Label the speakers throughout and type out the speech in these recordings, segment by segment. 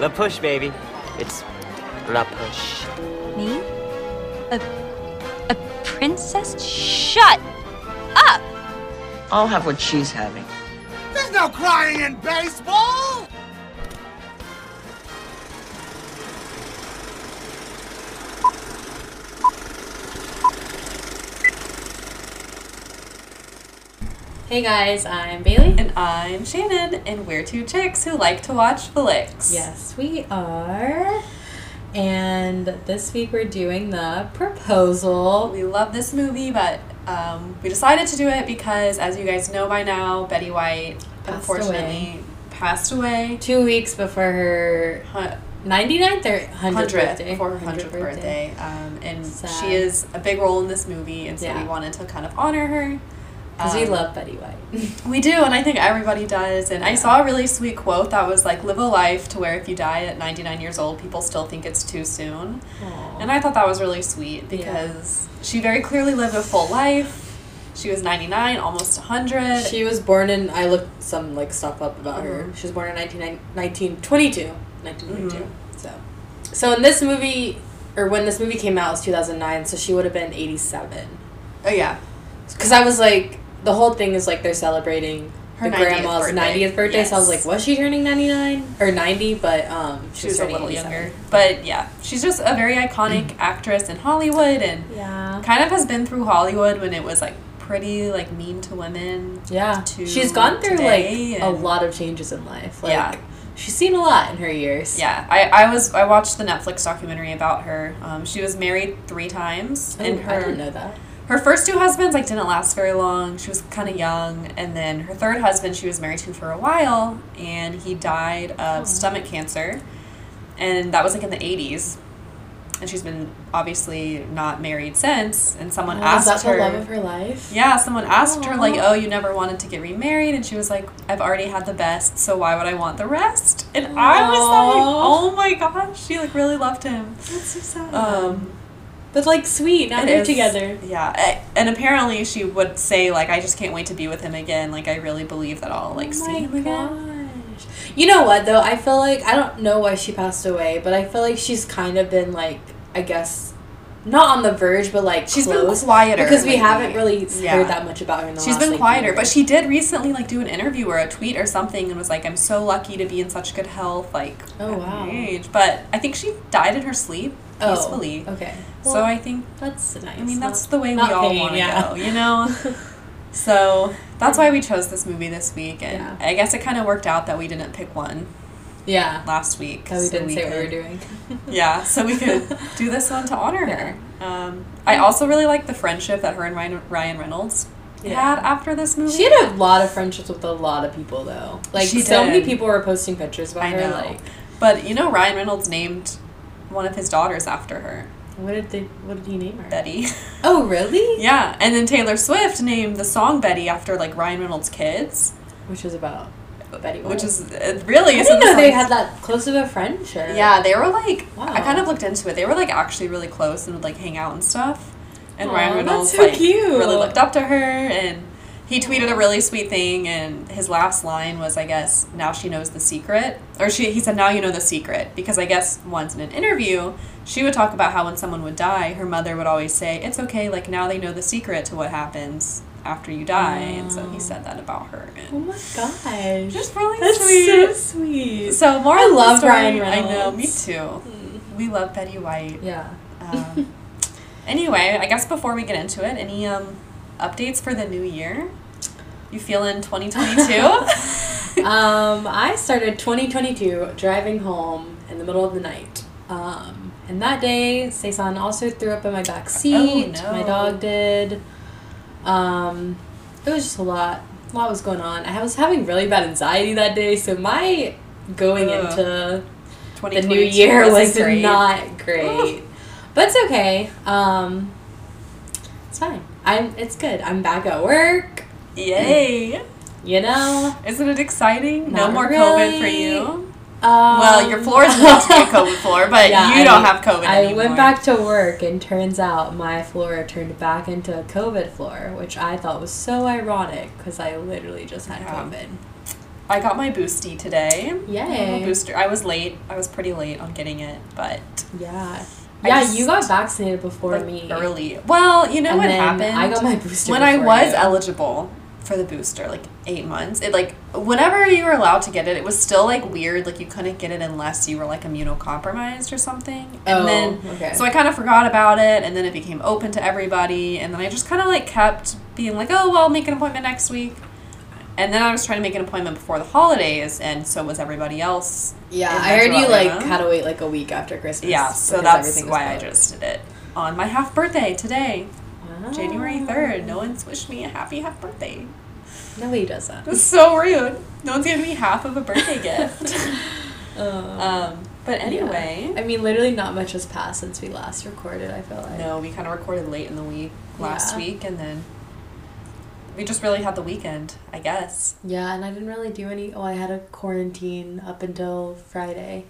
Speaker 1: La push, baby. It's la push.
Speaker 2: Me? A, a princess? Shut up!
Speaker 3: I'll have what she's having.
Speaker 4: There's no crying in baseball!
Speaker 5: Hey guys, I'm Bailey.
Speaker 6: And I'm Shannon, and we're two chicks who like to watch flicks.
Speaker 5: Yes, we are. And this week we're doing the proposal.
Speaker 6: We love this movie, but um, we decided to do it because, as you guys know by now, Betty White
Speaker 5: Passed
Speaker 6: unfortunately passed away.
Speaker 5: Two weeks before her
Speaker 6: Hun-
Speaker 5: 99th or 100th,
Speaker 6: 100th,
Speaker 5: birthday.
Speaker 6: for her 100th birthday. Um, and
Speaker 5: Sad.
Speaker 6: she is a big role in this movie, and so
Speaker 5: Yeah.
Speaker 6: we wanted to kind of honor her.
Speaker 5: Because we
Speaker 6: Um,
Speaker 5: love Betty White.
Speaker 6: We do, and I think everybody does. And I saw a really sweet quote that was like, live a life to where if you die at 99 years old, people still think it's too soon. And I thought that was really sweet because she very clearly lived a full life. She was 99, almost 100.
Speaker 5: she was born in, I looked some like stuff up about her. She was born in 19, 1922. 1922. So. so in this movie, or when this movie came out, it was 2009, so she would have been 87.
Speaker 6: oh, yeah.
Speaker 5: Because I was like, the whole thing is like they're celebrating
Speaker 6: Her
Speaker 5: the
Speaker 6: 90th
Speaker 5: grandma's
Speaker 6: birthday.
Speaker 5: 90th birthday. So I was
Speaker 6: Yes.
Speaker 5: like, was she turning 99 or 90? But um, she,
Speaker 6: She was a
Speaker 5: turning
Speaker 6: little
Speaker 5: 87.
Speaker 6: younger. But yeah, she's just a very
Speaker 5: Mm.
Speaker 6: iconic actress in Hollywood and
Speaker 5: Yeah.
Speaker 6: kind of has been through Hollywood when it was like pretty, like mean to women.
Speaker 5: Yeah.
Speaker 6: to
Speaker 5: She's gone through like
Speaker 6: today
Speaker 5: a
Speaker 6: and-
Speaker 5: lot of changes in life. Like,
Speaker 6: Yeah.
Speaker 5: She's seen a lot in her years.
Speaker 6: Yeah, I, I was I watched the Netflix documentary about her. Um, she was married three times,
Speaker 5: Ooh,
Speaker 6: and
Speaker 5: Oh, I
Speaker 6: her
Speaker 5: didn't know that.
Speaker 6: her first two husbands like didn't last very long. She was kind of young, and then her third husband she was married to for a while, and he died
Speaker 5: Oh.
Speaker 6: of stomach cancer, and that was like in the eighties. And she's been obviously not married since. And someone
Speaker 5: Was
Speaker 6: asked
Speaker 5: Oh, that
Speaker 6: her,
Speaker 5: the love of her life?
Speaker 6: yeah, someone asked her like,
Speaker 5: Aw.
Speaker 6: "Oh, you never wanted to get remarried," and she was like, "I've already had the best, so why would I want the rest?" And I was like,
Speaker 5: Aw.
Speaker 6: "Oh my gosh, she like really loved him."
Speaker 5: That's so sad.
Speaker 6: Um,
Speaker 5: but like, sweet. Now
Speaker 6: it
Speaker 5: they're
Speaker 6: is-
Speaker 5: together.
Speaker 6: Yeah, a- and apparently she would say like, "I just can't wait to be with him again. Like, I really believe that I'll like see him again."
Speaker 5: Oh gosh. You know what though? I feel like I don't know why she passed away, but I feel like she's kind of been like I guess not on the verge, but like
Speaker 6: She's been
Speaker 5: close
Speaker 6: quieter
Speaker 5: because we
Speaker 6: lately.
Speaker 5: haven't really
Speaker 6: Yeah.
Speaker 5: heard that much about her. in the
Speaker 6: She's
Speaker 5: last,
Speaker 6: been
Speaker 5: like,
Speaker 6: quieter,
Speaker 5: year.
Speaker 6: but she did recently like do an interview or a tweet or something and was like, "I'm so lucky to be in such good health." Like,
Speaker 5: Oh,
Speaker 6: at
Speaker 5: wow.
Speaker 6: my age, but I think she died in her sleep
Speaker 5: oh,
Speaker 6: peacefully.
Speaker 5: Okay,
Speaker 6: so
Speaker 5: Well,
Speaker 6: I think
Speaker 5: that's nice.
Speaker 6: I mean,
Speaker 5: Not-
Speaker 6: that's the way we
Speaker 5: not
Speaker 6: all
Speaker 5: pain,
Speaker 6: want to
Speaker 5: yeah.
Speaker 6: go, you know? so that's why we chose this movie this week. And
Speaker 5: Yeah.
Speaker 6: I guess it kind of worked out that we didn't pick one
Speaker 5: yeah.
Speaker 6: last week.
Speaker 5: That we
Speaker 6: so
Speaker 5: didn't say what we were
Speaker 6: could-
Speaker 5: doing.
Speaker 6: Yeah, so we could do this one to honor her. Um, I also really like the friendship that her and Ryan, Ryan Reynolds
Speaker 5: Yeah.
Speaker 6: had after this movie.
Speaker 5: She had a lot of friendships with a lot of people though. Like
Speaker 6: She
Speaker 5: so many
Speaker 6: did.
Speaker 5: people were posting pictures about
Speaker 6: I
Speaker 5: her.
Speaker 6: know.
Speaker 5: Like
Speaker 6: But you know, Ryan Reynolds named one of his daughters after her,
Speaker 5: what did they? What did he name her?
Speaker 6: Betty.
Speaker 5: Oh really?
Speaker 6: yeah, and then Taylor Swift named the song Betty after like Ryan Reynolds' kids.
Speaker 5: Which is about Betty.
Speaker 6: which
Speaker 5: White.
Speaker 6: is it really
Speaker 5: I didn't
Speaker 6: isn't
Speaker 5: know
Speaker 6: the
Speaker 5: they
Speaker 6: song-
Speaker 5: had that close of a friendship.
Speaker 6: yeah they were like i
Speaker 5: Wow.
Speaker 6: kind of looked into it they were like actually really close and would like hang out and stuff and
Speaker 5: Aw,
Speaker 6: ryan
Speaker 5: that's
Speaker 6: reynolds
Speaker 5: so
Speaker 6: like,
Speaker 5: cute.
Speaker 6: really looked up to her and he tweeted a really sweet thing and his last line was i guess now she knows the secret or she he said now you know the secret because i guess once in an interview she would talk about how when someone would die her mother would always say it's okay like now they know the secret to what happens after you die and so he said that about her
Speaker 5: Oh
Speaker 6: and
Speaker 5: my gosh.
Speaker 6: just really
Speaker 5: That's
Speaker 6: sweet
Speaker 5: so sweet.
Speaker 6: so more
Speaker 5: I love Ryan
Speaker 6: I know, me
Speaker 5: Reynolds. Mm-hmm.
Speaker 6: too. We love Betty White.
Speaker 5: yeah.
Speaker 6: Um, anyway, I guess before we get into it, any um, updates for the new year? You feeling 2022?
Speaker 5: Um, I started 2022 driving home in the middle of the night. Um, and that day, Saison also threw up in my back seat.
Speaker 6: Oh, no.
Speaker 5: My dog did. Um, it was just a lot. A lot was going on. I was having really bad anxiety that day, so my going
Speaker 6: Ugh.
Speaker 5: into the
Speaker 6: 2022
Speaker 5: new year was
Speaker 6: wasn't great.
Speaker 5: not great. but it's okay. Um, it's fine. I'm. It's good. I'm back at work.
Speaker 6: Yay!
Speaker 5: You know.
Speaker 6: Isn't it exciting? no
Speaker 5: Mm. Not
Speaker 6: more COVID for
Speaker 5: really.
Speaker 6: you.
Speaker 5: Um,
Speaker 6: well, your floor is meant to be a COVID floor, but
Speaker 5: Yeah,
Speaker 6: you
Speaker 5: I-
Speaker 6: don't have COVID
Speaker 5: I
Speaker 6: anymore.
Speaker 5: went back to work, and turns out my floor turned back into a COVID floor, which I thought was so ironic because I literally just had
Speaker 6: Yeah.
Speaker 5: COVID.
Speaker 6: I got my boosty today.
Speaker 5: Yay.
Speaker 6: A booster. I was late. I was pretty late on getting it, but
Speaker 5: Yeah.
Speaker 6: I
Speaker 5: Yeah,
Speaker 6: just-
Speaker 5: you got vaccinated before
Speaker 6: like,
Speaker 5: me.
Speaker 6: early. Well, you know
Speaker 5: And
Speaker 6: what
Speaker 5: then
Speaker 6: happened?
Speaker 5: I got my booster
Speaker 6: when I
Speaker 5: before
Speaker 6: was
Speaker 5: you.
Speaker 6: eligible for the booster, like eight months. It like whenever you were allowed to get it, it was still like weird. Like you couldn't get it unless you were like immunocompromised or something. And
Speaker 5: Oh,
Speaker 6: then
Speaker 5: okay.
Speaker 6: so I kind of forgot about it, and then it became open to everybody, and then I just kind of like kept being like, oh well, I'll make an appointment next week. And then I was trying to make an appointment before the holidays, and so was everybody else.
Speaker 5: Yeah,
Speaker 6: in
Speaker 5: I heard you like
Speaker 6: Venezuela.
Speaker 5: had to wait like a week after Christmas.
Speaker 6: Yeah, so
Speaker 5: because
Speaker 6: that's
Speaker 5: everything was
Speaker 6: why I
Speaker 5: closed.
Speaker 6: just did it on my half birthday today,
Speaker 5: Wow.
Speaker 6: January 3rd. No one's wished me a happy half birthday.
Speaker 5: Nobody does that.
Speaker 6: That's so rude. No one's giving me half of a birthday gift. um, but anyway,
Speaker 5: I mean, literally not much has passed since we last recorded. I feel like.
Speaker 6: no, we kind of recorded late in the week last
Speaker 5: Yeah.
Speaker 6: week, and then we just really had the weekend, I guess.
Speaker 5: Yeah, and I didn't really do any. Oh, I had a quarantine up until Friday,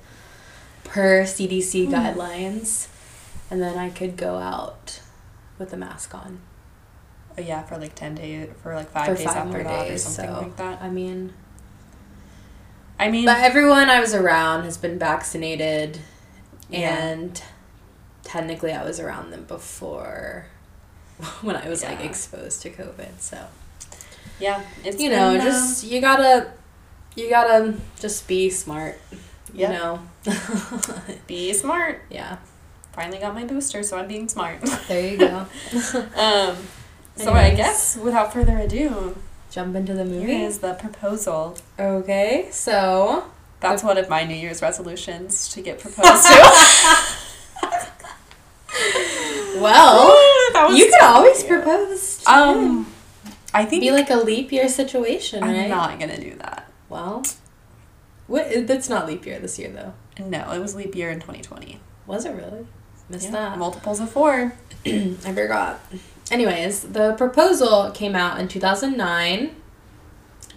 Speaker 5: per CDC
Speaker 6: Hmm.
Speaker 5: guidelines, and then I could go out with a mask on
Speaker 6: Oh, yeah, for like ten days, for like five
Speaker 5: for
Speaker 6: days
Speaker 5: five more
Speaker 6: after that,
Speaker 5: days.
Speaker 6: or something
Speaker 5: so
Speaker 6: like that.
Speaker 5: I mean,
Speaker 6: I mean,
Speaker 5: but everyone I was around has been vaccinated,
Speaker 6: Yeah.
Speaker 5: and technically I was around them before when I was like
Speaker 6: Yeah.
Speaker 5: exposed to COVID. So
Speaker 6: yeah, it's
Speaker 5: you know,
Speaker 6: been, uh,
Speaker 5: just you gotta, you gotta just be smart. You
Speaker 6: Yeah.
Speaker 5: know.
Speaker 6: be smart.
Speaker 5: yeah.
Speaker 6: Finally got my booster, so I'm being smart.
Speaker 5: There you go.
Speaker 6: um, so I
Speaker 5: Anyways.
Speaker 6: guess without further ado,
Speaker 5: Jump into the
Speaker 6: here
Speaker 5: movie.
Speaker 6: is the proposal.
Speaker 5: Okay, so
Speaker 6: That's one of my New Year's resolutions to get proposed to.
Speaker 5: well,
Speaker 6: That was
Speaker 5: you could
Speaker 6: so
Speaker 5: always
Speaker 6: cute.
Speaker 5: propose. To him.
Speaker 6: Um, I think
Speaker 5: be like a leap year situation,
Speaker 6: I'm
Speaker 5: right?
Speaker 6: not gonna do that.
Speaker 5: Well, what? That's not leap year this year though.
Speaker 6: No, it was leap year in 2020.
Speaker 5: Was it really? Missed
Speaker 6: Yeah,
Speaker 5: that.
Speaker 6: Multiples of four.
Speaker 5: I forgot. Anyways, the proposal came out in 2009.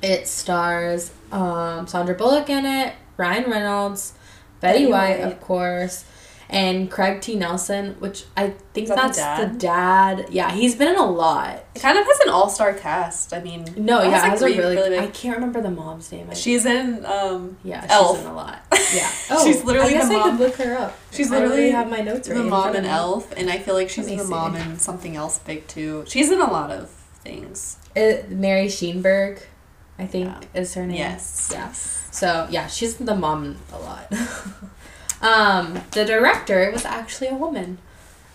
Speaker 5: It stars um, Sandra Bullock in it, Ryan Reynolds, Betty,
Speaker 6: Betty
Speaker 5: White,
Speaker 6: White.
Speaker 5: of course, and Craig T. Nelson, which I think
Speaker 6: Is that the
Speaker 5: that's the dad. Yeah, he's been in a lot.
Speaker 6: It kind of has an all-star cast. I mean,
Speaker 5: No,
Speaker 6: it
Speaker 5: yeah,
Speaker 6: like,
Speaker 5: has a
Speaker 6: three
Speaker 5: really.
Speaker 6: really
Speaker 5: I
Speaker 6: big-
Speaker 5: can't remember the mom's name. I,
Speaker 6: She's in. Um,
Speaker 5: yeah, she's
Speaker 6: Elf.
Speaker 5: in a lot. Yeah. Oh,
Speaker 6: She's literally
Speaker 5: I guess
Speaker 6: the
Speaker 5: I
Speaker 6: mom-
Speaker 5: could look her up.
Speaker 6: She's
Speaker 5: I already
Speaker 6: literally
Speaker 5: have my notes
Speaker 6: the
Speaker 5: right in
Speaker 6: mom
Speaker 5: front of
Speaker 6: and
Speaker 5: me.
Speaker 6: Elf, and I feel like she's
Speaker 5: Let
Speaker 6: the
Speaker 5: me
Speaker 6: mom
Speaker 5: see.
Speaker 6: and something else big too. She's in a lot of things.
Speaker 5: Uh, Mary Sheenberg, I think is her name.
Speaker 6: Yes.
Speaker 5: Yeah. So yeah, she's the mom a lot. um, the director was actually a woman.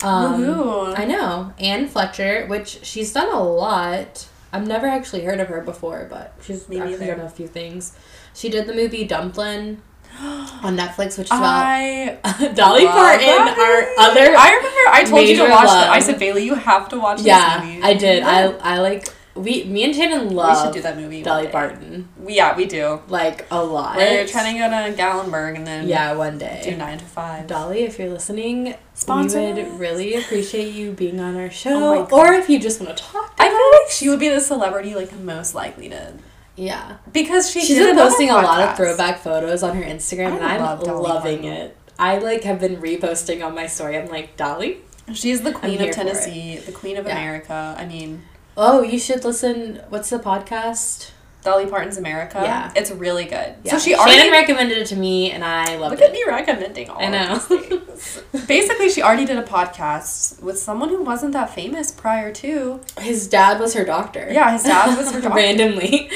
Speaker 5: Um,
Speaker 6: Woohoo.
Speaker 5: I know Anne Fletcher, which she's done a lot. I've never actually heard of her before, but she's
Speaker 6: Me
Speaker 5: actually
Speaker 6: neither.
Speaker 5: done a few things. She did the movie Dumplin' on Netflix, which is about
Speaker 6: I
Speaker 5: Dolly
Speaker 6: love
Speaker 5: Parton,
Speaker 6: that
Speaker 5: our other.
Speaker 6: I remember I told you to
Speaker 5: Major
Speaker 6: watch.
Speaker 5: love.
Speaker 6: The, I said Bailey, you have to watch
Speaker 5: yeah,
Speaker 6: this movie.
Speaker 5: I did. I I like we me and Shannon
Speaker 6: we
Speaker 5: love
Speaker 6: should do that movie. one
Speaker 5: Dolly
Speaker 6: day.
Speaker 5: Parton
Speaker 6: We- Yeah, we do.
Speaker 5: like a lot.
Speaker 6: We're trying to go to Gallenberg and then
Speaker 5: yeah, one
Speaker 6: do
Speaker 5: day.
Speaker 6: nine to five.
Speaker 5: Dolly, if you're listening,
Speaker 6: Sponsor
Speaker 5: we
Speaker 6: us.
Speaker 5: would really appreciate you being on our
Speaker 6: Oh
Speaker 5: show,
Speaker 6: my God.
Speaker 5: or if you just want to talk. To
Speaker 6: I feel like she would be the celebrity like most likely to
Speaker 5: yeah,
Speaker 6: because she
Speaker 5: she's
Speaker 6: did
Speaker 5: been
Speaker 6: another
Speaker 5: posting a lot
Speaker 6: podcast.
Speaker 5: of throwback photos on her Instagram,
Speaker 6: I
Speaker 5: and I'm
Speaker 6: love Dolly
Speaker 5: loving
Speaker 6: Parton.
Speaker 5: it. I like have been reposting on my story. I'm like Dolly.
Speaker 6: She's the queen
Speaker 5: here
Speaker 6: of
Speaker 5: for it.
Speaker 6: Tennessee, the queen of
Speaker 5: Yeah.
Speaker 6: America. I mean,
Speaker 5: Oh, you should listen. What's the podcast?
Speaker 6: Dolly Parton's America.
Speaker 5: Yeah.
Speaker 6: it's really good.
Speaker 5: Yeah.
Speaker 6: So she
Speaker 5: Shannon
Speaker 6: already
Speaker 5: recommended it to me, and I
Speaker 6: look
Speaker 5: loved
Speaker 6: at
Speaker 5: it.
Speaker 6: me recommending all.
Speaker 5: I know.
Speaker 6: Of these things. Basically, she already did a podcast with someone who wasn't that famous prior to.
Speaker 5: His dad was her doctor.
Speaker 6: Yeah, his dad was her doctor.
Speaker 5: randomly.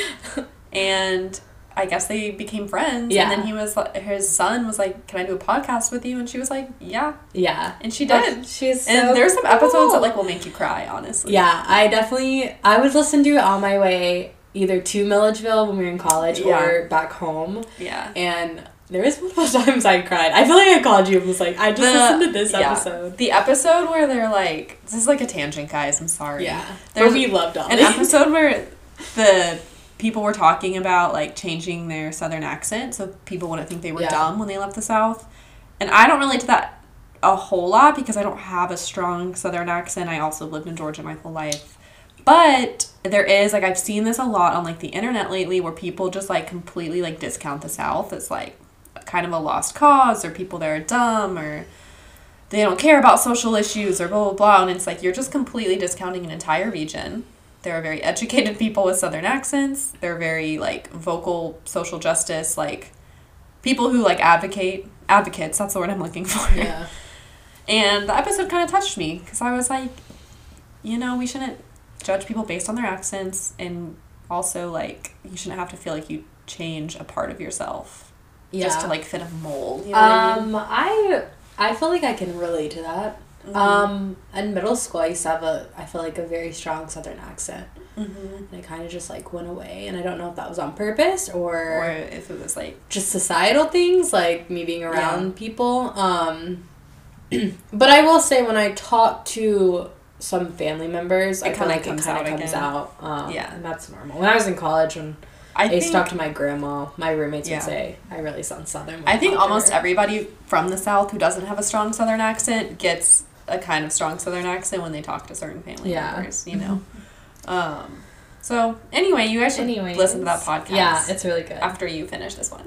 Speaker 6: and I guess they became friends.
Speaker 5: Yeah.
Speaker 6: And then he was like, his son was like, "Can I do a podcast with you?" And she was like, "Yeah."
Speaker 5: yeah,
Speaker 6: And she did.
Speaker 5: She's
Speaker 6: and
Speaker 5: so
Speaker 6: there's some episodes
Speaker 5: cool.
Speaker 6: that like will make you cry, honestly.
Speaker 5: Yeah, I definitely I would listen to it on my way either to Milledgeville when we were in college or
Speaker 6: Yeah.
Speaker 5: back home.
Speaker 6: Yeah.
Speaker 5: And there was multiple times I cried. I feel like I called you and was like, I just listened to this
Speaker 6: yeah.
Speaker 5: episode.
Speaker 6: The episode where they're like, this is like a tangent, guys. I'm sorry.
Speaker 5: Yeah. But
Speaker 6: There's
Speaker 5: we loved all
Speaker 6: an episode where the people were talking about like changing their southern accent so people wouldn't think they were
Speaker 5: Yeah.
Speaker 6: dumb when they left the South. And I don't relate to that a whole lot because I don't have a strong southern accent. I also lived in Georgia my whole life. But there is like I've seen this a lot on like the internet lately where people just like completely like discount the South. It's like kind of a lost cause or people that are dumb or they don't care about social issues or blah blah blah and it's like you're just completely discounting an entire region There are very educated people with southern accents. They're very like vocal social justice, like people who like advocate advocates. That's the word I'm looking for.
Speaker 5: Yeah.
Speaker 6: And the episode kind of touched me because I was like, you know, we shouldn't judge people based on their accents, and also like you shouldn't have to feel like you change a part of yourself
Speaker 5: Yeah.
Speaker 6: just to like fit a mold. You know what I mean? Mm-hmm.
Speaker 5: Um, I I feel like I can relate to that. Um, in middle school, I used to have a I feel like a very strong Southern accent,
Speaker 6: Mm-hmm.
Speaker 5: and it kind of just like went away. And I don't know if that was on purpose
Speaker 6: Or
Speaker 5: or,
Speaker 6: if it was like
Speaker 5: just societal things like me being around people. Um, but I will say when I talk to some family members, I
Speaker 6: It
Speaker 5: feel
Speaker 6: kinda
Speaker 5: like
Speaker 6: comes
Speaker 5: it kind
Speaker 6: out
Speaker 5: of comes
Speaker 6: again.
Speaker 5: out. Um,
Speaker 6: Yeah.
Speaker 5: and that's normal. When I was in college, when I,
Speaker 6: I
Speaker 5: used
Speaker 6: think
Speaker 5: to talk to my grandma, my roommates
Speaker 6: Yeah.
Speaker 5: would say, "I really sound Southern." when
Speaker 6: I think
Speaker 5: talk to
Speaker 6: almost
Speaker 5: her."
Speaker 6: everybody from the South who doesn't have a strong Southern accent gets a kind of strong Southern accent when they talk to certain family
Speaker 5: Yeah.
Speaker 6: members, you know. um, so anyway, you guys should
Speaker 5: Anyways.
Speaker 6: listen to that podcast.
Speaker 5: Yeah, it's really good.
Speaker 6: after you finish this one.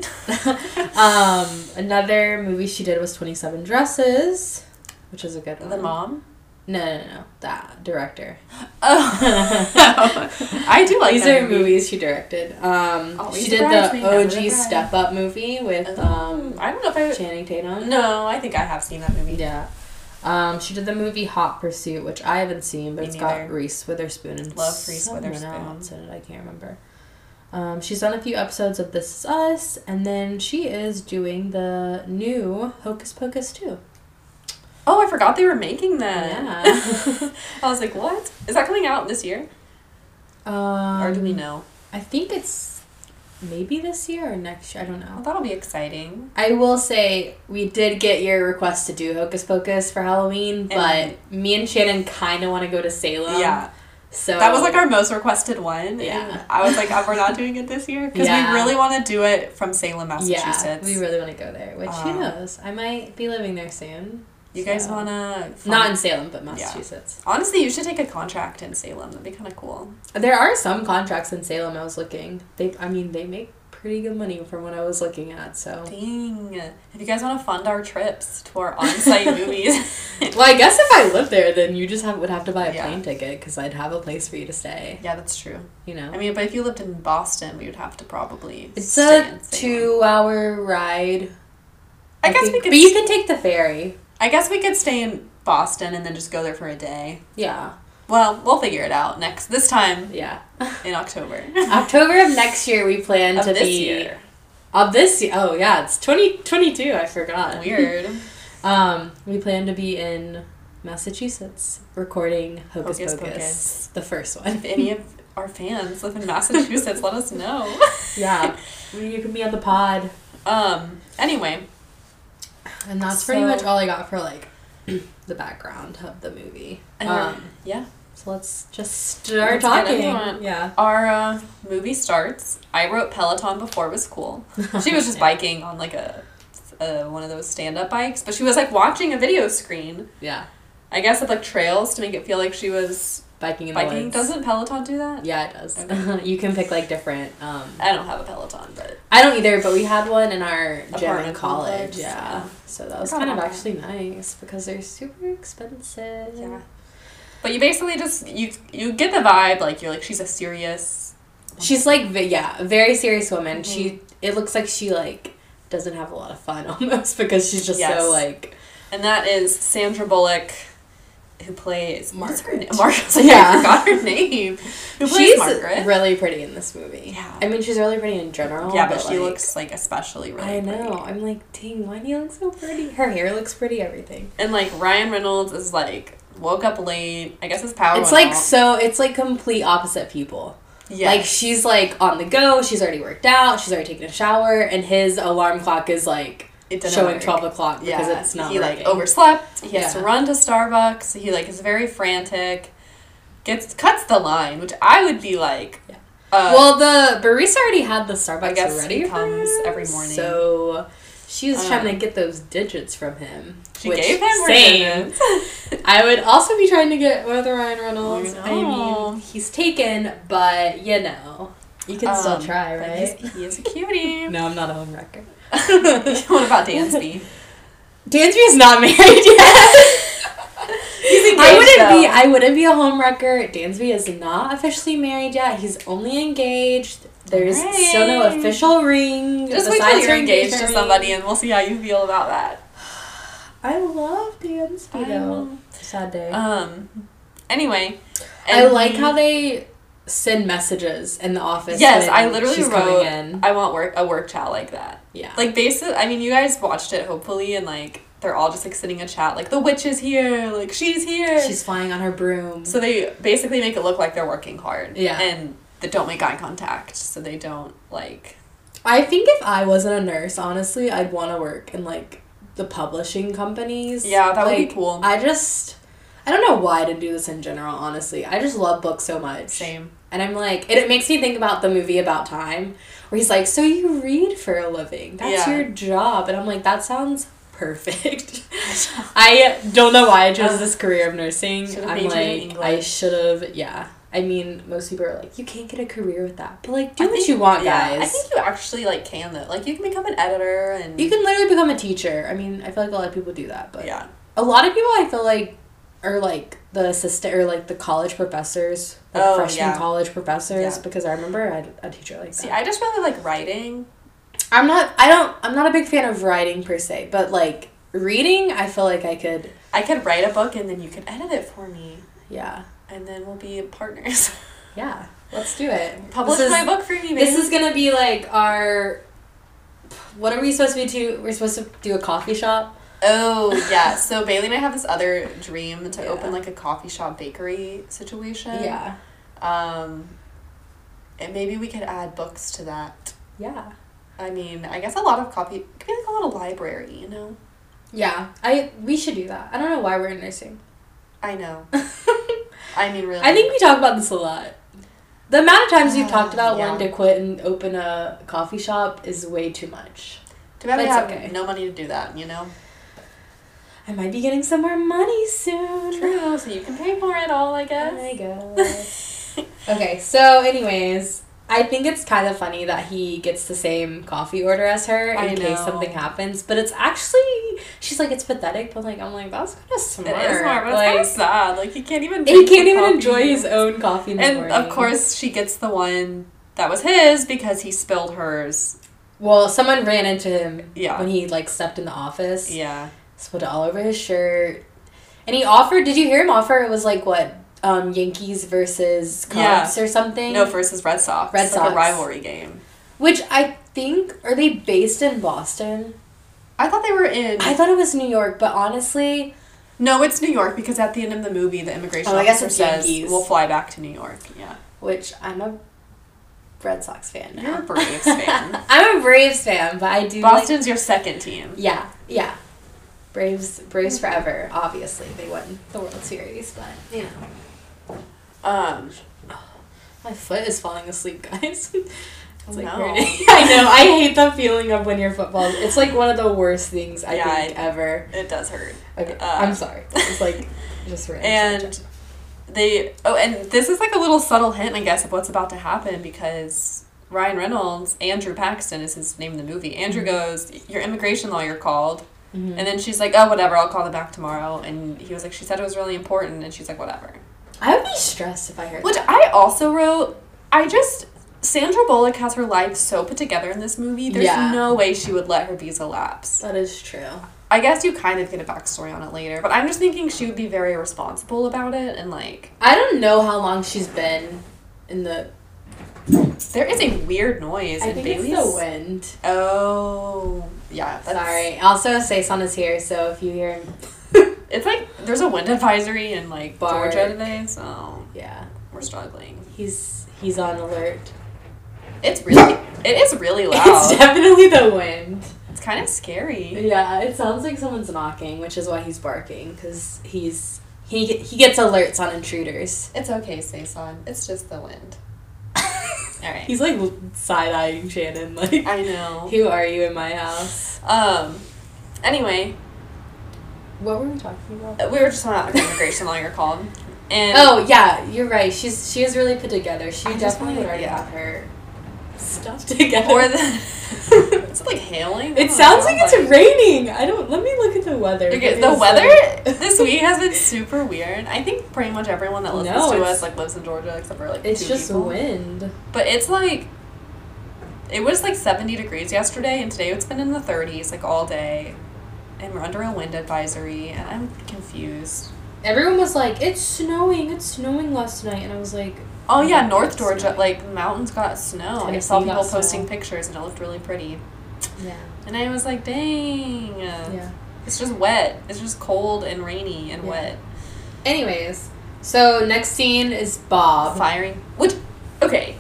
Speaker 5: um, another movie she did was Twenty Seven Dresses, which is a good one.
Speaker 6: the mom.
Speaker 5: No, no, no, no, that director.
Speaker 6: Oh, I do like
Speaker 5: These
Speaker 6: that
Speaker 5: are
Speaker 6: movie.
Speaker 5: movies she directed. Um,
Speaker 6: Always
Speaker 5: she did
Speaker 6: surprise me,
Speaker 5: the
Speaker 6: never
Speaker 5: OG
Speaker 6: surprise.
Speaker 5: Step Up movie with
Speaker 6: Um,
Speaker 5: um,
Speaker 6: I don't know if
Speaker 5: Channing
Speaker 6: I.
Speaker 5: Tatum.
Speaker 6: No, I think I have seen that movie.
Speaker 5: Yeah. Um, she did the movie Hot Pursuit, which I haven't seen, but
Speaker 6: Me
Speaker 5: it's
Speaker 6: neither.
Speaker 5: got Reese Witherspoon and
Speaker 6: Love Reese
Speaker 5: someone
Speaker 6: Witherspoon.
Speaker 5: else in it. I can't remember. Um, she's done a few episodes of This Is Us, and then she is doing the new Hocus Pocus too.
Speaker 6: Oh, I forgot they were making that.
Speaker 5: Yeah.
Speaker 6: I was like, what? Is that coming out this year?
Speaker 5: Um,
Speaker 6: or do we know?
Speaker 5: I think it's maybe this year or next year. I don't
Speaker 6: Well,
Speaker 5: know.
Speaker 6: that'll be exciting.
Speaker 5: I will say we did get your request to do Hocus Pocus for Halloween, but me and Shannon kind of want to go to Salem.
Speaker 6: yeah.
Speaker 5: So
Speaker 6: That was like our most requested one.
Speaker 5: Yeah.
Speaker 6: And I was like, oh, we're not doing it this year. Because
Speaker 5: Yeah.
Speaker 6: we really want to do it from Salem,
Speaker 5: yeah.
Speaker 6: Massachusetts.
Speaker 5: We really want to go there, which
Speaker 6: Um,
Speaker 5: who knows? I might be living there soon.
Speaker 6: you guys
Speaker 5: so-
Speaker 6: want to.
Speaker 5: Not in Salem, but Massachusetts.
Speaker 6: Honestly, you should take a contract in Salem. That'd be kind of cool.
Speaker 5: There are some contracts in Salem. I was looking. They, I mean, they make pretty good money from what I was looking at. So,
Speaker 6: Dang. If you guys want to fund our trips to our on site movies.
Speaker 5: well, I guess if I lived there, then you just have, would have to buy a
Speaker 6: Yeah.
Speaker 5: plane ticket because I'd have a place for you to stay.
Speaker 6: Yeah, that's true.
Speaker 5: You know.
Speaker 6: I mean, but if you lived in Boston, we would have to probably.
Speaker 5: It's
Speaker 6: stay
Speaker 5: a
Speaker 6: in Salem.
Speaker 5: two-hour ride.
Speaker 6: I guess
Speaker 5: think.
Speaker 6: we could.
Speaker 5: but you can take the ferry.
Speaker 6: I guess we could stay in Boston and then just go there for a day.
Speaker 5: Yeah,
Speaker 6: Well, we'll figure it out next this time
Speaker 5: yeah.
Speaker 6: in October.
Speaker 5: October of next year, we plan
Speaker 6: Of
Speaker 5: to
Speaker 6: this
Speaker 5: be
Speaker 6: year.
Speaker 5: of this. ye- Oh yeah, it's twenty twenty-two. I forgot.
Speaker 6: Weird.
Speaker 5: Um, we plan to be in Massachusetts recording Hocus,
Speaker 6: Hocus
Speaker 5: Pocus,
Speaker 6: Pocus.
Speaker 5: the first
Speaker 6: if
Speaker 5: one.
Speaker 6: any of our fans live in Massachusetts, let us know.
Speaker 5: yeah, you can be on the pod.
Speaker 6: Um. Anyway,
Speaker 5: And that's pretty much
Speaker 6: So-
Speaker 5: all I got for like the background of the movie.
Speaker 6: um,
Speaker 5: Um,
Speaker 6: yeah.
Speaker 5: so let's just start
Speaker 6: Let's get
Speaker 5: talking.
Speaker 6: into it.
Speaker 5: Yeah.
Speaker 6: Our uh, movie starts. I wrote Peloton before it was cool. She was just biking on like a, a one of those stand up bikes, but she was like watching a video screen.
Speaker 5: Yeah.
Speaker 6: I guess with like trails to make it feel like she was
Speaker 5: Biking in the
Speaker 6: biking.
Speaker 5: woods.
Speaker 6: Doesn't Peloton do that?
Speaker 5: Yeah, it does.
Speaker 6: Okay.
Speaker 5: you can pick like different. Um,
Speaker 6: I don't have a Peloton, but
Speaker 5: I don't either, but we had one in our gym in
Speaker 6: Apartment
Speaker 5: college.
Speaker 6: complex,
Speaker 5: Yeah.
Speaker 6: yeah.
Speaker 5: So that was
Speaker 6: Forgot
Speaker 5: kind of
Speaker 6: about
Speaker 5: actually nice because they're super expensive.
Speaker 6: yeah. But you basically just you you get the vibe like you're like she's a serious
Speaker 5: She's like, ve- yeah, a very serious woman. She,
Speaker 6: Mm-hmm.
Speaker 5: it looks like she like doesn't have a lot of fun almost because she's just
Speaker 6: Yes.
Speaker 5: so like,
Speaker 6: and that is Sandra Bullock who plays what's her
Speaker 5: Margaret.
Speaker 6: name? Margaret. Yeah, I
Speaker 5: Yeah.
Speaker 6: forgot her name. Who plays
Speaker 5: she's
Speaker 6: Margaret?
Speaker 5: really pretty in this movie.
Speaker 6: Yeah.
Speaker 5: I mean, she's really pretty in general.
Speaker 6: yeah, but,
Speaker 5: like,
Speaker 6: she looks like especially really
Speaker 5: I know.
Speaker 6: pretty.
Speaker 5: I'm like, dang, why do you look so pretty? Her hair looks pretty. Everything.
Speaker 6: And like Ryan Reynolds is like woke up late. I guess his power.
Speaker 5: it's
Speaker 6: went
Speaker 5: like
Speaker 6: out.
Speaker 5: so. It's like complete opposite people.
Speaker 6: Yes.
Speaker 5: Like she's like on the go. She's already worked out. She's already taken a shower, and his alarm clock is like
Speaker 6: It didn't
Speaker 5: showing
Speaker 6: work.
Speaker 5: twelve o'clock
Speaker 6: yeah,
Speaker 5: because it's not
Speaker 6: he like
Speaker 5: working.
Speaker 6: overslept. He has to
Speaker 5: Yeah.
Speaker 6: run to Starbucks. He like is very frantic. Gets cuts the line, which I would be like,
Speaker 5: Yeah.
Speaker 6: uh,
Speaker 5: well, the barista already had the Starbucks
Speaker 6: I guess
Speaker 5: ready.
Speaker 6: he
Speaker 5: for
Speaker 6: comes
Speaker 5: her,
Speaker 6: every morning.
Speaker 5: So she was trying to
Speaker 6: Um,
Speaker 5: get those digits from him.
Speaker 6: she
Speaker 5: which,
Speaker 6: gave him her
Speaker 5: same.
Speaker 6: digits.
Speaker 5: I would also be trying to get with Ryan Reynolds.
Speaker 6: I
Speaker 5: I mean,
Speaker 6: know.
Speaker 5: he's taken, but you know, you can still
Speaker 6: Um,
Speaker 5: try,
Speaker 6: but
Speaker 5: right?
Speaker 6: he's- He is a cutie.
Speaker 5: No, I'm not a homewrecker.
Speaker 6: what about Dansby?
Speaker 5: Dansby is not married yet. he's
Speaker 6: he's engaged.
Speaker 5: I wouldn't be.
Speaker 6: though.
Speaker 5: I wouldn't be a homewrecker. Dansby is not officially married yet. He's only engaged. There's still no
Speaker 6: Alright.
Speaker 5: official ring.
Speaker 6: Just wait till
Speaker 5: besides
Speaker 6: you're
Speaker 5: her
Speaker 6: engaged to
Speaker 5: engagement
Speaker 6: somebody,
Speaker 5: ring.
Speaker 6: and we'll see how you feel about that.
Speaker 5: I love Dansby
Speaker 6: I
Speaker 5: though. Sad day.
Speaker 6: Um. Anyway,
Speaker 5: I
Speaker 6: and
Speaker 5: like how
Speaker 6: he-
Speaker 5: they send messages in the office.
Speaker 6: Yes,
Speaker 5: when
Speaker 6: I literally
Speaker 5: she's
Speaker 6: wrote.
Speaker 5: coming in.
Speaker 6: I want work a work chat like that.
Speaker 5: Yeah.
Speaker 6: Like basically, I mean, you guys watched it hopefully, and like they're all just like sitting a chat. Like the witch is here. Like she's here.
Speaker 5: she's flying on her broom.
Speaker 6: so they basically make it look like they're working hard.
Speaker 5: Yeah.
Speaker 6: And they don't make eye contact, so they don't like.
Speaker 5: I think if I wasn't a nurse, honestly, I'd want to work in like the publishing companies.
Speaker 6: Yeah, that would be
Speaker 5: Like,
Speaker 6: cool.
Speaker 5: I just I don't know why to do this in general, honestly. I just love books so much.
Speaker 6: Same.
Speaker 5: And I'm like, and it makes me think about the movie About Time, where he's like, So you read for a living. That's
Speaker 6: Yeah.
Speaker 5: your job. And I'm like, That sounds perfect. I don't know why I chose this career of nursing.
Speaker 6: Should've
Speaker 5: I'm
Speaker 6: majored in
Speaker 5: like, I
Speaker 6: English.
Speaker 5: should have, yeah. I mean, most people are like, You can't get a career with that. But like, do
Speaker 6: I
Speaker 5: what
Speaker 6: think-
Speaker 5: you want,
Speaker 6: yeah,
Speaker 5: guys.
Speaker 6: I think you actually like can though. Like you can become an editor and
Speaker 5: You can literally become a teacher. I mean, I feel like a lot of people do that, but
Speaker 6: Yeah.
Speaker 5: a lot of people I feel like are like the assistant or like the college professors, like
Speaker 6: Oh,
Speaker 5: freshman
Speaker 6: yeah.
Speaker 5: college professors,
Speaker 6: Yeah.
Speaker 5: because I remember I had a teacher like that.
Speaker 6: See, I just really like writing.
Speaker 5: I'm not. I don't. I'm not a big fan of writing per se, but like reading, I feel like I could.
Speaker 6: I could write a book and then you could edit it for me,
Speaker 5: Yeah,
Speaker 6: and then we'll be partners.
Speaker 5: yeah. Let's do it.
Speaker 6: Publish
Speaker 5: This is-
Speaker 6: my book for me.
Speaker 5: This
Speaker 6: babe.
Speaker 5: is gonna be like our. What are we supposed to do? We're supposed to do a coffee shop.
Speaker 6: Oh yeah. So Bailey and I have this other dream to
Speaker 5: Yeah.
Speaker 6: open like a coffee shop bakery situation. Um, and maybe we could add books to that.
Speaker 5: yeah,
Speaker 6: I mean, I guess a lot of coffee it could be like a little library, you know.
Speaker 5: yeah. I we should do that. I don't know why we're in nursing.
Speaker 6: I know.
Speaker 5: I
Speaker 6: I mean, really.
Speaker 5: think we talk about this a lot. The amount of times you've talked about
Speaker 6: Yeah.
Speaker 5: wanting to quit and open a coffee shop is way too much.
Speaker 6: too bad we
Speaker 5: it's
Speaker 6: have
Speaker 5: okay.
Speaker 6: no money to do that, you know.
Speaker 5: I might be getting some more money soon.
Speaker 6: True. So you can pay for it all, I guess.
Speaker 5: I guess. okay, so anyways, I think it's kind of funny that he gets the same coffee order as her in
Speaker 6: I
Speaker 5: case
Speaker 6: know.
Speaker 5: something happens, but it's actually she's like it's pathetic, but like I'm like that's kind of
Speaker 6: It
Speaker 5: smart.
Speaker 6: is smart, but it's
Speaker 5: like,
Speaker 6: kind of sad. Like he can't even.
Speaker 5: he
Speaker 6: drink the
Speaker 5: can't even
Speaker 6: coffee.
Speaker 5: enjoy his own coffee. In the
Speaker 6: And of
Speaker 5: morning.
Speaker 6: course, she gets the one that was his because he spilled hers.
Speaker 5: well, someone ran into him
Speaker 6: Yeah.
Speaker 5: when he like stepped in the office.
Speaker 6: Yeah.
Speaker 5: spilled it all over his shirt. And he offered, did you hear him offer? It was like what? Um, Yankees versus
Speaker 6: Yeah.
Speaker 5: Cubs or something.
Speaker 6: No, versus Red Sox.
Speaker 5: Red
Speaker 6: It's Like
Speaker 5: Sox.
Speaker 6: a rivalry game.
Speaker 5: Which I think, are they based in Boston?
Speaker 6: I thought they were in.
Speaker 5: I thought it was New York, but honestly,
Speaker 6: no, it's New York because at the end of the movie, the immigration
Speaker 5: Oh, I guess
Speaker 6: officer
Speaker 5: it's
Speaker 6: says
Speaker 5: Yankees.
Speaker 6: we'll fly back to New York. Yeah.
Speaker 5: which I'm a Red Sox fan now.
Speaker 6: You're a Braves fan.
Speaker 5: I'm a Braves fan, but I do like-
Speaker 6: Boston's your second team.
Speaker 5: yeah, yeah. Braves, Braves forever. Obviously, they won the World Series, but you know,
Speaker 6: Um,
Speaker 5: my foot is falling asleep, guys. It's like
Speaker 6: no.
Speaker 5: weird. I know. I hate the feeling of when you're football. It's like one of the worst things I
Speaker 6: Yeah,
Speaker 5: think ever.
Speaker 6: It does hurt.
Speaker 5: Okay,
Speaker 6: uh,
Speaker 5: I'm sorry. It's like just random.
Speaker 6: And they. Oh, and this is like a little subtle hint, I guess, of what's about to happen because Ryan Reynolds, Andrew Paxton is his name in the movie. Andrew goes, Your immigration lawyer called. And then she's like, Oh, whatever, I'll call them back tomorrow. And he was like, She said it was really important. And she's like, Whatever.
Speaker 5: I would be stressed if I heard.
Speaker 6: Which I also wrote. I just Sandra Bullock has her life so put together in this movie. There's
Speaker 5: Yeah.
Speaker 6: no way she would let her visa lapse.
Speaker 5: that is true.
Speaker 6: I guess you kind of get a backstory on it later, but I'm just thinking she would be very responsible about it and like
Speaker 5: I don't know how long she's been in the.
Speaker 6: there is a weird noise
Speaker 5: I
Speaker 6: in
Speaker 5: think
Speaker 6: Bailey's.
Speaker 5: it's the wind.
Speaker 6: oh yeah, that's,
Speaker 5: Sorry. Also, Saison is here, so if you hear him,
Speaker 6: It's like there's a wind advisory in like
Speaker 5: Bark.
Speaker 6: Georgia today, so
Speaker 5: yeah,
Speaker 6: we're struggling.
Speaker 5: he's he's on alert.
Speaker 6: It's really it is really loud.
Speaker 5: It's definitely the wind.
Speaker 6: it's kind of scary.
Speaker 5: Yeah, it sounds like someone's knocking, which is why he's barking because he's he he gets alerts on intruders.
Speaker 6: It's okay, Saison. It's just the wind. All right.
Speaker 5: He's like side eyeing Shannon, like,
Speaker 6: I know.
Speaker 5: who are you in my house?
Speaker 6: Um. Anyway,
Speaker 5: What were we talking about?
Speaker 6: we were just talking about the immigration lawyer called, and
Speaker 5: Oh yeah, you're right. She's she is really put together. She
Speaker 6: I just
Speaker 5: definitely
Speaker 6: wanted-
Speaker 5: would already
Speaker 6: yeah.
Speaker 5: have her stuff together.
Speaker 6: or the Is it like hailing? I
Speaker 5: It
Speaker 6: don't
Speaker 5: sounds
Speaker 6: know,
Speaker 5: like it's raining. I don't. Let me look at the weather.
Speaker 6: Oh, Okay, the
Speaker 5: because,
Speaker 6: weather
Speaker 5: like,
Speaker 6: this week has been super weird. I think pretty much everyone that listens
Speaker 5: No,
Speaker 6: to
Speaker 5: it's-
Speaker 6: us like lives in Georgia except for like
Speaker 5: It's
Speaker 6: two
Speaker 5: just
Speaker 6: people.
Speaker 5: wind.
Speaker 6: But it's like it was like 70 degrees yesterday and today it's been in the 30s like all day. And we're under a wind advisory and I'm confused.
Speaker 5: Everyone was like, "It's snowing. It's snowing last night," and I was like,
Speaker 6: Oh yeah,
Speaker 5: Yeah,
Speaker 6: North
Speaker 5: it's
Speaker 6: Georgia,
Speaker 5: snow.
Speaker 6: like mountains got snow. I
Speaker 5: Tennessee
Speaker 6: saw people
Speaker 5: got snow.
Speaker 6: posting pictures and it looked really pretty.
Speaker 5: "Yeah,
Speaker 6: And I was like, dang.
Speaker 5: yeah."
Speaker 6: It's just wet. It's just cold and rainy and
Speaker 5: Yeah.
Speaker 6: wet.
Speaker 5: Anyways, so next scene is Bob.
Speaker 6: Firing. Which, okay.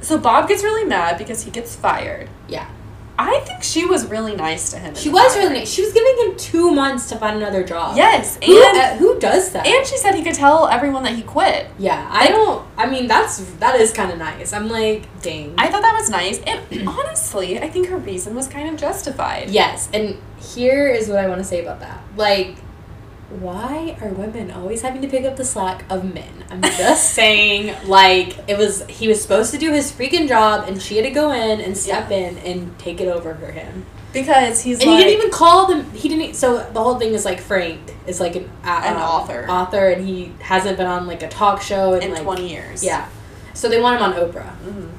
Speaker 6: So Bob gets really mad because he gets fired.
Speaker 5: Yeah,
Speaker 6: I think she was really nice to him. in
Speaker 5: she
Speaker 6: the
Speaker 5: was
Speaker 6: fire.
Speaker 5: really. nice. She was giving him two months to find another job.
Speaker 6: Yes,
Speaker 5: Who,
Speaker 6: and
Speaker 5: uh, who does that?
Speaker 6: and she said he could tell everyone that he quit.
Speaker 5: yeah, I don't. I mean, that's that is kind of nice. I'm like, dang.
Speaker 6: I thought that was nice, and honestly, I think her reason was kind of justified.
Speaker 5: Yes, and here is what I want to say about that. Like, why are women always having to pick up the slack of men? I'm just saying, like, it was he was supposed to do his freaking job, and she had to go in and step in and take it over for him.
Speaker 6: because he's
Speaker 5: And
Speaker 6: like,
Speaker 5: he didn't even call them. He didn't. e, So the whole thing is like Frank is like an uh,
Speaker 6: An
Speaker 5: um,
Speaker 6: author.
Speaker 5: author, and he hasn't been on like a talk show in,
Speaker 6: in
Speaker 5: like
Speaker 6: twenty years.
Speaker 5: yeah. So they want him on Oprah
Speaker 6: Mhm.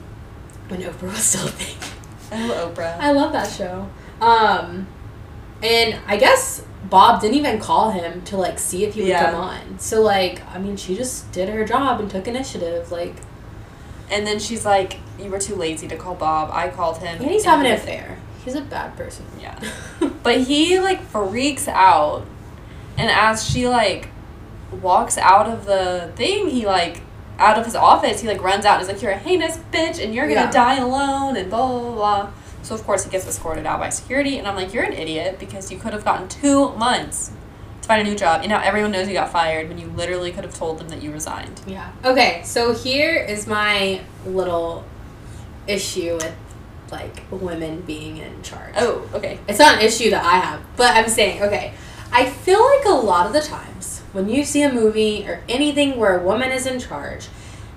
Speaker 5: when Oprah was still a thing.
Speaker 6: Oh, Oprah.
Speaker 5: I love that show. Um, and I guess Bob didn't even call him to like see if he would
Speaker 6: Yeah.
Speaker 5: come on. So like, I mean, she just did her job and took initiative. Like,
Speaker 6: And then she's like, "You were too lazy to call Bob. I called him."
Speaker 5: and he's having an
Speaker 6: it.
Speaker 5: affair. He's a bad person.
Speaker 6: Yeah. But he like freaks out, and as she like walks out of the thing, he like out of his office, he like runs out. and He's like, "You're a heinous bitch, and you're gonna
Speaker 5: Yeah.
Speaker 6: die alone," and blah blah blah. So of course he gets escorted out by security, and I'm like, "You're an idiot because you could have gotten two months to find a new job, and now everyone knows you got fired when you literally could have told them that you resigned."
Speaker 5: yeah. Okay, so here is my little issue with like women being in charge.
Speaker 6: Oh, okay.
Speaker 5: It's not an issue that I have, but I'm saying, okay, I feel like a lot of the times when you see a movie or anything where a woman is in charge,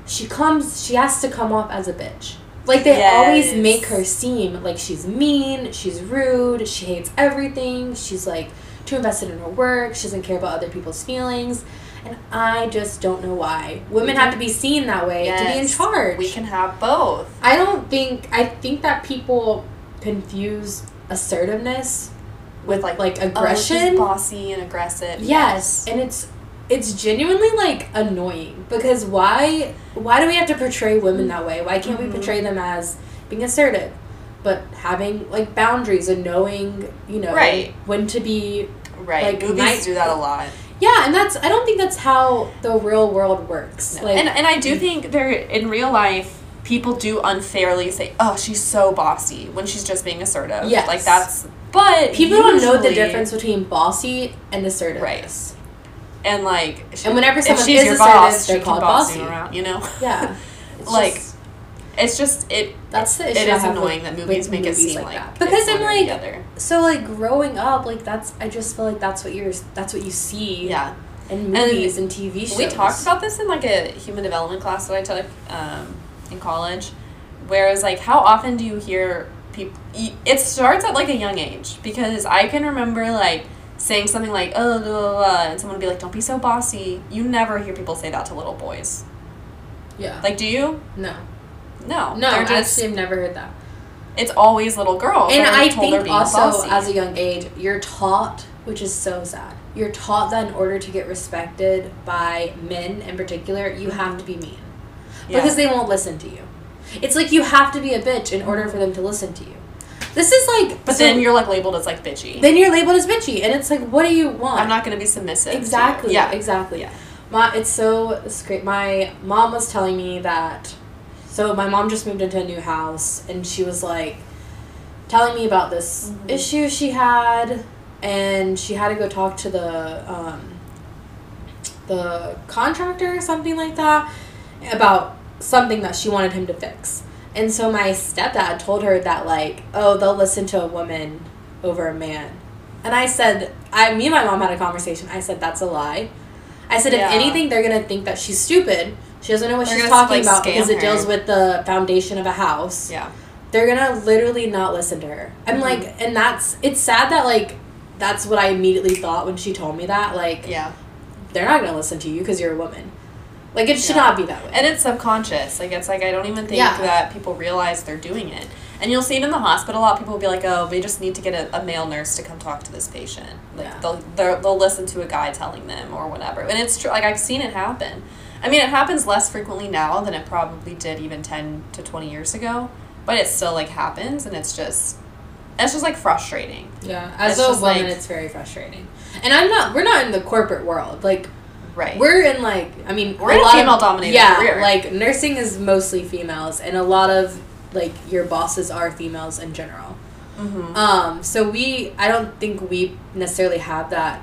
Speaker 5: she comes, she has to come off as a bitch. Like they
Speaker 6: Yes.
Speaker 5: always make her seem like she's mean, she's rude, she hates everything, she's like too invested in her work, she doesn't care about other people's feelings. And I just don't know why women have to be seen that way to be in
Speaker 6: Yes,
Speaker 5: charge.
Speaker 6: We can have both.
Speaker 5: I don't think I think that people confuse assertiveness
Speaker 6: With like
Speaker 5: like
Speaker 6: oh, she's
Speaker 5: aggression.
Speaker 6: bossy and aggressive.
Speaker 5: yes, and it's it's genuinely like annoying because why why do we have to portray women that way? Why
Speaker 6: Mm-hmm.
Speaker 5: can't we portray them as being assertive, but having like boundaries and knowing you know
Speaker 6: Right.
Speaker 5: when to be
Speaker 6: Right.
Speaker 5: Like,
Speaker 6: Movies
Speaker 5: night-
Speaker 6: do that a lot.
Speaker 5: yeah, and that's I don't think that's how the real world works. Like
Speaker 6: and and I do think there in real life people do unfairly say, "Oh, she's so bossy" when she's just being assertive.
Speaker 5: Yes.
Speaker 6: Like that's but
Speaker 5: people don't know the
Speaker 6: usually-
Speaker 5: difference between bossy and assertive.
Speaker 6: Right. And like she-
Speaker 5: And whenever
Speaker 6: if
Speaker 5: someone
Speaker 6: she's
Speaker 5: is
Speaker 6: your
Speaker 5: assertive,
Speaker 6: boss,
Speaker 5: they're
Speaker 6: she can
Speaker 5: called
Speaker 6: boss you
Speaker 5: bossy.
Speaker 6: around, you know.
Speaker 5: Yeah. It's
Speaker 6: Like,
Speaker 5: just-
Speaker 6: It's just it
Speaker 5: That's the issue.
Speaker 6: it
Speaker 5: I have
Speaker 6: is
Speaker 5: with-
Speaker 6: annoying that
Speaker 5: with
Speaker 6: movies make it
Speaker 5: movies
Speaker 6: seem like,
Speaker 5: like that.
Speaker 6: it's
Speaker 5: Because
Speaker 6: one
Speaker 5: I'm
Speaker 6: or the
Speaker 5: like-
Speaker 6: other.
Speaker 5: So like growing up, like that's I just feel like that's what you're that's what you see
Speaker 6: yeah.
Speaker 5: in movies and, TV shows.
Speaker 6: We talked about this in like a human development class that I took um, in college, whereas like how often do you hear people? It starts at like a young age because I can remember like saying something like oh blah, blah, blah," and someone would be like don't be so bossy. You never hear people say that to little boys.
Speaker 5: yeah
Speaker 6: Like do you?
Speaker 5: no
Speaker 6: No,
Speaker 5: no
Speaker 6: They're
Speaker 5: I've
Speaker 6: just,
Speaker 5: actually never heard that
Speaker 6: it's always little girls.
Speaker 5: and
Speaker 6: that are
Speaker 5: I
Speaker 6: told they're
Speaker 5: think
Speaker 6: being
Speaker 5: also
Speaker 6: bossy.
Speaker 5: as a young age you're taught which is so sad you're taught that in order to get respected by men in particular you have to be mean
Speaker 6: Yeah.
Speaker 5: because they won't listen to you it's like you have to be a bitch in order for them to listen to you this is like
Speaker 6: but
Speaker 5: so-
Speaker 6: then you're like labeled as like bitchy.
Speaker 5: then you're labeled as bitchy and it's like what do you want
Speaker 6: I'm not gonna be submissive. to you.
Speaker 5: Exactly.
Speaker 6: Yeah.
Speaker 5: Exactly.
Speaker 6: Yeah.
Speaker 5: Ma, it's so it's great. My mom was telling me that. So my mom just moved into a new house, and she was like, telling me about this issue she had, and she had to go talk to the um, the contractor or something like that about something that she wanted him to fix. And so my stepdad told her that like, oh, they'll listen to a woman over a man. And I said, I me and my mom had a conversation. I said that's a lie. I said
Speaker 6: Yeah.
Speaker 5: if anything, they're gonna think that she's stupid. She doesn't know what
Speaker 6: They're
Speaker 5: she's
Speaker 6: gonna,
Speaker 5: talking
Speaker 6: like,
Speaker 5: about
Speaker 6: scam
Speaker 5: because it
Speaker 6: her.
Speaker 5: deals with the foundation of a house.
Speaker 6: Yeah. Mm-hmm.
Speaker 5: they're gonna literally not listen to her. I'm like, and that's it's sad that like that's what I immediately thought when she told me that. Like,
Speaker 6: Yeah.
Speaker 5: they're not gonna listen to you because you're a woman. Like, it should
Speaker 6: Yeah.
Speaker 5: not be that way.
Speaker 6: And it's subconscious. Like it's like I don't even think
Speaker 5: Yeah.
Speaker 6: that people realize they're doing it. And you'll see it in the hospital. A lot of people will be like, "Oh, we just need to get a, a male nurse to come talk to this patient." Like
Speaker 5: Yeah.
Speaker 6: they'll they're, they'll listen to a guy telling them or whatever. And it's true. Like I've seen it happen. I mean, it happens less frequently now than it probably did even ten to twenty years ago. But it still like happens, and it's just it's just like frustrating.
Speaker 5: yeah, as
Speaker 6: It's
Speaker 5: a
Speaker 6: just,
Speaker 5: woman,
Speaker 6: like-
Speaker 5: it's very frustrating. And I'm not. We're not in the corporate world. Like,
Speaker 6: Right.
Speaker 5: We're in like I mean
Speaker 6: We're in a
Speaker 5: lot of-
Speaker 6: female-dominated
Speaker 5: yeah,
Speaker 6: career.
Speaker 5: Like nursing is mostly females and a lot of like your bosses are females in general.
Speaker 6: Mhm.
Speaker 5: Um so we I don't think we necessarily have that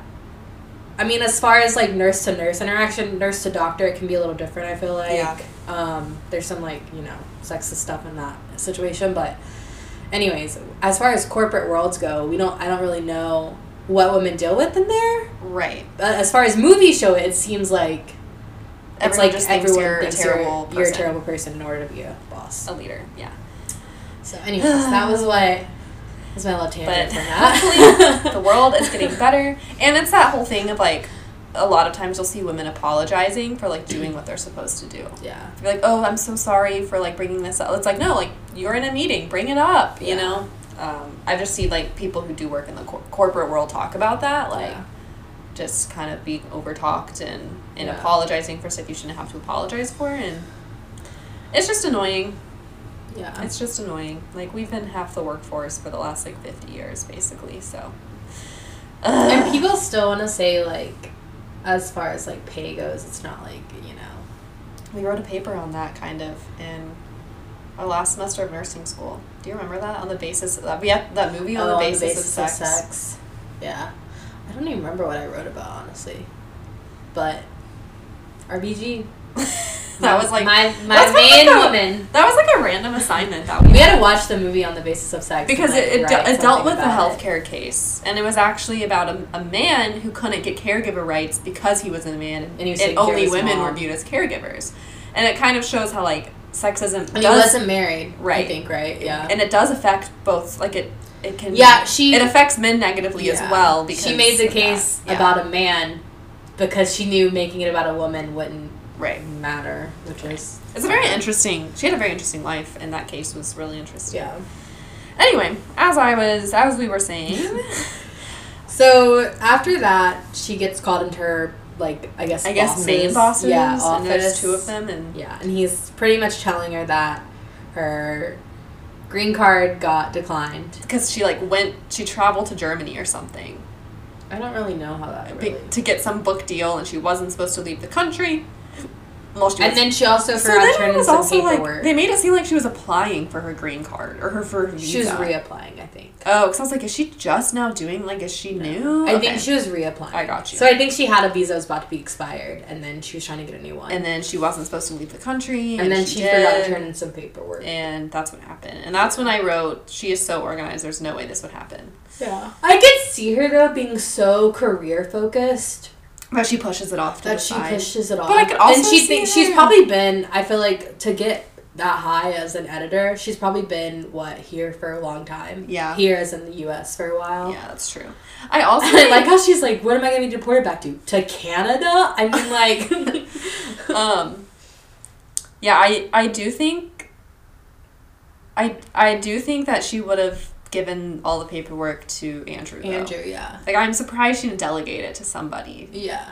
Speaker 5: I mean as far as like nurse to nurse interaction, nurse to doctor it can be a little different I feel like.
Speaker 6: Yeah.
Speaker 5: Um there's some like, you know, sexist stuff in that situation, but anyways, as far as corporate worlds go, we don't I don't really know what women deal with in there.
Speaker 6: right.
Speaker 5: Uh, as far as movies show it, it seems like it's
Speaker 6: Everyone
Speaker 5: like
Speaker 6: just thinks
Speaker 5: everyone
Speaker 6: you're a
Speaker 5: thinks
Speaker 6: terrible
Speaker 5: you're, you're a
Speaker 6: person. Oh.
Speaker 5: terrible person in order to be a boss.
Speaker 6: a leader. Yeah.
Speaker 5: So, anyways, that was what was my little
Speaker 6: but
Speaker 5: tangent for
Speaker 6: hopefully the
Speaker 5: that.
Speaker 6: world is getting better and it's that whole thing of like a lot of times you'll see women apologizing for like doing what they're supposed to do
Speaker 5: yeah,
Speaker 6: They're like oh i'm so sorry for like bringing this up it's like no like you're in a meeting bring it up you
Speaker 5: Yeah.
Speaker 6: know um, i just see like people who do work in the cor- corporate world talk about that like
Speaker 5: Yeah.
Speaker 6: just kind of being overtalked and and
Speaker 5: Yeah.
Speaker 6: apologizing for stuff you shouldn't have to apologize for and it's just annoying
Speaker 5: yeah,
Speaker 6: it's just annoying. Like we've been half the workforce for the last like fifty years, basically. So.
Speaker 5: and people still want to say like, as far as like pay goes, it's not like you know.
Speaker 6: we wrote a paper on that kind of in our last semester of nursing school. Do you remember that? On the basis of that, we had that movie on,
Speaker 5: oh,
Speaker 6: the, basis of sex.
Speaker 5: Yeah, I don't even remember what I wrote about honestly, but RBG.
Speaker 6: that was like
Speaker 5: my my
Speaker 6: that's
Speaker 5: main
Speaker 6: like a-
Speaker 5: woman.
Speaker 6: That was like a random assignment that we,
Speaker 5: We
Speaker 6: had.
Speaker 5: had to watch the movie on the basis of sex
Speaker 6: because
Speaker 5: and,
Speaker 6: it, it,
Speaker 5: like,
Speaker 6: de-
Speaker 5: write
Speaker 6: it dealt
Speaker 5: something
Speaker 6: with a
Speaker 5: about it.
Speaker 6: healthcare case, and it was actually about a, a man who couldn't get caregiver rights because he was a man,
Speaker 5: And he was taking
Speaker 6: and
Speaker 5: care of
Speaker 6: only
Speaker 5: his
Speaker 6: women
Speaker 5: mom.
Speaker 6: were viewed as caregivers, and it kind of shows how like sexism
Speaker 5: And he
Speaker 6: does,
Speaker 5: wasn't married,
Speaker 6: Right.
Speaker 5: I think, right? Yeah.
Speaker 6: and it does affect both. Like it, it can
Speaker 5: yeah, she.
Speaker 6: it affects men negatively as
Speaker 5: yeah.
Speaker 6: well because
Speaker 5: she made the
Speaker 6: of that.
Speaker 5: case
Speaker 6: Yeah.
Speaker 5: about a man because she knew making it about a woman wouldn't
Speaker 6: right.
Speaker 5: matter, which is
Speaker 6: It's a very interesting. She had a very interesting life, and that case was really interesting.
Speaker 5: yeah.
Speaker 6: Anyway, as I was, as we were saying,
Speaker 5: So after that, she gets called into her like I guess
Speaker 6: I guess
Speaker 5: boss's-
Speaker 6: main bosses,
Speaker 5: yeah, office.
Speaker 6: and there's two of them, and
Speaker 5: Yeah, and he's pretty much telling her that her green card got declined.
Speaker 6: because she like went, she traveled to Germany or something.
Speaker 5: I don't really know how that.
Speaker 6: be-
Speaker 5: Really
Speaker 6: to get some book deal, and she wasn't supposed to leave the country. Well, she was-
Speaker 5: and then she also
Speaker 6: so
Speaker 5: forgot to
Speaker 6: then
Speaker 5: turn
Speaker 6: it
Speaker 5: in
Speaker 6: was
Speaker 5: some
Speaker 6: also like
Speaker 5: paperwork.
Speaker 6: they made it seem like she was applying for her green card or her for her visa.
Speaker 5: she was reapplying, I think.
Speaker 6: Oh, because I was like, is she just now doing? Like, is she new?
Speaker 5: I
Speaker 6: Okay.
Speaker 5: think she was reapplying.
Speaker 6: I got you.
Speaker 5: So I think she had a visa that was about to be expired, and then she was trying to get a new one.
Speaker 6: and then she wasn't supposed to leave the country,
Speaker 5: And then she, forgot
Speaker 6: did,
Speaker 5: to turn in some paperwork.
Speaker 6: and that's what happened. And that's when I wrote, "She is so organized. There's no way this would happen."
Speaker 5: Yeah. I could see her though being so career focused
Speaker 6: But she pushes it off to
Speaker 5: that
Speaker 6: the
Speaker 5: she
Speaker 6: side.
Speaker 5: pushes it off.
Speaker 6: I could also
Speaker 5: and she
Speaker 6: see
Speaker 5: thinks she's
Speaker 6: her-
Speaker 5: probably been. I feel like to get that high as an editor, she's probably been what here for a long time.
Speaker 6: Yeah.
Speaker 5: Here as in the U.S. for a while.
Speaker 6: yeah, that's true. I also
Speaker 5: And I like how she's like, what am I gonna be deported back to? To Canada? I mean, like,
Speaker 6: um yeah i i do think i i do think that she would have given all the paperwork to andrew though.
Speaker 5: Andrew, yeah,
Speaker 6: like i'm surprised she didn't delegate it to somebody
Speaker 5: yeah.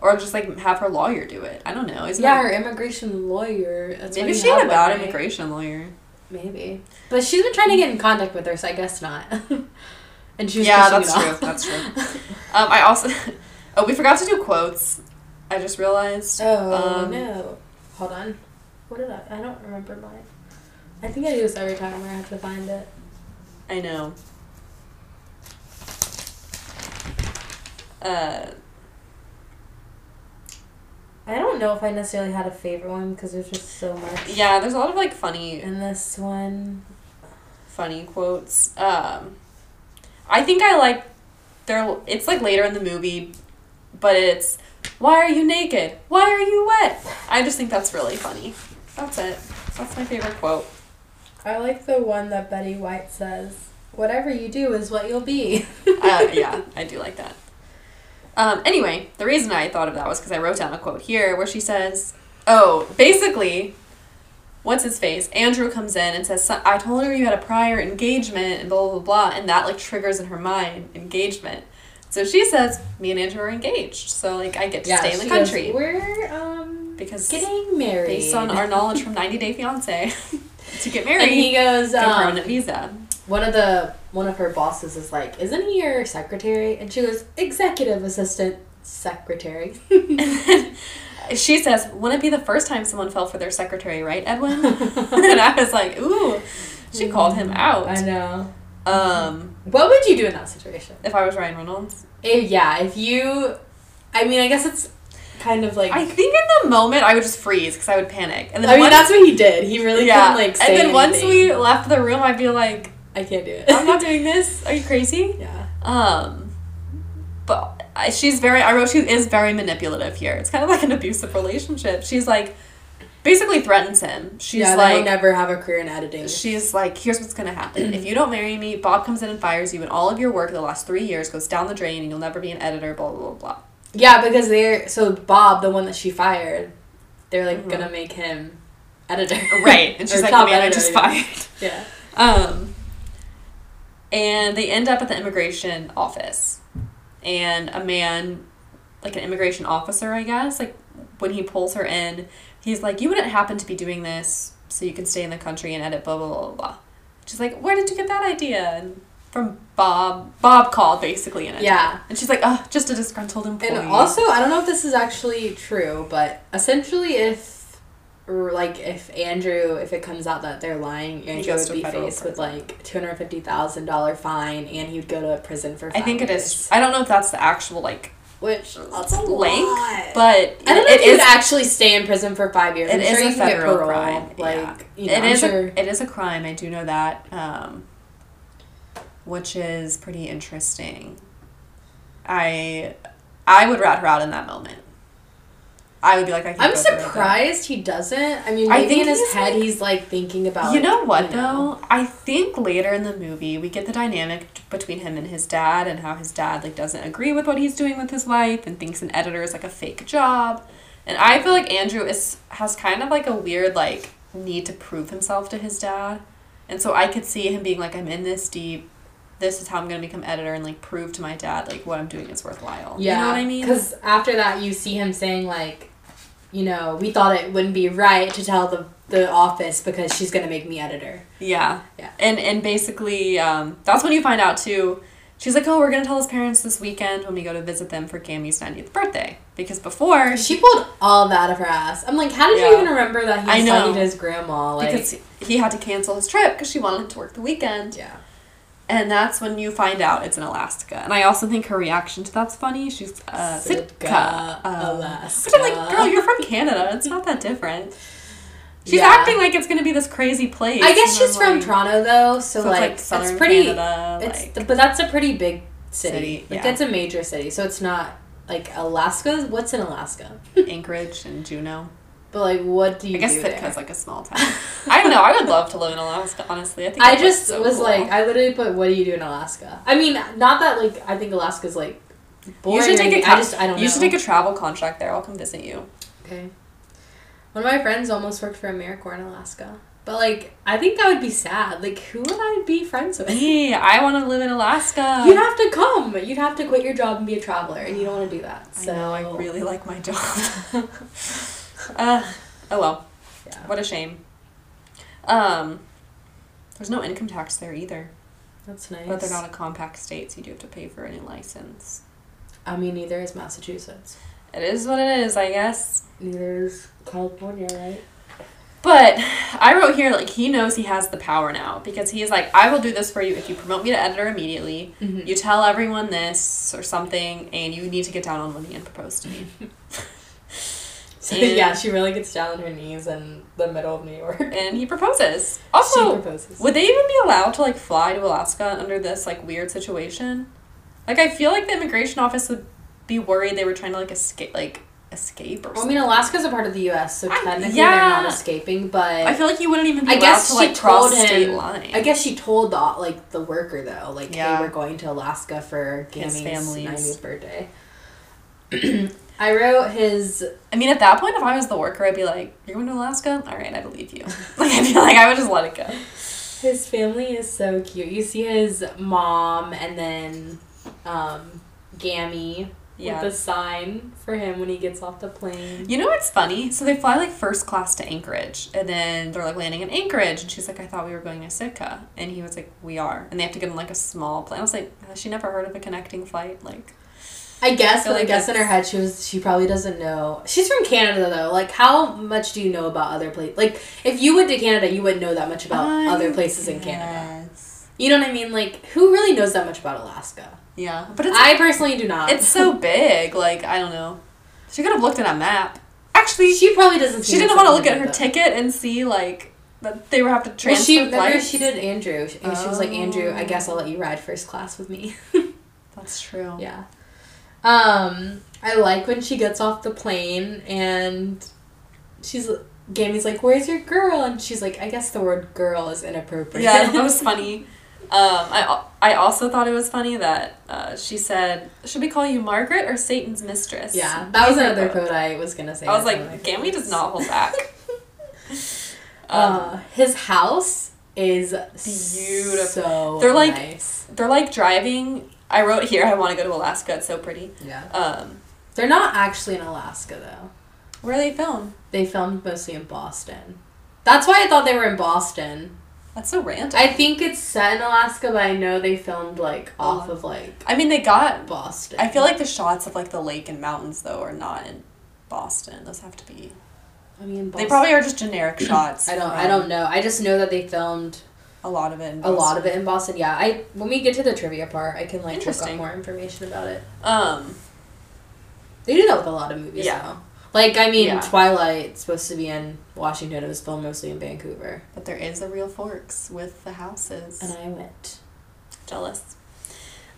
Speaker 6: or just like have her lawyer do it i don't know is
Speaker 5: Yeah, her immigration lawyer. That's why
Speaker 6: maybe
Speaker 5: you
Speaker 6: she had a
Speaker 5: one,
Speaker 6: bad
Speaker 5: right?
Speaker 6: immigration lawyer
Speaker 5: Maybe, but she's been trying to get in contact with her, so I guess not. and she was
Speaker 6: yeah
Speaker 5: pushing it
Speaker 6: that's true
Speaker 5: off.
Speaker 6: that's true um i also oh we forgot to do quotes i just realized
Speaker 5: Oh
Speaker 6: um,
Speaker 5: no! Hold on. What did I? I don't remember mine. I think I do this every time where I have to find it.
Speaker 6: I know. Uh,
Speaker 5: I don't know if I necessarily had a favorite one because there's just so much.
Speaker 6: yeah, there's a lot of like funny
Speaker 5: And this one,
Speaker 6: funny quotes. Um, I think I like there. It's like later in the movie, but it's why are you naked? Why are you wet? I just think that's really funny. That's it. That's my favorite quote.
Speaker 5: I like the one that Betty White says, whatever you do is what you'll be.
Speaker 6: uh, yeah, I do like that. Um, anyway, the reason I thought of that was because I wrote down a quote here where she says, "Oh, basically, what's his face? Andrew comes in and says, "So- "I told her you had a prior engagement and blah blah blah," and that like triggers in her mind engagement. So she says, "Me and Andrew are engaged, so like I get to stay in the
Speaker 5: she goes,
Speaker 6: country
Speaker 5: We're um
Speaker 6: Because
Speaker 5: getting married.
Speaker 6: based on our knowledge from 90 Day Fiance to get married."
Speaker 5: and he goes,
Speaker 6: get a permanent
Speaker 5: um,
Speaker 6: visa.
Speaker 5: one of the one of her bosses is like, Isn't he your secretary? And she goes, Executive assistant secretary.
Speaker 6: She says, "Wouldn't it be the first time someone fell for their secretary, right, Edwin?" and I was like, "Ooh, she called him
Speaker 5: Mm-hmm. I
Speaker 6: out."
Speaker 5: know.
Speaker 6: Um,
Speaker 5: What would you do in that situation?
Speaker 6: if I was Ryan Reynolds,
Speaker 5: If, yeah, if you I mean I guess it's kind of like
Speaker 6: I think in the moment I would just freeze because I would panic. And then
Speaker 5: I mean,
Speaker 6: once-
Speaker 5: that's what he did. He really
Speaker 6: yeah.
Speaker 5: couldn't like. Say
Speaker 6: and then once
Speaker 5: anything.
Speaker 6: we left the room, I'd be like,
Speaker 5: I can't do it.
Speaker 6: "I'm not doing this. Are you crazy?"
Speaker 5: yeah.
Speaker 6: Um, but I, she's very. I wrote she is very manipulative here. It's kind of like an abusive relationship. She's like, basically threatens him. She's
Speaker 5: yeah,
Speaker 6: like,
Speaker 5: they'll never have a career in editing.
Speaker 6: She's like, here's what's gonna happen. If you don't marry me, Bob comes in and fires you, and all of your work the last three years goes down the drain, and you'll never be an editor. Blah blah blah. blah.
Speaker 5: yeah, because they're so Bob, the one that she fired, they're like gonna make him editor.
Speaker 6: Right. And she's
Speaker 5: Or
Speaker 6: like, "Oh,
Speaker 5: top
Speaker 6: man, I
Speaker 5: editor,
Speaker 6: just
Speaker 5: yeah.
Speaker 6: fired.
Speaker 5: Yeah.
Speaker 6: Um, and they end up at the immigration office, and a man, like an immigration officer, I guess, like when he pulls her in, he's like, you wouldn't happen to be doing this, so you can stay in the country and edit. Blah blah blah. blah. She's like, where did you get that idea? And from Bob. Bob called basically in it.
Speaker 5: Yeah.
Speaker 6: And she's like, oh, just a disgruntled employee.
Speaker 5: And also, I don't know if this is actually true, but essentially, if or, like if Andrew, if it comes out that they're lying, Andrew would
Speaker 6: goes to
Speaker 5: be
Speaker 6: federal
Speaker 5: faced with like two hundred fifty thousand dollar fine, and he'd go to prison for.
Speaker 6: I
Speaker 5: Five
Speaker 6: think it is.
Speaker 5: years.
Speaker 6: I don't know if that's the actual like
Speaker 5: Which that's a lot.
Speaker 6: length, but
Speaker 5: I don't know
Speaker 6: it
Speaker 5: if you'd
Speaker 6: is
Speaker 5: actually stay in prison for five years.
Speaker 6: It
Speaker 5: I'm
Speaker 6: is
Speaker 5: sure
Speaker 6: a
Speaker 5: you can get
Speaker 6: federal
Speaker 5: parole.
Speaker 6: crime.
Speaker 5: Like
Speaker 6: yeah.
Speaker 5: you know,
Speaker 6: It
Speaker 5: I'm
Speaker 6: is
Speaker 5: sure.
Speaker 6: a, it is a crime. I do know that, um, which is pretty interesting. I I would rat her out in that moment. I would be like, I can't
Speaker 5: I'm
Speaker 6: go through with it.
Speaker 5: surprised he doesn't. I mean,
Speaker 6: I
Speaker 5: maybe
Speaker 6: think
Speaker 5: in his
Speaker 6: he's,
Speaker 5: head
Speaker 6: like-
Speaker 5: he's like thinking about.
Speaker 6: You know what
Speaker 5: you know.
Speaker 6: though? I think later in the movie we get the dynamic t- between him and his dad and how his dad like doesn't agree with what he's doing with his life and thinks an editor is like a fake job. And I feel like Andrew is has kind of like a weird like need to prove himself to his dad. And so I could see him being like I'm in this deep this is how I'm going to become editor and like prove to my dad like what I'm doing is worthwhile.
Speaker 5: Yeah,
Speaker 6: You know what I mean?
Speaker 5: Because after that, you see him saying like, you know, we thought it wouldn't be right to tell the the office because she's gonna make me editor.
Speaker 6: Yeah.
Speaker 5: Yeah.
Speaker 6: And and basically, um, that's when you find out too. She's like, oh, we're gonna tell his parents this weekend when we go to visit them for Gammy's ninetieth birthday because before
Speaker 5: She pulled all that out of her ass. I'm like, how did you
Speaker 6: Yeah.
Speaker 5: even remember that he
Speaker 6: I
Speaker 5: was
Speaker 6: know.
Speaker 5: talking to his grandma? Like,
Speaker 6: because he had to cancel his trip because she wanted him to work the weekend.
Speaker 5: yeah,
Speaker 6: And that's when you find out it's in Alaska. And I also think her reaction to that's funny. She's uh, Sitka,
Speaker 5: Sitka,
Speaker 6: uh,
Speaker 5: Alaska.
Speaker 6: Which I'm like, girl, you're from Canada. It's not that different. She's
Speaker 5: Yeah.
Speaker 6: acting like it's gonna be this crazy place.
Speaker 5: I guess
Speaker 6: and I'm
Speaker 5: she's from
Speaker 6: like-
Speaker 5: Toronto though, so,
Speaker 6: So it's,
Speaker 5: like,
Speaker 6: like,
Speaker 5: it's
Speaker 6: southern
Speaker 5: pretty.
Speaker 6: Canada,
Speaker 5: it's
Speaker 6: like-
Speaker 5: th- but that's a pretty big city.
Speaker 6: City,
Speaker 5: Like
Speaker 6: yeah.
Speaker 5: that's a major city, so it's not like Alaska. What's in Alaska?
Speaker 6: Anchorage and Juneau.
Speaker 5: But like, what do you?
Speaker 6: I guess
Speaker 5: do
Speaker 6: Sitka's
Speaker 5: there?
Speaker 6: like a small town. I don't know. I would love to live in Alaska. Honestly, I think
Speaker 5: I
Speaker 6: that looks
Speaker 5: just
Speaker 6: so
Speaker 5: was
Speaker 6: cool.
Speaker 5: like, I literally put, "What do you do in Alaska?" I mean, not that like I think Alaska's like
Speaker 6: you
Speaker 5: boring.
Speaker 6: should take a
Speaker 5: a
Speaker 6: tra-
Speaker 5: I just I don't
Speaker 6: you
Speaker 5: know.
Speaker 6: should take a travel contract there. I'll come visit you.
Speaker 5: okay. One of my friends almost worked for AmeriCorps in Alaska, but like I think that would be sad. Like, who would I be friends with?
Speaker 6: Yeah, I want to live in Alaska.
Speaker 5: You'd have to come. You'd have to quit your job and be a traveler, and you don't want to do that.
Speaker 6: I
Speaker 5: So
Speaker 6: know, I really like my job. uh, oh well,
Speaker 5: Yeah.
Speaker 6: what a shame. Um, there's no income tax there either,
Speaker 5: That's nice.
Speaker 6: but they're not a compact state, so you do have to pay for any license.
Speaker 5: I mean, neither is Massachusetts.
Speaker 6: It is what it is, I guess.
Speaker 5: Neither is California, right?
Speaker 6: But I wrote here like he knows he has the power now because he's like, I will do this for you if you promote me to editor immediately.
Speaker 5: Mm-hmm.
Speaker 6: You tell everyone this or something, and you need to get down on one knee and propose to me.
Speaker 5: So
Speaker 6: And-
Speaker 5: yeah, she really gets down on her knees in the middle of New York.
Speaker 6: and he proposes. Also,
Speaker 5: she proposes.
Speaker 6: would they even be allowed to like fly to Alaska under this like weird situation? Like I feel like the immigration office would be worried they were trying to like escape, like escape or
Speaker 5: Well, I
Speaker 6: something.
Speaker 5: mean, Alaska's a part of the U.S., so
Speaker 6: I-
Speaker 5: technically
Speaker 6: yeah.
Speaker 5: they're not escaping. But
Speaker 6: I feel like you wouldn't even be
Speaker 5: I
Speaker 6: allowed
Speaker 5: guess
Speaker 6: to
Speaker 5: she
Speaker 6: like cross
Speaker 5: told him-
Speaker 6: state line.
Speaker 5: I guess she told the like the worker though, like,
Speaker 6: Yeah.
Speaker 5: hey, we're going to Alaska for
Speaker 6: His
Speaker 5: Gammy's
Speaker 6: family's-
Speaker 5: 90th birthday. I wrote his.
Speaker 6: I mean, at that point, if I was the worker, I'd be like, "You're going to Alaska? All right, I believe you." Like, I feel like I would just let it go.
Speaker 5: His family is so cute. You see his mom and then, um, Gammy
Speaker 6: Yeah.
Speaker 5: with a sign for him when he gets off the plane.
Speaker 6: You know what's funny? So they fly like first class to Anchorage, and then they're like landing in Anchorage, and she's like, "I thought we were going to Sitka," and he was like, "We are," and they have to get in like a small plane. I was like, "Has she never heard of a connecting flight?" Like,
Speaker 5: I guess,
Speaker 6: feel
Speaker 5: but I
Speaker 6: like
Speaker 5: guess in her head
Speaker 6: that's-
Speaker 5: she was she probably doesn't know. She's from Canada though. Like how much do you know about other places? Like if you went to Canada, you wouldn't know that much about other places in Canada. You know what I mean? Like who really knows that much about Alaska?
Speaker 6: Yeah, but it's
Speaker 5: I personally do not.
Speaker 6: it's so big. Like, I don't know. She could have looked at a map. Actually, she,
Speaker 5: she probably doesn't. see
Speaker 6: didn't
Speaker 5: much
Speaker 6: want to
Speaker 5: about
Speaker 6: look at her
Speaker 5: Canada.
Speaker 6: ticket and see like that they would have to
Speaker 5: Well,
Speaker 6: transfer
Speaker 5: she remember
Speaker 6: flights.
Speaker 5: she did Andrew, and she was like, "Andrew, I
Speaker 6: Oh.
Speaker 5: guess I'll let you ride first class with me."
Speaker 6: That's true.
Speaker 5: Yeah. Um, I like when she gets off the plane and she's Gammy's like, "Where's your girl?" And she's like, "I guess the word girl is inappropriate."
Speaker 6: yeah, I thought that was funny. Um, I, al- I also thought it was funny that uh, she said, "Should we call you Margaret or Satan's mistress?"
Speaker 5: Yeah, that was
Speaker 6: We
Speaker 5: another
Speaker 6: heard both.
Speaker 5: quote I was gonna say.
Speaker 6: I was
Speaker 5: That's one of my
Speaker 6: like, "Gammy does not um, hold back." um,
Speaker 5: Uh, his house is So
Speaker 6: Beautiful. They're like-
Speaker 5: nice.
Speaker 6: they're like driving. I wrote here, "I want to go to Alaska. It's so pretty."
Speaker 5: yeah.
Speaker 6: Um,
Speaker 5: They're not actually in Alaska though.
Speaker 6: where they film?
Speaker 5: They filmed mostly in Boston. That's why I thought they were in Boston.
Speaker 6: That's so random.
Speaker 5: I think it's set in Alaska, but I know they filmed like off of like
Speaker 6: I mean, they got
Speaker 5: Boston.
Speaker 6: I feel like the shots of like the lake and mountains though are not in Boston. Those have to be.
Speaker 5: I mean,
Speaker 6: They probably are just generic shots.
Speaker 5: I don't. I
Speaker 6: from
Speaker 5: don't know. I just know that they filmed
Speaker 6: A lot of it. In
Speaker 5: a lot of
Speaker 6: Boston.
Speaker 5: it in Boston. Yeah. I when we get to the trivia part, I can like look up
Speaker 6: Interesting.
Speaker 5: more information about it.
Speaker 6: Um.
Speaker 5: They do that with a lot of movies.
Speaker 6: Yeah.
Speaker 5: Now. Like I mean,
Speaker 6: Yeah.
Speaker 5: Twilight's supposed to be in Washington. It was filmed mostly in Vancouver,
Speaker 6: But there is a real Forks with the houses.
Speaker 5: and I went.
Speaker 6: jealous.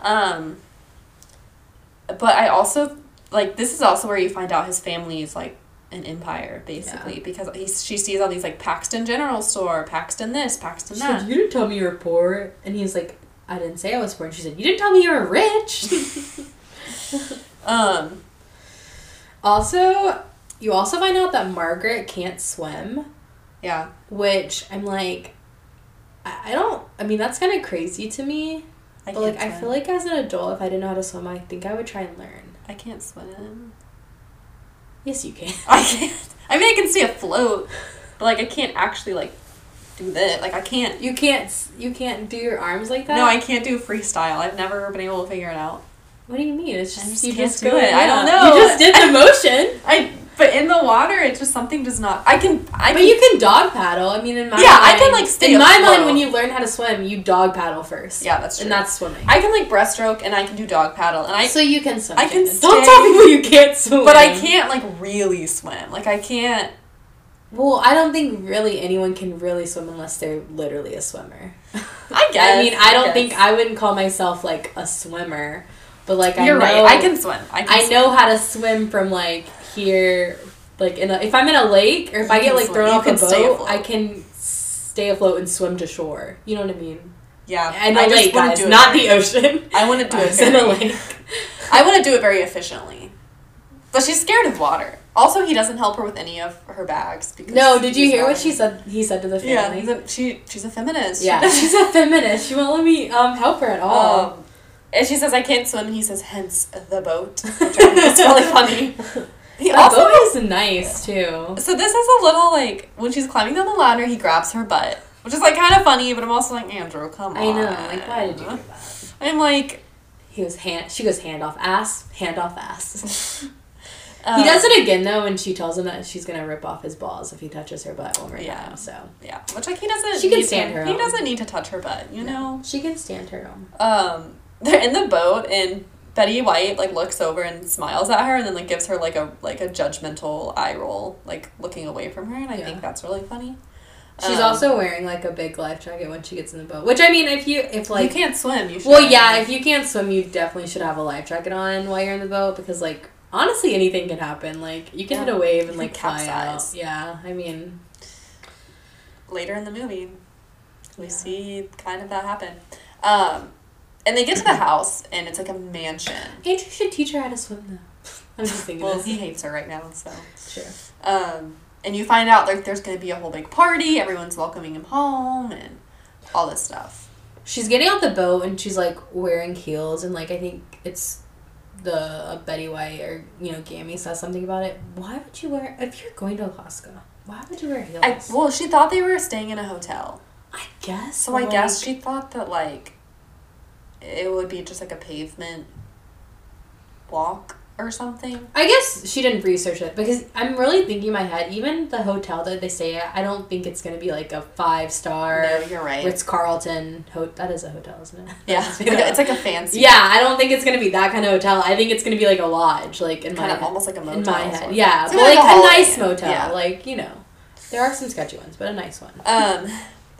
Speaker 6: Um. But I also like this is also where you find out his family is like an empire basically because he she sees all these like Paxton General Store, Paxton this, Paxton
Speaker 5: She
Speaker 6: that.
Speaker 5: said, "You didn't tell me you were poor," and he's like, "I didn't say I was poor." And she said, "You didn't tell me you were rich."
Speaker 6: Um.
Speaker 5: also, you also find out that Margaret can't swim.
Speaker 6: Yeah.
Speaker 5: which I'm like, I, I don't. I mean, that's kind of crazy to me.
Speaker 6: I
Speaker 5: But like,
Speaker 6: can't
Speaker 5: I
Speaker 6: swim.
Speaker 5: feel like as an adult, if I didn't know how to swim, I think I would try and learn.
Speaker 6: I can't swim.
Speaker 5: Yes, you can.
Speaker 6: I can't. I mean, I can stay afloat, but like I can't actually like do this. Like I can't.
Speaker 5: You can't. s- You can't do your arms like that.
Speaker 6: No, I can't do freestyle. I've never been able to figure it out.
Speaker 5: What do you mean? It's just,
Speaker 6: I just
Speaker 5: you
Speaker 6: can't
Speaker 5: just
Speaker 6: do
Speaker 5: go-
Speaker 6: it. I
Speaker 5: yeah.
Speaker 6: don't know.
Speaker 5: You just did the motion,
Speaker 6: I. But in the water, it's just something does not. I can. I
Speaker 5: but
Speaker 6: can,
Speaker 5: you can dog paddle. I mean, in my
Speaker 6: Yeah, I
Speaker 5: mind,
Speaker 6: can, like, stay
Speaker 5: in my
Speaker 6: afloat.
Speaker 5: mind when you learn how to swim, you dog paddle first.
Speaker 6: Yeah, that's true.
Speaker 5: and that's swimming.
Speaker 6: I can like breaststroke and I can do dog paddle and I.
Speaker 5: so you can swim.
Speaker 6: I can
Speaker 5: Jaden. Don't
Speaker 6: stay-
Speaker 5: tell people you can't swim.
Speaker 6: but I can't like really swim. Like I can't.
Speaker 5: Well, I don't think really anyone can really swim unless they're literally a swimmer.
Speaker 6: I guess.
Speaker 5: I mean, I don't
Speaker 6: guess.
Speaker 5: think I wouldn't call myself like a swimmer, but like I
Speaker 6: You're
Speaker 5: know
Speaker 6: right. I can swim. I can.
Speaker 5: I know how to swim from like here, like in a, if I'm in a lake or if I
Speaker 6: You
Speaker 5: get
Speaker 6: can
Speaker 5: like
Speaker 6: swim.
Speaker 5: thrown
Speaker 6: You
Speaker 5: off a
Speaker 6: can stay
Speaker 5: boat,
Speaker 6: afloat.
Speaker 5: I can stay afloat and swim to shore. You know what I mean?
Speaker 6: Yeah.
Speaker 5: And a
Speaker 6: I
Speaker 5: lake,
Speaker 6: wanna
Speaker 5: guys,
Speaker 6: do it
Speaker 5: not
Speaker 6: very-
Speaker 5: the ocean.
Speaker 6: I want to do
Speaker 5: I
Speaker 6: it.
Speaker 5: was in a
Speaker 6: very-
Speaker 5: lake.
Speaker 6: I want to do it very efficiently. But she's scared of water. Also, he doesn't help her with any of her bags. Because
Speaker 5: No, did you
Speaker 6: he's
Speaker 5: hear
Speaker 6: not
Speaker 5: what
Speaker 6: in-
Speaker 5: she said? He said to the family.
Speaker 6: Yeah, he's a, she she's a feminist.
Speaker 5: Yeah, she's a feminist. She won't let me um, help her at all.
Speaker 6: um, and she says I can't swim. and He says, hence the boat. Which I think is really funny. He
Speaker 5: That
Speaker 6: also
Speaker 5: boat is nice too.
Speaker 6: so this is a little like when she's climbing down the ladder, he grabs her butt, which is like kind of funny. But I'm also like Andrew, come
Speaker 5: I
Speaker 6: on.
Speaker 5: know. Like, why did you do that?
Speaker 6: I'm like
Speaker 5: He was hand. She goes hand off ass, hand off ass.
Speaker 6: uh,
Speaker 5: he does it again though when she tells him that she's gonna rip off his balls if he touches her butt one more
Speaker 6: Yeah.
Speaker 5: time. So
Speaker 6: Yeah, which like he doesn't.
Speaker 5: She can
Speaker 6: need
Speaker 5: stand
Speaker 6: to,
Speaker 5: her
Speaker 6: He
Speaker 5: own.
Speaker 6: doesn't need to touch her butt. You know.
Speaker 5: she can stand her own.
Speaker 6: um they're in the boat and Betty White like looks over and smiles at her and then like gives her like a like a judgmental eye roll like looking away from her and I
Speaker 5: Yeah.
Speaker 6: think that's really funny.
Speaker 5: She's
Speaker 6: Um,
Speaker 5: also wearing like a big life jacket when she gets in the boat. Which I mean, if you if like
Speaker 6: you can't swim. You should
Speaker 5: well yeah, if you can't swim, you definitely should have a life jacket on while you're in the boat because like honestly anything can happen. Like you can
Speaker 6: Yeah.
Speaker 5: hit a wave
Speaker 6: You
Speaker 5: and like
Speaker 6: can
Speaker 5: fly out.
Speaker 6: capsize.
Speaker 5: Yeah, I mean,
Speaker 6: later in the movie, we
Speaker 5: Yeah.
Speaker 6: see kind of that happen. Um, and they get to the house, and it's like a mansion.
Speaker 5: Andrew should teach her how to swim though. I'm just thinking
Speaker 6: Well,
Speaker 5: this.
Speaker 6: he hates her right now, so.
Speaker 5: Sure.
Speaker 6: Um, and you find out like there's going to be a whole big party. Everyone's welcoming him home, and all this stuff.
Speaker 5: She's getting on the boat and she's like wearing heels and like I think it's the uh, Betty White or you know Gammy says something about it. Why would you wear if you're going to Alaska? Why would you wear heels?
Speaker 6: I, well, she thought they were staying in a hotel,
Speaker 5: I guess.
Speaker 6: so Oh, I
Speaker 5: like-
Speaker 6: guess she thought that like it would be just like a pavement walk or something.
Speaker 5: I guess she didn't research it because I'm really thinking in my head, even the hotel that they stay at, I don't think it's gonna be like a five star
Speaker 6: No, you're right.
Speaker 5: Ritz Carlton hotel. That is a hotel, isn't it?
Speaker 6: yeah, it's like, a, it's like a fancy
Speaker 5: Yeah, I don't think it's gonna be that kind of hotel. I think it's gonna be like a lodge, like in
Speaker 6: kind
Speaker 5: my
Speaker 6: of almost like a motel.
Speaker 5: in my
Speaker 6: sort
Speaker 5: head.
Speaker 6: of.
Speaker 5: Yeah,
Speaker 6: It's
Speaker 5: but
Speaker 6: kinda
Speaker 5: like a
Speaker 6: Holiday
Speaker 5: nice
Speaker 6: Inn.
Speaker 5: motel,
Speaker 6: Yeah.
Speaker 5: like you know, there are some sketchy ones, but a nice one.
Speaker 6: Um,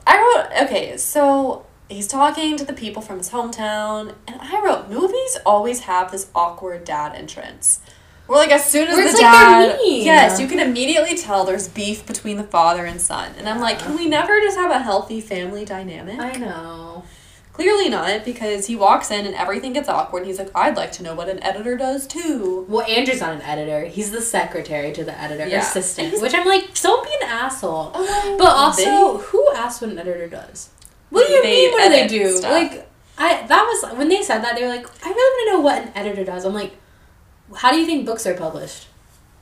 Speaker 6: I wrote okay, so he's talking to the people from his hometown, and I wrote movies always have this awkward dad entrance. Where like as soon as
Speaker 5: Where
Speaker 6: the
Speaker 5: it's like they're
Speaker 6: dad,
Speaker 5: mean.
Speaker 6: yes, you can immediately tell there's beef between the father and son, and I'm like, can we never just have a healthy family dynamic?
Speaker 5: I know.
Speaker 6: Clearly not, because he walks in and everything gets awkward. And he's like, I'd like to know what an editor does too.
Speaker 5: Well, Andrew's not an editor. He's the secretary to the editor
Speaker 6: Yeah.
Speaker 5: assistant, which I'm like, don't be an asshole.
Speaker 6: Oh,
Speaker 5: But also,
Speaker 6: they-
Speaker 5: who asks what an editor does? What do you
Speaker 6: They
Speaker 5: mean? What do they
Speaker 6: edit
Speaker 5: do?
Speaker 6: stuff.
Speaker 5: Like, I that was when they said that they were like, I really want to know what an editor does. I'm like, how do you think books are published?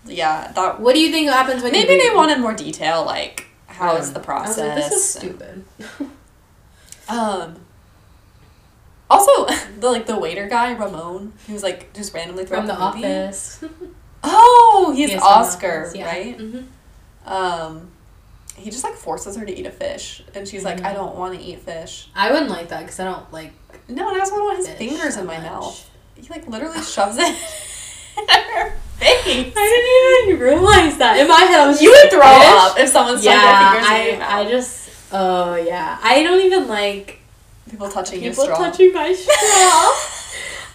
Speaker 6: yeah, that
Speaker 5: What do you think happens when you
Speaker 6: maybe they
Speaker 5: read?
Speaker 6: wanted more detail, like how
Speaker 5: I
Speaker 6: is
Speaker 5: don't
Speaker 6: the
Speaker 5: know. I was
Speaker 6: process?
Speaker 5: like, this is
Speaker 6: and-
Speaker 5: stupid.
Speaker 6: Um. Also, the like the waiter guy Ramon, who was like just randomly
Speaker 5: From
Speaker 6: throughout
Speaker 5: the
Speaker 6: movie.
Speaker 5: office.
Speaker 6: Oh, he's
Speaker 5: Yes, from The
Speaker 6: Oscar,
Speaker 5: Office, yeah.
Speaker 6: right?
Speaker 5: Mhm.
Speaker 6: Um, he just like forces her to eat a fish, and she's like,
Speaker 5: Mm-hmm.
Speaker 6: "I don't want to eat fish."
Speaker 5: I wouldn't like that because I don't like
Speaker 6: No, and I also don't want his
Speaker 5: fish
Speaker 6: fingers
Speaker 5: that
Speaker 6: in my
Speaker 5: much.
Speaker 6: mouth. He like literally shoves it in her face.
Speaker 5: I didn't even realize that. In my head, I was
Speaker 6: You
Speaker 5: just
Speaker 6: would throw
Speaker 5: like,
Speaker 6: up if someone stuck
Speaker 5: Yeah,
Speaker 6: their fingers in
Speaker 5: I,
Speaker 6: your
Speaker 5: I
Speaker 6: mouth.
Speaker 5: just. Oh yeah, I don't even like
Speaker 6: people touching your
Speaker 5: people
Speaker 6: straw.
Speaker 5: touching my straw.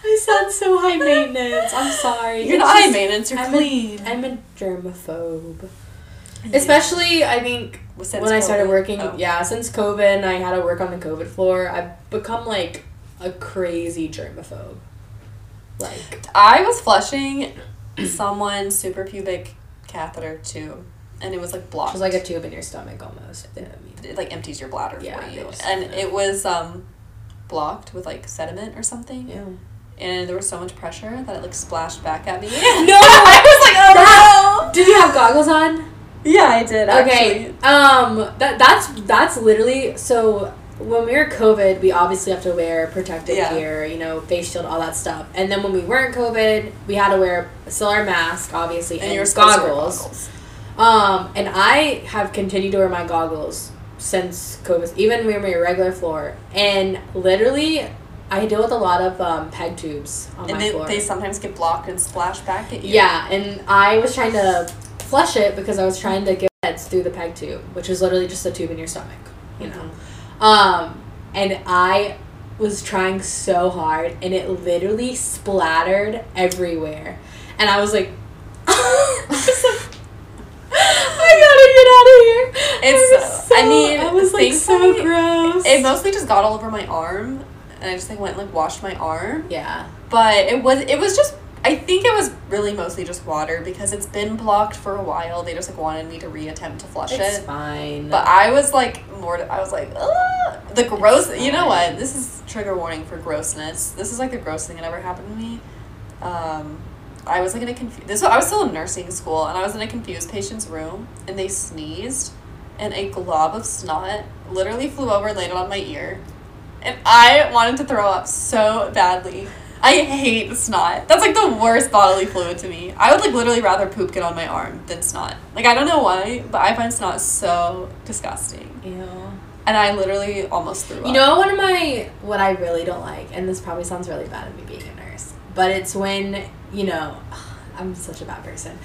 Speaker 5: I sound so high maintenance. I'm sorry.
Speaker 6: You're
Speaker 5: It's
Speaker 6: not high
Speaker 5: just-
Speaker 6: maintenance. You're
Speaker 5: I'm a-
Speaker 6: clean.
Speaker 5: I'm a germaphobe. Especially, I think
Speaker 6: Since
Speaker 5: when I started
Speaker 6: COVID-
Speaker 5: working,
Speaker 6: oh.
Speaker 5: yeah, since COVID, and I had to work on the COVID floor. I've become like a crazy germaphobe. Like,
Speaker 6: I was flushing someone's suprapubic catheter tube, and it was like blocked.
Speaker 5: it's like a tube in your stomach almost. Yeah, I mean,
Speaker 6: it like empties your bladder
Speaker 5: Yeah,
Speaker 6: for
Speaker 5: they
Speaker 6: you,
Speaker 5: just-
Speaker 6: and it was um blocked with like sediment or something,
Speaker 5: yeah.
Speaker 6: and there was so much pressure that it like splashed back at me.
Speaker 5: No!
Speaker 6: I was like, oh
Speaker 5: That- Did you have goggles on?
Speaker 6: no! Yeah, I did.
Speaker 5: Okay. Um. That that's that's literally so. When we were COVID, we obviously have to wear protective
Speaker 6: Yeah.
Speaker 5: gear, you know, face shield, all that stuff. And then when we weren't COVID, we had to wear still our mask, obviously, and,
Speaker 6: and you were supposed to wear
Speaker 5: goggles. Um, and I have continued to wear my goggles since COVID, even when we were regular floor. And literally, I deal with a lot of um, peg tubes on
Speaker 6: And
Speaker 5: my
Speaker 6: they,
Speaker 5: floor.
Speaker 6: they sometimes get blocked and splash back at you.
Speaker 5: Yeah, and I was trying to flush it because I was trying to get heads through the peg tube, which is literally just a tube in your stomach, you know. Um, and I was trying so hard, and it literally splattered everywhere, and I was like, I gotta get out of here.
Speaker 6: It's-
Speaker 5: I, was
Speaker 6: I mean,
Speaker 5: I was like so
Speaker 6: thankfully,
Speaker 5: gross.
Speaker 6: It mostly just got all over my arm, and I just like went and like washed my arm.
Speaker 5: yeah,
Speaker 6: but it was it was just I think it was really mostly just water because it's been blocked for a while. They just like wanted me to reattempt to flush
Speaker 5: it's
Speaker 6: it.
Speaker 5: fine.
Speaker 6: But I was like more I was like Ugh! the gross you know
Speaker 5: fine.
Speaker 6: what? This is trigger warning for grossness. This is like the grossest thing that ever happened to me. Um I was like in a confused this I was still in nursing school and I was in a confused patient's room and they sneezed and a glob of snot literally flew over and landed on my ear. And I wanted to throw up so badly. I hate snot. That's like the worst bodily fluid to me. I would like literally rather poop get on my arm than snot. Like I don't know why, but I find snot so disgusting.
Speaker 5: Ew.
Speaker 6: And I literally almost threw up.
Speaker 5: You know, one of my what I really don't like, and this probably sounds really bad of me being a nurse, but it's when you know, I'm such a bad person.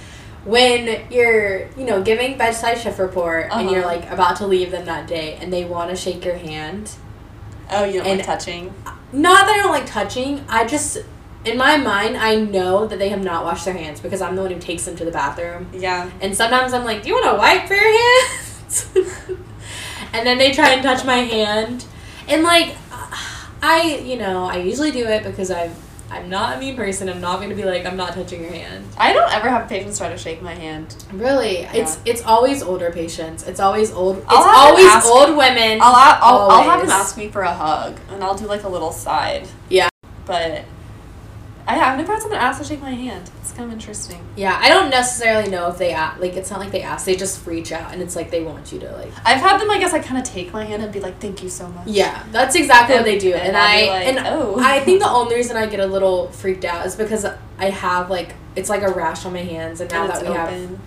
Speaker 5: When you're, you know, giving bedside shift report and you're
Speaker 6: Uh-huh.
Speaker 5: like about to leave them that day, and they want to shake your hand.
Speaker 6: Oh, you don't like
Speaker 5: and-
Speaker 6: touching.
Speaker 5: Not that I don't like touching. I just in my mind, I know that they have not washed their hands because I'm the one who takes them to the bathroom.
Speaker 6: Yeah.
Speaker 5: And sometimes I'm like, "Do you want to wipe for your hands?" and then they try and touch my hand, and like, I you know I usually do it because I'm I'm not a mean person. I'm not going to be like I'm not touching your hand.
Speaker 6: I don't ever have patients try to shake my hand.
Speaker 5: Really, it's it's always older patients. It's always old. It's
Speaker 6: I'll have
Speaker 5: always
Speaker 6: them ask-
Speaker 5: old women.
Speaker 6: I'll, I'll, I'll have
Speaker 5: Always.
Speaker 6: them ask me for a hug, and I'll do like a little side.
Speaker 5: Yeah.
Speaker 6: But I, I've never had someone ask to shake my hand. It's kind of interesting.
Speaker 5: yeah, I don't necessarily know if they ask. Like, it's not like they ask. They just reach out, and it's like they want you to like.
Speaker 6: I've had them, I guess, I kind of take my hand and be like, thank you so much.
Speaker 5: Yeah, that's exactly what
Speaker 6: And-
Speaker 5: they do,
Speaker 6: and
Speaker 5: and,
Speaker 6: I'll
Speaker 5: I
Speaker 6: be like,
Speaker 5: and
Speaker 6: "Oh."
Speaker 5: I think the only reason I get a little freaked out is because I have like it's like a rash on my hands, and now
Speaker 6: And
Speaker 5: that
Speaker 6: it's
Speaker 5: we have
Speaker 6: open.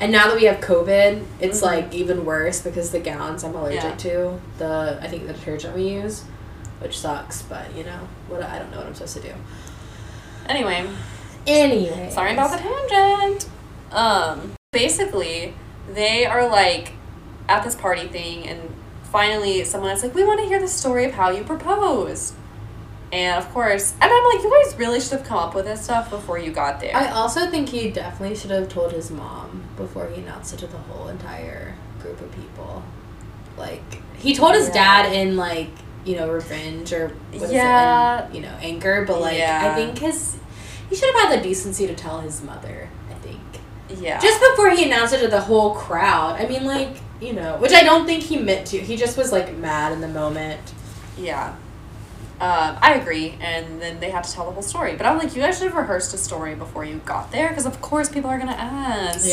Speaker 5: and now that we have COVID, it's
Speaker 6: Mhm.
Speaker 5: like even worse because the gowns I'm allergic
Speaker 6: Yeah.
Speaker 5: to the I think the detergent we use, which sucks, but you know what I don't know what I'm supposed to do.
Speaker 6: Anyway,
Speaker 5: Anyway,
Speaker 6: sorry about the tangent. Um, basically, they are like at this party thing, and finally, someone is like, "We want to hear the story of how you proposed." And of course, and I'm like, "You guys really should have come up with this stuff before you got there."
Speaker 5: I also think he definitely should have told his mom before he announced it to the whole entire group of people. Like he told his
Speaker 6: Yeah.
Speaker 5: dad in like you know revenge or what is it,
Speaker 6: Yeah.
Speaker 5: in, you know anger, but like
Speaker 6: Yeah.
Speaker 5: I think his he should have had the decency to tell his mother. I think
Speaker 6: yeah,
Speaker 5: just before he announced it to the whole crowd. I mean, like you know, which I don't think he meant to. He just was like mad in the moment.
Speaker 6: yeah. Um, I agree, and then they have to tell the whole story. But I'm like, you guys should have rehearsed a story before you got there, because of course people are gonna ask.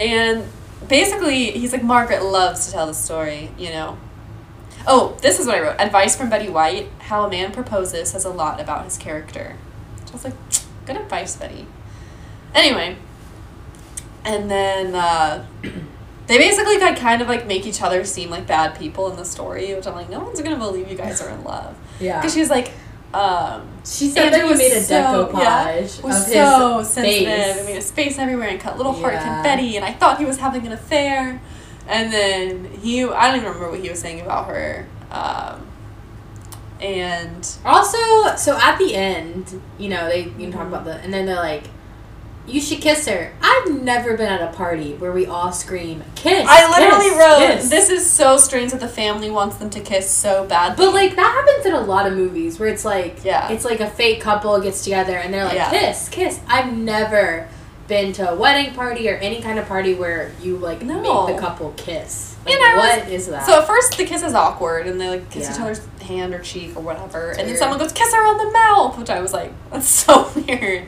Speaker 6: And basically, he's like, Margaret loves to tell the story, you know. Oh, this is what I wrote. Advice from Betty White How a man proposes says a lot about his character. So I was like, good advice, Betty. Anyway. And then uh, they basically got kind of like make each other seem like bad people in the story, which I'm like, no one's going to believe you guys are in love.
Speaker 5: yeah.
Speaker 6: Because she was like, um,
Speaker 5: She said
Speaker 6: Andrew
Speaker 5: that he
Speaker 6: was
Speaker 5: made a
Speaker 6: so-
Speaker 5: decoupage
Speaker 6: was
Speaker 5: of
Speaker 6: so
Speaker 5: his
Speaker 6: sensitive.
Speaker 5: face.
Speaker 6: I mean, his face everywhere and cut little heart
Speaker 5: Yeah.
Speaker 6: confetti, and I thought he was having an affair. And then he, I don't even remember what he was saying about her. Um, and
Speaker 5: Also, so at the end, you know, they you talk about the, and then they're like, "You should kiss her." I've never been at a party where we all scream "kiss."
Speaker 6: I literally
Speaker 5: kiss,
Speaker 6: wrote,
Speaker 5: kiss."
Speaker 6: "This is so strange that the family wants them to kiss so bad."
Speaker 5: But like that happens in a lot of movies where it's like,
Speaker 6: Yeah.
Speaker 5: it's like a fake couple gets together and they're like,
Speaker 6: Yeah.
Speaker 5: "Kiss, kiss." I've never been to a wedding party or any kind of party where you like
Speaker 6: No.
Speaker 5: make the couple kiss.
Speaker 6: And
Speaker 5: Like,
Speaker 6: I was-
Speaker 5: what is that?
Speaker 6: so at first the kiss is awkward, and they like kiss each
Speaker 5: Yeah.
Speaker 6: other's hand or cheek or whatever, and then
Speaker 5: weird.
Speaker 6: someone goes kiss her on the mouth, which I was like, that's so weird.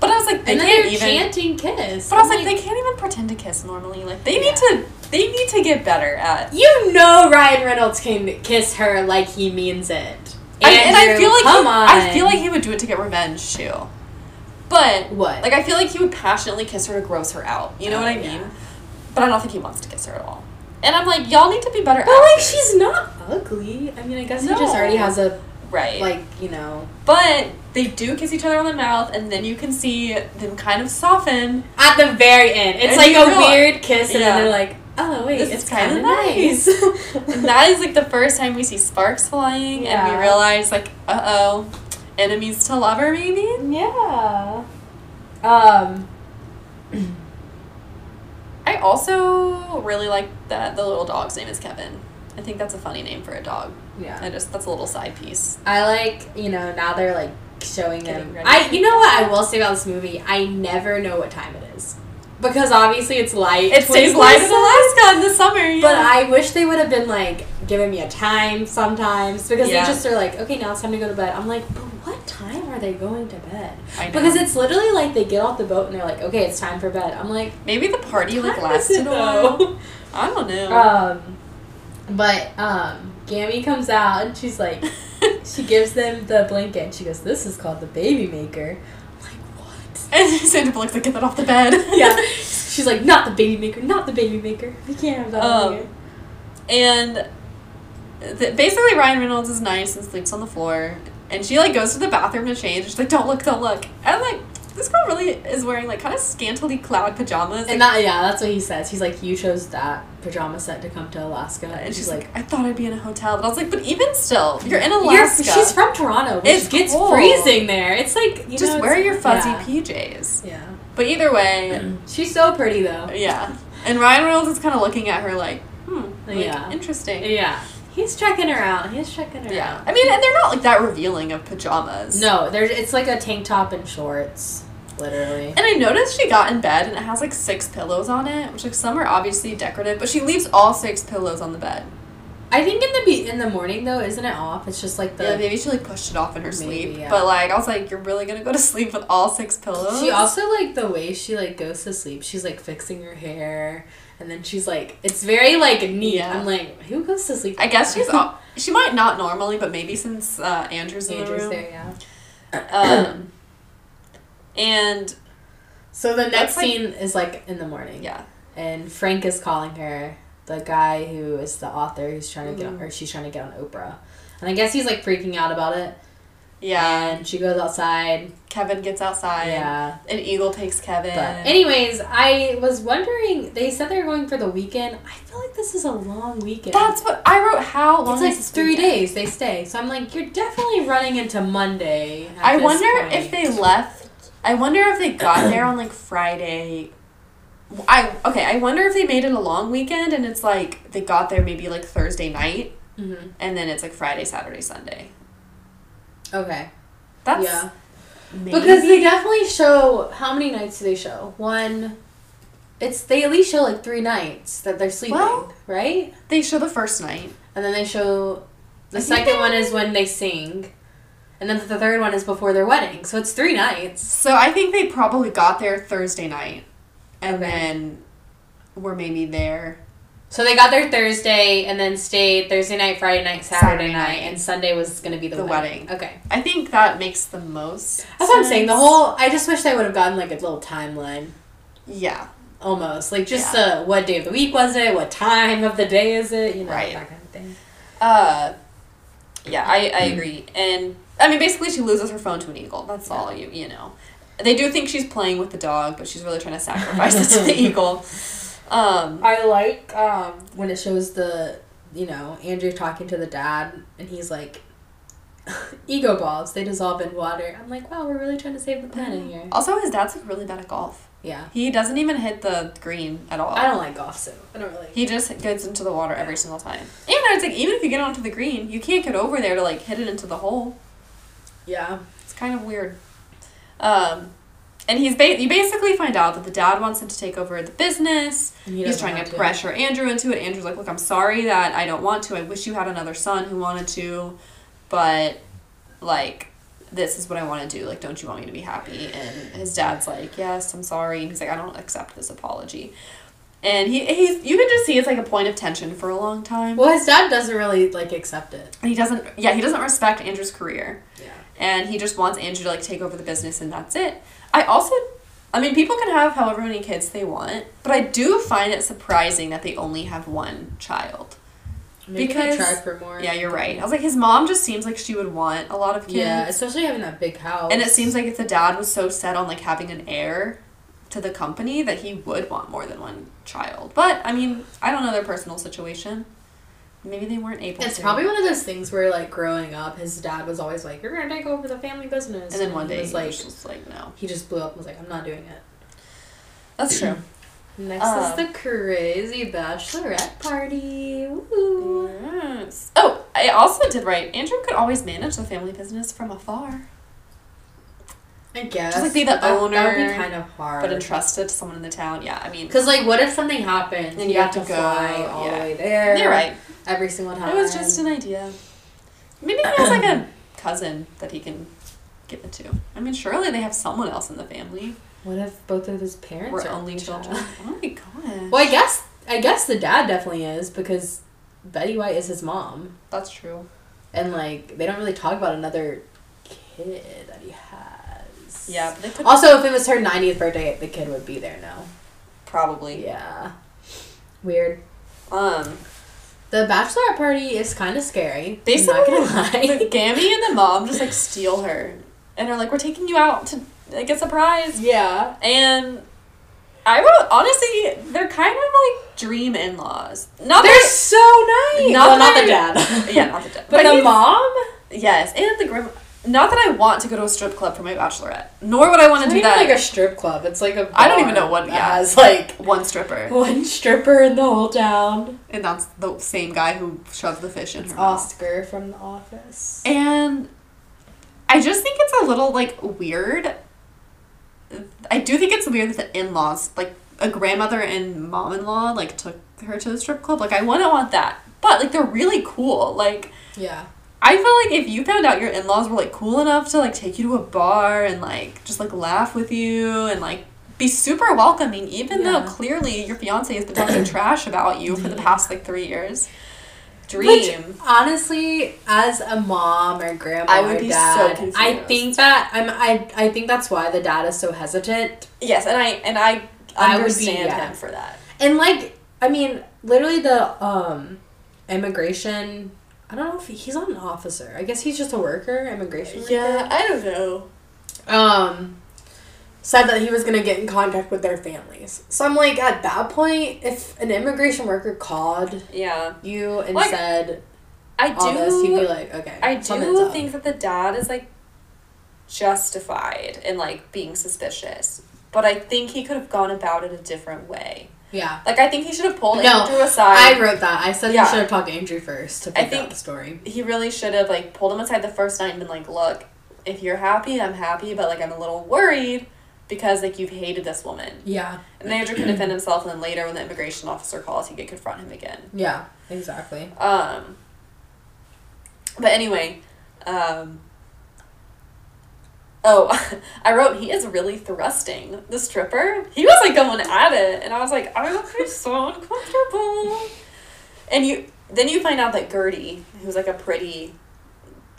Speaker 6: But I was like, they
Speaker 5: and then
Speaker 6: can't
Speaker 5: they're
Speaker 6: even.
Speaker 5: chanting "kiss."
Speaker 6: But I was
Speaker 5: I'm
Speaker 6: like, they can't even pretend to kiss normally. Like they
Speaker 5: Yeah.
Speaker 6: need to they need to get better at
Speaker 5: You know Ryan Reynolds can kiss her like he means it.
Speaker 6: I- and I
Speaker 5: Andrew,
Speaker 6: feel like
Speaker 5: come
Speaker 6: he,
Speaker 5: on.
Speaker 6: I feel like he would do it to get revenge too. But
Speaker 5: What?
Speaker 6: Like I feel like he would passionately kiss her to gross her out. You know
Speaker 5: Oh,
Speaker 6: what I mean?
Speaker 5: yeah.
Speaker 6: But I don't think he wants to kiss her at all. And I'm like, y'all need to be better
Speaker 5: but
Speaker 6: at
Speaker 5: like
Speaker 6: this.
Speaker 5: she's not ugly. I mean, I guess he just
Speaker 6: No.
Speaker 5: already has a
Speaker 6: right.
Speaker 5: like you know.
Speaker 6: but they do kiss each other on the mouth, and then you can see them kind of soften.
Speaker 5: At the very end, it's
Speaker 6: And
Speaker 5: like
Speaker 6: you
Speaker 5: a
Speaker 6: realize-
Speaker 5: weird kiss, and
Speaker 6: Yeah.
Speaker 5: then they're like, "Oh wait,
Speaker 6: This is
Speaker 5: it's
Speaker 6: kinda
Speaker 5: kind of nice."
Speaker 6: And that is like the first time we see sparks flying, and
Speaker 5: Yeah.
Speaker 6: we realize like, uh oh, enemies to lover maybe.
Speaker 5: yeah. Um.
Speaker 6: I also really like that the little dog's name is Kevin. I think that's a funny name for a dog. I
Speaker 5: Yeah.
Speaker 6: just that's a little side piece.
Speaker 5: I like you know now they're like showing
Speaker 6: Getting
Speaker 5: him.
Speaker 6: ready.
Speaker 5: I you know what I will say about this movie? I never know what time it is because obviously it's light.
Speaker 6: It stays
Speaker 5: 24
Speaker 6: live in
Speaker 5: seven.
Speaker 6: Alaska in the summer. Yeah.
Speaker 5: But I wish they would have been like giving me a time sometimes because
Speaker 6: Yeah.
Speaker 5: they just are like, okay, now it's time to go to bed. I'm like, but what time are they going to bed?
Speaker 6: I know.
Speaker 5: Because it's literally like they get off the boat and they're like, okay, it's time for bed. I'm like,
Speaker 6: maybe the party like
Speaker 5: time is
Speaker 6: lasted
Speaker 5: it
Speaker 6: a while.
Speaker 5: though?
Speaker 6: I don't know.
Speaker 5: um, but um, Gammy comes out and she's like, she gives them the blanket and she goes, this is called the baby maker. I'm like, what?
Speaker 6: and Santa looks like get that off the bed.
Speaker 5: yeah. She's like, not the baby maker, not the baby maker. We can't have that.
Speaker 6: Um,
Speaker 5: on here.
Speaker 6: and th- basically Ryan Reynolds is nice and sleeps on the floor. And she like goes to the bathroom to change. She's like, "Don't look, don't look." And I'm like, this girl really is wearing like kind of scantily clad pajamas.
Speaker 5: And
Speaker 6: like-
Speaker 5: that, yeah, that's what he says. He's like, you chose that pajama set to come to Alaska.
Speaker 6: and she's like, I thought I'd be in a hotel, but I was like, but even still, you're in
Speaker 5: You're-
Speaker 6: Alaska.
Speaker 5: she's from Toronto. Which
Speaker 6: It's
Speaker 5: it gets
Speaker 6: cold.
Speaker 5: freezing there. It's like you
Speaker 6: just
Speaker 5: know,
Speaker 6: wear
Speaker 5: it's-
Speaker 6: your fuzzy
Speaker 5: yeah.
Speaker 6: PJs.
Speaker 5: Yeah,
Speaker 6: But either way,
Speaker 5: she's so pretty though.
Speaker 6: yeah. And Ryan Reynolds is kind of looking at her like, hmm, like,
Speaker 5: Yeah.
Speaker 6: interesting.
Speaker 5: Yeah, he's checking her out. He's checking her
Speaker 6: Yeah.
Speaker 5: out.
Speaker 6: I mean, and they're not like that revealing of pajamas.
Speaker 5: No, there's it's like a tank top and shorts, literally.
Speaker 6: And I noticed she got in bed and it has like six pillows on it, which like some are obviously decorative, but she leaves all six pillows on the bed.
Speaker 5: I think in the be- in the morning though, isn't it off? It's just like
Speaker 6: yeah,
Speaker 5: the.
Speaker 6: maybe she like pushed it off in her
Speaker 5: Maybe,
Speaker 6: sleep.
Speaker 5: yeah.
Speaker 6: But like I was like, you're really gonna go to sleep with all six pillows?
Speaker 5: she also like the way she like goes to sleep. She's like fixing her hair, and then she's like it's very like neat.
Speaker 6: Yeah.
Speaker 5: I'm like, who goes to sleep?
Speaker 6: I guess she's
Speaker 5: off.
Speaker 6: all, she might not normally, but maybe since uh, Andrew's in
Speaker 5: Andrew's
Speaker 6: the room.
Speaker 5: there, yeah.
Speaker 6: Um, and
Speaker 5: So the next
Speaker 6: That's, like-
Speaker 5: scene is like in the morning.
Speaker 6: yeah,
Speaker 5: and Frank is calling her the guy who is the author who's trying to get
Speaker 6: Mm-hmm.
Speaker 5: on, or she's trying to get on Oprah, and I guess he's like freaking out about it.
Speaker 6: yeah.
Speaker 5: And she goes outside.
Speaker 6: Kevin gets outside.
Speaker 5: yeah,
Speaker 6: An eagle takes Kevin.
Speaker 5: but anyways, I was wondering. They said they're going for the weekend. I feel like this is a long weekend.
Speaker 6: That's what I wrote. How long?
Speaker 5: it's like
Speaker 6: is this
Speaker 5: three
Speaker 6: weekend?
Speaker 5: days they stay. So I'm like, you're definitely running into Monday. at
Speaker 6: I
Speaker 5: this
Speaker 6: wonder if
Speaker 5: point.
Speaker 6: they left. I wonder if they got there on like Friday. I okay. I wonder if they made it a long weekend and it's like they got there maybe like Thursday night
Speaker 5: Mhm.
Speaker 6: and then it's like Friday, Saturday, Sunday.
Speaker 5: Okay.
Speaker 6: That's
Speaker 5: yeah.
Speaker 6: maybe.
Speaker 5: Because they definitely show how many nights do they show? One. It's they at least show like three nights that they're sleeping,
Speaker 6: Well-
Speaker 5: right?
Speaker 6: they show the first night.
Speaker 5: And then they show the
Speaker 6: I think
Speaker 5: second
Speaker 6: they-
Speaker 5: one is when they sing. And then the third one is before their wedding. So it's three nights.
Speaker 6: So I think they probably got there Thursday night, and
Speaker 5: Okay.
Speaker 6: then were maybe there.
Speaker 5: So they got there Thursday and then stayed Thursday night, Friday night, Saturday,
Speaker 6: Saturday
Speaker 5: night,
Speaker 6: night.
Speaker 5: and Sunday was going to be the,
Speaker 6: The
Speaker 5: wedding.
Speaker 6: wedding.
Speaker 5: Okay.
Speaker 6: I think that makes the most.
Speaker 5: That's what I'm saying. The
Speaker 6: sense.
Speaker 5: whole I just wish they would have gotten like a little timeline
Speaker 6: Yeah,
Speaker 5: almost. Like just uh, what day of the week was it? What time of the day is it? You know,
Speaker 6: Right.
Speaker 5: that kind of thing.
Speaker 6: uh, yeah, I, I agree. And I mean, basically, she loses her phone to an eagle. That's all you you know. They do think she's playing with the dog, but she's really trying to sacrifice it to the eagle. Um,
Speaker 5: I like um, when it shows the you know Andrew talking to the dad, and he's like, "Ego balls, they dissolve in water." I'm like, "Wow, we're really trying to save the planet here."
Speaker 6: also, his dad's like really bad at golf.
Speaker 5: Yeah,
Speaker 6: He doesn't even hit the green at all.
Speaker 5: I don't like golf, so I don't really.
Speaker 6: He just gets into the water every single time. And I was like, even if you get onto the green, you can't get over there to like hit it into the hole.
Speaker 5: Yeah,
Speaker 6: It's kind of weird. Um, and he's ba- you basically find out that the dad wants him to take over the business.
Speaker 5: And he
Speaker 6: he's
Speaker 5: doesn't
Speaker 6: trying
Speaker 5: want
Speaker 6: to,
Speaker 5: to.
Speaker 6: pressure Andrew into it. Andrew's like, look, I'm sorry that I don't want to. I wish you had another son who wanted to, but like. This is what I want to do. Like, don't you want me to be happy? And his dad's like, "Yes, I'm sorry." And he's like, "I don't accept this apology." And he he's you can just see it's like a point of tension for a long time.
Speaker 5: well, his dad doesn't really like accept it.
Speaker 6: And he doesn't yeah he doesn't respect andrew's career
Speaker 5: Yeah.
Speaker 6: and he just wants andrew to like take over the business and that's it i also i mean people can have however many kids they want but i do find it surprising that they only have one child
Speaker 5: Maybe
Speaker 6: Because-
Speaker 5: because try for more.
Speaker 6: yeah you're right i was like his mom just seems like she would want a lot of kids
Speaker 5: yeah, especially having that big house.
Speaker 6: and it seems like if the dad was so set on like having an heir to the company that he would want more than one child but i mean i don't know their personal situation maybe they weren't able
Speaker 5: It's
Speaker 6: to
Speaker 5: probably one of those things where, like, growing up, his dad was always like, "You're gonna take over the family business,"
Speaker 6: and then one day
Speaker 5: he was like,
Speaker 6: he was just like no
Speaker 5: he just blew up and was like, "I'm not doing it."
Speaker 6: that's true
Speaker 5: Next
Speaker 6: Um,
Speaker 5: is the crazy bachelorette party. Woo!
Speaker 6: Yes. Oh, I also did write. Andrew could always manage the family business from afar,
Speaker 5: I guess.
Speaker 6: Just, like, be the
Speaker 5: That- That would
Speaker 6: owner,
Speaker 5: be kind of hard.
Speaker 6: but entrust it to someone in the town. Yeah, I mean,
Speaker 5: Because, like, what if something happens?
Speaker 6: Then you have to go,
Speaker 5: fly all
Speaker 6: yeah.
Speaker 5: the way there.
Speaker 6: you're right.
Speaker 5: Every single time.
Speaker 6: It was just an idea. Maybe he has like a cousin that he can give it to. I mean, surely they have someone else in the family.
Speaker 5: What if both of his parents
Speaker 6: We're
Speaker 5: are
Speaker 6: only children. Oh my god.
Speaker 5: Well, I guess I guess the dad definitely is because Betty White is his mom,
Speaker 6: That's true.
Speaker 5: and like they don't really talk about another kid that he has.
Speaker 6: Yeah, but they could
Speaker 5: Also, if it was her 90th birthday, the kid would be there now.
Speaker 6: probably.
Speaker 5: Yeah. Weird.
Speaker 6: Um,
Speaker 5: The bachelorette party is kind of scary.
Speaker 6: They
Speaker 5: I'm not
Speaker 6: said-
Speaker 5: gonna lie.
Speaker 6: like Gammy and the mom just like steal her and are like, "We're taking you out to it gets a prize.
Speaker 5: Yeah.
Speaker 6: And I wrote honestly, they're kind of like dream in laws. Not
Speaker 5: They're
Speaker 6: that-
Speaker 5: so nice.
Speaker 6: Not
Speaker 5: Well, not
Speaker 6: that
Speaker 5: the
Speaker 6: I-
Speaker 5: dad.
Speaker 6: yeah, not the dad.
Speaker 5: But, the
Speaker 6: he's-
Speaker 5: mom?
Speaker 6: Yes, and the grim. Not that I want to go to a strip club for my bachelorette, nor would I want to
Speaker 5: It's
Speaker 6: do
Speaker 5: not
Speaker 6: that.
Speaker 5: even like a strip club. It's like a.
Speaker 6: I don't even
Speaker 5: bar
Speaker 6: know what-
Speaker 5: that
Speaker 6: yeah.
Speaker 5: has like
Speaker 6: one stripper,
Speaker 5: one stripper in the whole town.
Speaker 6: and that's the same guy who shoved the fish in her mouth.
Speaker 5: Oscar from The Office.
Speaker 6: And I just think it's a little like weird. I do think it's weird that the in-laws, like a grandmother and mom-in-law, like took her to the strip club. Like I wouldn't want that, but like they're really cool. Like
Speaker 5: Yeah.
Speaker 6: I feel like if you found out your in-laws were like cool enough to like take you to a bar and like just like laugh with you and like be super welcoming, even
Speaker 5: Yeah.
Speaker 6: though clearly your fiance has been talking trash about you for the past like three years.
Speaker 5: Which,
Speaker 6: Dream.
Speaker 5: honestly, as a mom or grandma,
Speaker 6: I would
Speaker 5: or
Speaker 6: be so
Speaker 5: dad, I
Speaker 6: confused.
Speaker 5: think that I'm. I I think that's why the dad is so hesitant
Speaker 6: yes, and I and I
Speaker 5: I would be-
Speaker 6: understand
Speaker 5: yeah.
Speaker 6: him for that.
Speaker 5: And like, I mean, literally the um immigration. I don't know if he's not an officer. I guess he's just a worker, immigration. worker.
Speaker 6: I don't know.
Speaker 5: Um, said that he was gonna get in contact with their families. So I'm like, at that point, if an immigration worker called
Speaker 6: Yeah,
Speaker 5: you and
Speaker 6: Like,
Speaker 5: said
Speaker 6: I
Speaker 5: all
Speaker 6: do.
Speaker 5: this, you'd be like, okay,
Speaker 6: I
Speaker 5: something's
Speaker 6: do
Speaker 5: up.
Speaker 6: think that the dad is like justified in like being suspicious, but I think he could have gone about it a different way.
Speaker 5: yeah.
Speaker 6: Like I think he should have pulled
Speaker 5: No,
Speaker 6: Andrew aside.
Speaker 5: I wrote that. I said
Speaker 6: Yeah.
Speaker 5: you should have talked to Andrew first to
Speaker 6: I
Speaker 5: pick
Speaker 6: think-
Speaker 5: out the story.
Speaker 6: he really should have like pulled him aside the first night and been like, "Look, if you're happy, I'm happy, but like I'm a little worried because like you've hated this woman."
Speaker 5: Yeah,
Speaker 6: And then Andrew can defend himself, and then later when the immigration officer calls, he could confront him again.
Speaker 5: yeah, exactly.
Speaker 6: Um, but anyway, um, oh, I wrote he is really thrusting the stripper. He was like going at it, and I was like, I look so uncomfortable. And you then you find out that Gertie, who's like a pretty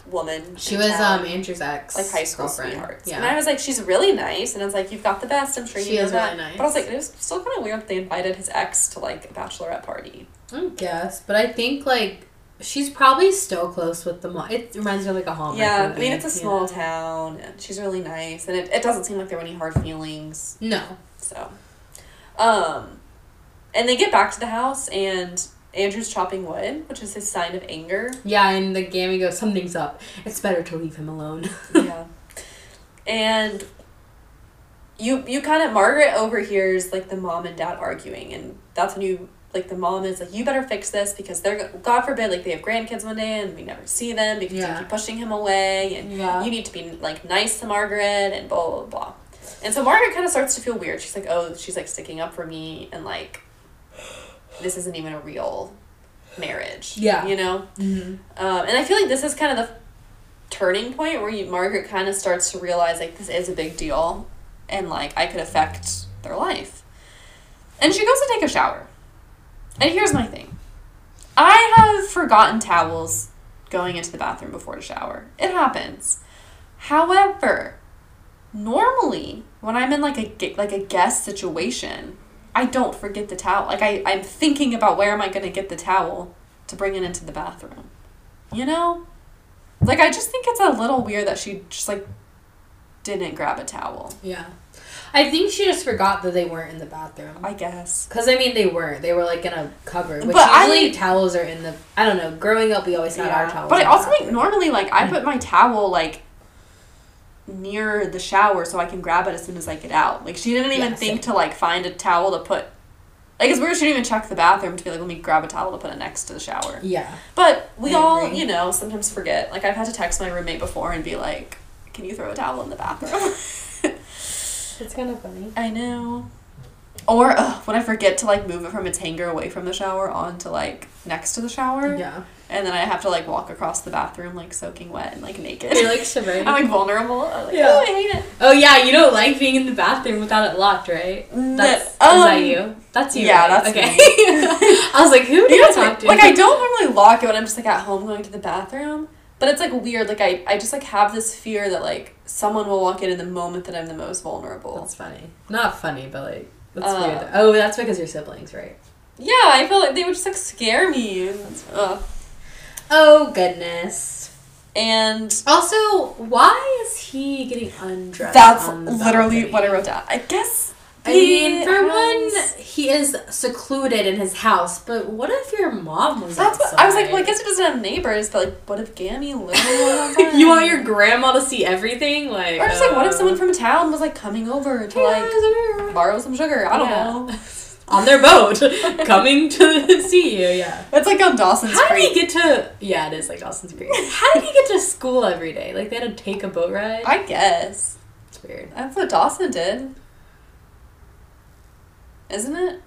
Speaker 6: woman,
Speaker 5: She
Speaker 6: in
Speaker 5: was
Speaker 6: town,
Speaker 5: um Andrew's ex,
Speaker 6: like high school
Speaker 5: girlfriend.
Speaker 6: sweethearts.
Speaker 5: Yeah,
Speaker 6: And I was like, she's really nice, and I was like, you've got the best. I'm sure you
Speaker 5: She
Speaker 6: know
Speaker 5: is
Speaker 6: that.
Speaker 5: really nice.
Speaker 6: But I was like, it was still kind of weird that they invited his ex to like a bachelorette party.
Speaker 5: I guess, but I think like she's probably still close with the mom. It reminds me of like a Hallmark.
Speaker 6: Yeah, I
Speaker 5: movie,
Speaker 6: mean it's a
Speaker 5: you
Speaker 6: small
Speaker 5: know?
Speaker 6: town. And she's really nice, and it, it doesn't seem like there were any hard feelings.
Speaker 5: No,
Speaker 6: So, um, and they get back to the house, and Andrew's chopping wood, which is his sign of anger.
Speaker 5: yeah, and the Gammy goes, something's up. It's better to leave him alone.
Speaker 6: yeah, and you you kind of Margaret overhears like the mom and dad arguing, and that's when you like the mom is like, you better fix this because they're go- God forbid like they have grandkids one day and we never see them because you
Speaker 5: Yeah.
Speaker 6: keep pushing him away and
Speaker 5: Yeah.
Speaker 6: you need to be like nice to Margaret and blah blah blah. And so Margaret kind of starts to feel weird. She's like, oh, she's like sticking up for me and like this isn't even a real marriage.
Speaker 5: Yeah.
Speaker 6: you know. Mm-hmm. Um, and I feel like this is kind of the turning point where you Margaret kind of starts to realize like this is a big deal and like I could affect their life. And she goes to take a shower. And here's my thing. I have forgotten towels going into the bathroom before to shower. It happens. However, normally when I'm in like a ge- like a guest situation, I don't forget the towel. Like I, I'm thinking about where am I gonna get the towel to bring it into the bathroom. You know? Like I just think it's a little weird that she just like didn't grab a towel.
Speaker 5: yeah, I think she just forgot that they weren't in the bathroom.
Speaker 6: I guess.
Speaker 5: Cause I mean they weren't. They were like in a cupboard. Which
Speaker 6: But I-
Speaker 5: usually towels are in the. I don't know. Growing up, we always had our towels.
Speaker 6: But I
Speaker 5: in the
Speaker 6: also think
Speaker 5: bathroom.
Speaker 6: normally like
Speaker 5: Mm.
Speaker 6: I put my towel like near the shower so I can grab it as soon as I get out. Like she didn't even
Speaker 5: Yeah,
Speaker 6: think to like find a towel to put like it's weird she didn't even check the bathroom to be like, let me grab a towel to put it next to the shower.
Speaker 5: Yeah.
Speaker 6: But we
Speaker 5: I
Speaker 6: all,
Speaker 5: agree.
Speaker 6: you know, sometimes forget. Like I've had to text my roommate before and be like, "Can you throw a towel in the bathroom?"
Speaker 5: It's kind of funny.
Speaker 6: I know. Or ugh, when I forget to like move it from its hanger away from the shower onto like next to the shower,
Speaker 5: Yeah.
Speaker 6: and then I have to like walk across the bathroom like soaking wet and like naked.
Speaker 5: You're like shivering.
Speaker 6: I'm like vulnerable. I'm like,
Speaker 5: Yeah.
Speaker 6: oh, I hate it.
Speaker 5: Oh yeah, you don't like being in the bathroom without it locked, right?
Speaker 6: No,
Speaker 5: That's is that
Speaker 6: um,
Speaker 5: you? That's you. right?
Speaker 6: yeah, that's
Speaker 5: okay.
Speaker 6: me.
Speaker 5: I was like, who do
Speaker 6: You
Speaker 5: you
Speaker 6: know,
Speaker 5: talk to?
Speaker 6: Like I don't normally lock it when I'm just like at home going to the bathroom. But it's like weird. Like I, I just like have this fear that like someone will walk in in the moment that I'm the most vulnerable.
Speaker 5: That's funny. Not funny, but like that's
Speaker 6: Uh,
Speaker 5: weird. Oh, that's because you're siblings, right?
Speaker 6: Yeah, I feel like they would just like scare me. And, ugh.
Speaker 5: Oh goodness.
Speaker 6: And
Speaker 5: Also, why is he getting undressed?
Speaker 6: that's
Speaker 5: on the
Speaker 6: literally
Speaker 5: balcony?
Speaker 6: what I wrote down. I guess.
Speaker 5: I mean,
Speaker 6: he
Speaker 5: for
Speaker 6: has-
Speaker 5: one, he is secluded in his house, but what if your mom was
Speaker 6: That's what I was like. Well, I
Speaker 5: outside?
Speaker 6: guess he doesn't have neighbors, but like, what if Gammy lived alone?
Speaker 5: you want your grandma to see everything? Like,
Speaker 6: Or just like, what if
Speaker 5: uh,
Speaker 6: someone from a town was like coming over to like borrow some sugar? I don't
Speaker 5: Yeah.
Speaker 6: know.
Speaker 5: on their boat coming to see you? Yeah.
Speaker 6: That's like on Dawson's
Speaker 5: How did
Speaker 6: Creek.
Speaker 5: he get to? Yeah, it is like Dawson's Creek. How did he get to school every day? Like they had to take a boat ride.
Speaker 6: I guess
Speaker 5: It's weird.
Speaker 6: that's what Dawson did, isn't it?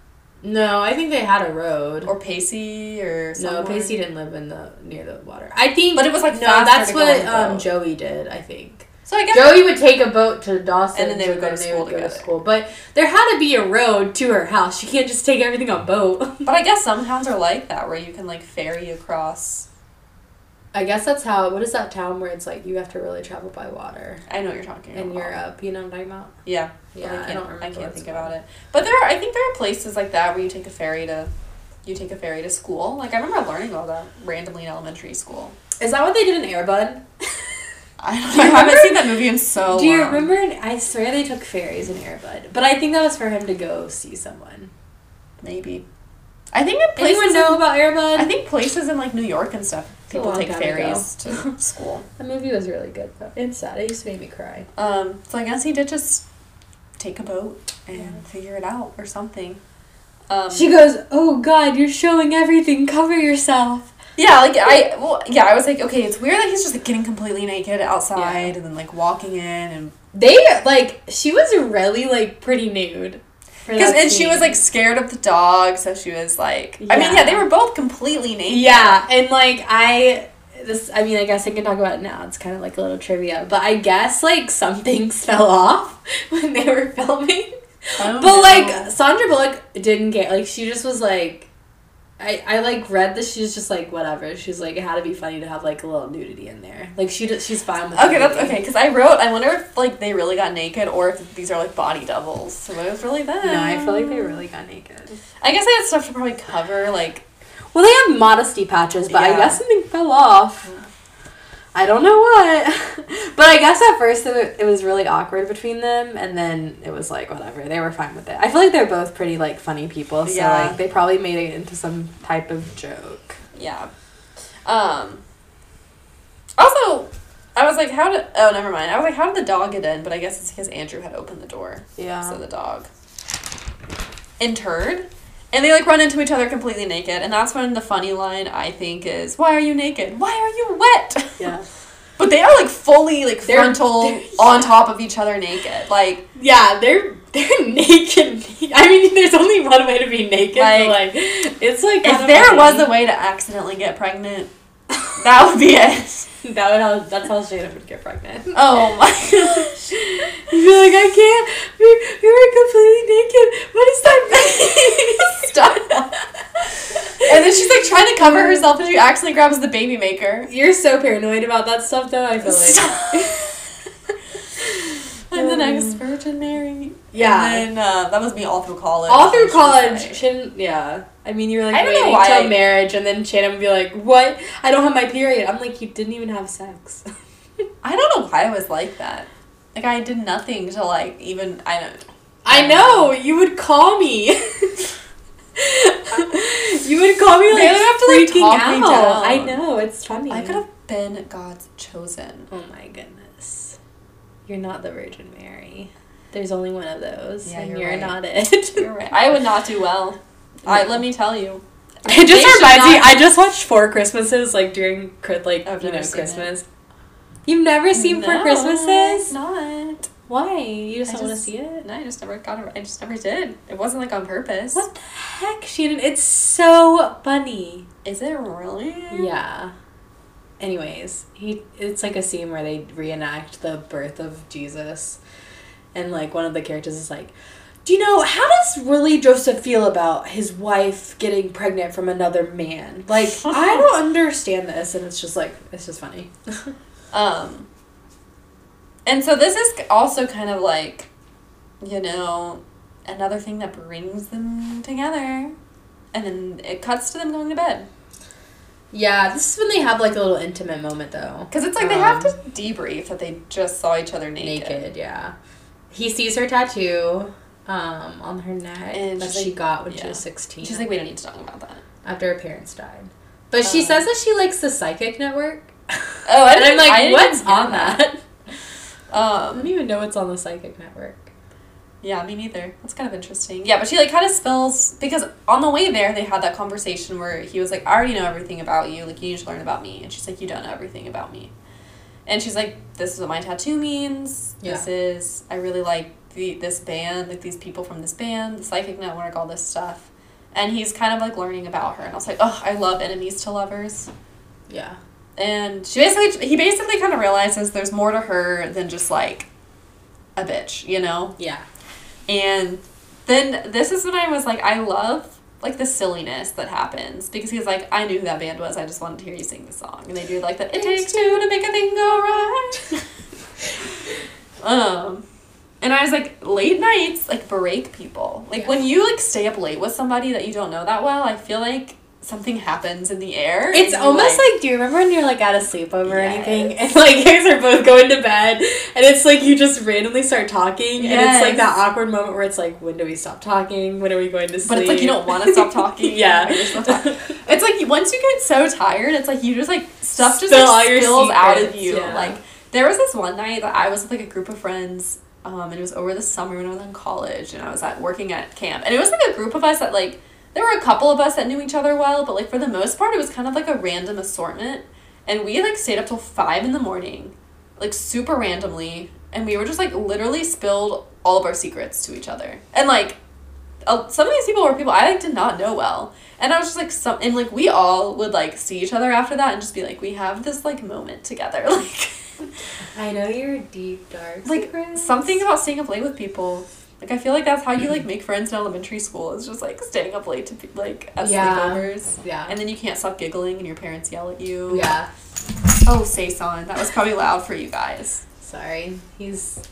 Speaker 5: No, I think they had a road.
Speaker 6: Or Pacey or
Speaker 5: no,
Speaker 6: someone.
Speaker 5: Pacey didn't live in the near the water. I think,
Speaker 6: But it was, like,
Speaker 5: no.
Speaker 6: faster
Speaker 5: That's
Speaker 6: to go
Speaker 5: what
Speaker 6: on the
Speaker 5: um,
Speaker 6: boat.
Speaker 5: Joey did. I think
Speaker 6: So I guess
Speaker 5: Joey would take a boat to Dawson,
Speaker 6: And then they would go to school together.
Speaker 5: school. But there had to be a road to her house. She can't just take everything on boat.
Speaker 6: But I guess some towns are like that, where you can like ferry across.
Speaker 5: I guess that's how. What is that town where it's like you have to really travel by water
Speaker 6: I know what you're talking
Speaker 5: in
Speaker 6: about.
Speaker 5: Europe? You know what I'm talking about?
Speaker 6: Yeah.
Speaker 5: Yeah,
Speaker 6: I, can't,
Speaker 5: I
Speaker 6: I
Speaker 5: don't remember what
Speaker 6: can't
Speaker 5: it's
Speaker 6: think
Speaker 5: called.
Speaker 6: about it. But there are, I think there are places like that where you take a ferry to, you take a ferry to school. Like I remember learning all that randomly in elementary school.
Speaker 5: Is that what they did in Airbud?
Speaker 6: I, don't
Speaker 5: Do you
Speaker 6: know, I haven't
Speaker 5: remember-
Speaker 6: seen that movie in so
Speaker 5: Do you
Speaker 6: long.
Speaker 5: remember? an- I swear they took ferries in Airbud, but I think that was for him to go see someone.
Speaker 6: Maybe. I think in places.
Speaker 5: Anyone know about Airbud?
Speaker 6: I think places in like New York and stuff.
Speaker 5: a
Speaker 6: People
Speaker 5: long
Speaker 6: take
Speaker 5: time
Speaker 6: ferries to school.
Speaker 5: that movie was really good though. It's sad. It used to make me cry.
Speaker 6: Um, so I guess he did just take a boat and figure it out or something. Um,
Speaker 5: She goes, "Oh God, you're showing everything. Cover yourself."
Speaker 6: Yeah, like I well, yeah, I was like, okay, it's weird that he's just like getting completely naked outside
Speaker 5: Yeah.
Speaker 6: and then like walking in and
Speaker 5: They like she was really like pretty nude. for
Speaker 6: because
Speaker 5: that
Speaker 6: and she
Speaker 5: scene.
Speaker 6: was like scared of the dog, so she was like, I mean, yeah,
Speaker 5: Yeah.
Speaker 6: they were both completely naked.
Speaker 5: yeah, and like I this I mean I guess I can talk about it now. It's kind of like a little trivia, but I guess like some things fell off when they were filming. But
Speaker 6: Oh, no.
Speaker 5: like Sandra Bullock didn't care. Like she just was like, I I like read that she's just like whatever. She's like it had to be funny to have like a little nudity in there. Like she just she's fine with.
Speaker 6: Okay, that's
Speaker 5: nudity.
Speaker 6: okay. Because I wrote, I wonder if like they really got naked or if these are like body doubles. So it was really them.
Speaker 5: No, I feel like they really got naked.
Speaker 6: I guess they had stuff to probably cover. Like
Speaker 5: Well, they have modesty patches, but I
Speaker 6: Yeah.
Speaker 5: guess something fell off. I don't know what. but I guess at first it, it was really awkward between them, and then it was like, whatever. They were fine with it. I feel like they're both pretty, like, funny people, so,
Speaker 6: Yeah.
Speaker 5: like, they probably made it into some type of joke.
Speaker 6: yeah. Um. Also, I was like, how did? Oh, never mind. I was like, how did the dog get in? But I guess it's because Andrew had opened the door.
Speaker 5: Yeah.
Speaker 6: So the dog interred. And they like run into each other completely naked. And that's when the funny line I think is, Why are you naked? Why are you wet?
Speaker 5: yeah.
Speaker 6: but they are like fully like
Speaker 5: They're-
Speaker 6: frontal
Speaker 5: they're-
Speaker 6: on top of each other naked. Like
Speaker 5: Yeah, they're they're naked. I mean, there's only one way to be naked.
Speaker 6: but, Like,
Speaker 5: it's like
Speaker 6: if there was a way to accidentally get pregnant, that would be it.
Speaker 5: that would how, that's how Shayna would get pregnant.
Speaker 6: Oh my
Speaker 5: You'd be like, I can't. We, we were completely naked. What does that mean?
Speaker 6: Stop. And then she's like trying to cover herself and she accidentally grabs the baby maker.
Speaker 5: You're so paranoid about that stuff, though. I feel like. Um,
Speaker 6: I'm the next Virgin Mary.
Speaker 5: Yeah.
Speaker 6: And then, uh, that was me all through college.
Speaker 5: All through
Speaker 6: She was
Speaker 5: college,
Speaker 6: like-
Speaker 5: Shannon, yeah. I mean, you were like
Speaker 6: I don't know
Speaker 5: waiting
Speaker 6: why
Speaker 5: till
Speaker 6: I-
Speaker 5: marriage, and then Shannon would be like, "What? I don't have my period." I'm like, "You didn't even have sex."
Speaker 6: I don't know why I was like that. Like I did nothing to like even I don't.
Speaker 5: I know you would call me. you would call me like
Speaker 6: They would have to, like,
Speaker 5: freaking
Speaker 6: talk
Speaker 5: out.
Speaker 6: me down.
Speaker 5: I know it's funny.
Speaker 6: I could have been God's chosen.
Speaker 5: Oh my goodness. You're not the Virgin Mary. There's only one of those,
Speaker 6: Yeah,
Speaker 5: and
Speaker 6: you're
Speaker 5: you're,
Speaker 6: right.
Speaker 5: not it.
Speaker 6: You're right. I would not do well. I let me tell you.
Speaker 5: It
Speaker 6: They should
Speaker 5: just reminds me.
Speaker 6: not-
Speaker 5: I just watched Four Christmases, like during Chri- like
Speaker 6: I've
Speaker 5: you know
Speaker 6: never seen it.
Speaker 5: Christmas. You've never seen Four
Speaker 6: No,
Speaker 5: Christmases?
Speaker 6: Not.
Speaker 5: Why? You just
Speaker 6: I
Speaker 5: don't want to
Speaker 6: just-
Speaker 5: see it?
Speaker 6: No, I just never got. Around. I just never did. It wasn't like on purpose.
Speaker 5: What the heck, Shannon? It's so funny.
Speaker 6: is it really?
Speaker 5: Yeah. Anyways, he it's like a scene where they reenact the birth of Jesus. And like one of the characters is like, "Do you know how does really Joseph feel about his wife getting pregnant from another man?" Like, I don't understand this and it's just like it's just funny.
Speaker 6: Um. And so this is also kind of like, you know, another thing that brings them together, and then it cuts to them going to bed.
Speaker 5: Yeah, this is when they have like a little intimate moment though.
Speaker 6: Because it's like they have to debrief that they just saw each other naked.
Speaker 5: Um, Naked, yeah. He sees her tattoo um, on her neck
Speaker 6: And
Speaker 5: that
Speaker 6: she's like-
Speaker 5: she got when
Speaker 6: yeah.
Speaker 5: she was 16.
Speaker 6: She's like, we don't need to talk about that.
Speaker 5: after her parents died. But she
Speaker 6: Oh.
Speaker 5: says that she likes the psychic network.
Speaker 6: Oh, I
Speaker 5: and I'm
Speaker 6: didn't-
Speaker 5: like,
Speaker 6: I didn't
Speaker 5: what's
Speaker 6: even hear
Speaker 5: on
Speaker 6: that."
Speaker 5: that? I
Speaker 6: Um,
Speaker 5: don't even know what's on the psychic network.
Speaker 6: yeah, me neither. That's kind of interesting. Yeah, but she like kind of spills because on the way there they had that conversation where he was like, I already know everything about you. Like you need to learn about me, and she's like, you don't know everything about me. And she's like, this is what my tattoo means. This is I really like the this band, like these people from this band, the psychic network, all this stuff. And he's kind of like learning about her, and I was like, oh, I love enemies to lovers.
Speaker 5: Yeah.
Speaker 6: and she basically he basically kind of realizes there's more to her than just like a bitch you know
Speaker 5: Yeah.
Speaker 6: and then this is when i was like i love like the silliness that happens because he's like i knew who that band was i just wanted to hear you sing the song and they do like the it takes two to make a thing go right um and i was like late nights like break people like
Speaker 5: Yeah.
Speaker 6: when you like stay up late with somebody that you don't know that well i feel like something happens in the air
Speaker 5: It's
Speaker 6: and you,
Speaker 5: almost like, do you remember when you're like at a sleepover or
Speaker 6: Yes.
Speaker 5: anything, and like you guys are both going to bed, and it's like you just randomly start talking, and it's like
Speaker 6: Yes.
Speaker 5: that awkward moment where it's like, when do we stop talking? When are we going to sleep?
Speaker 6: But it's like you don't want to stop talking.
Speaker 5: yeah.
Speaker 6: You're still talking. It's like once you get so tired, it's like you just like stuff just
Speaker 5: Spill
Speaker 6: like,
Speaker 5: all your
Speaker 6: spills out of
Speaker 5: secrets,
Speaker 6: you.
Speaker 5: yeah.
Speaker 6: Like there was this one night that I was with like a group of friends, um, and it was over the summer when I was in college and I was at working at camp, and it was like a group of us that like there were a couple of us that knew each other well, but like for the most part, it was kind of like a random assortment, and we like stayed up till five in the morning, like super randomly, and we were just like literally spilled all of our secrets to each other, and like uh, some of these people were people I like did not know well, and I was just like some and like we all would like see each other after that and just be like we have this like moment together like
Speaker 5: I know you're deep, dark.
Speaker 6: like
Speaker 5: secrets.
Speaker 6: something about staying up late with people like I feel like that's how you like make friends in elementary school is just like staying up late to be like at
Speaker 5: Yeah.
Speaker 6: sleepovers
Speaker 5: Yeah.
Speaker 6: and then you can't stop giggling and your parents yell at you
Speaker 5: yeah.
Speaker 6: oh Saison that was probably loud for you guys
Speaker 5: Sorry. He's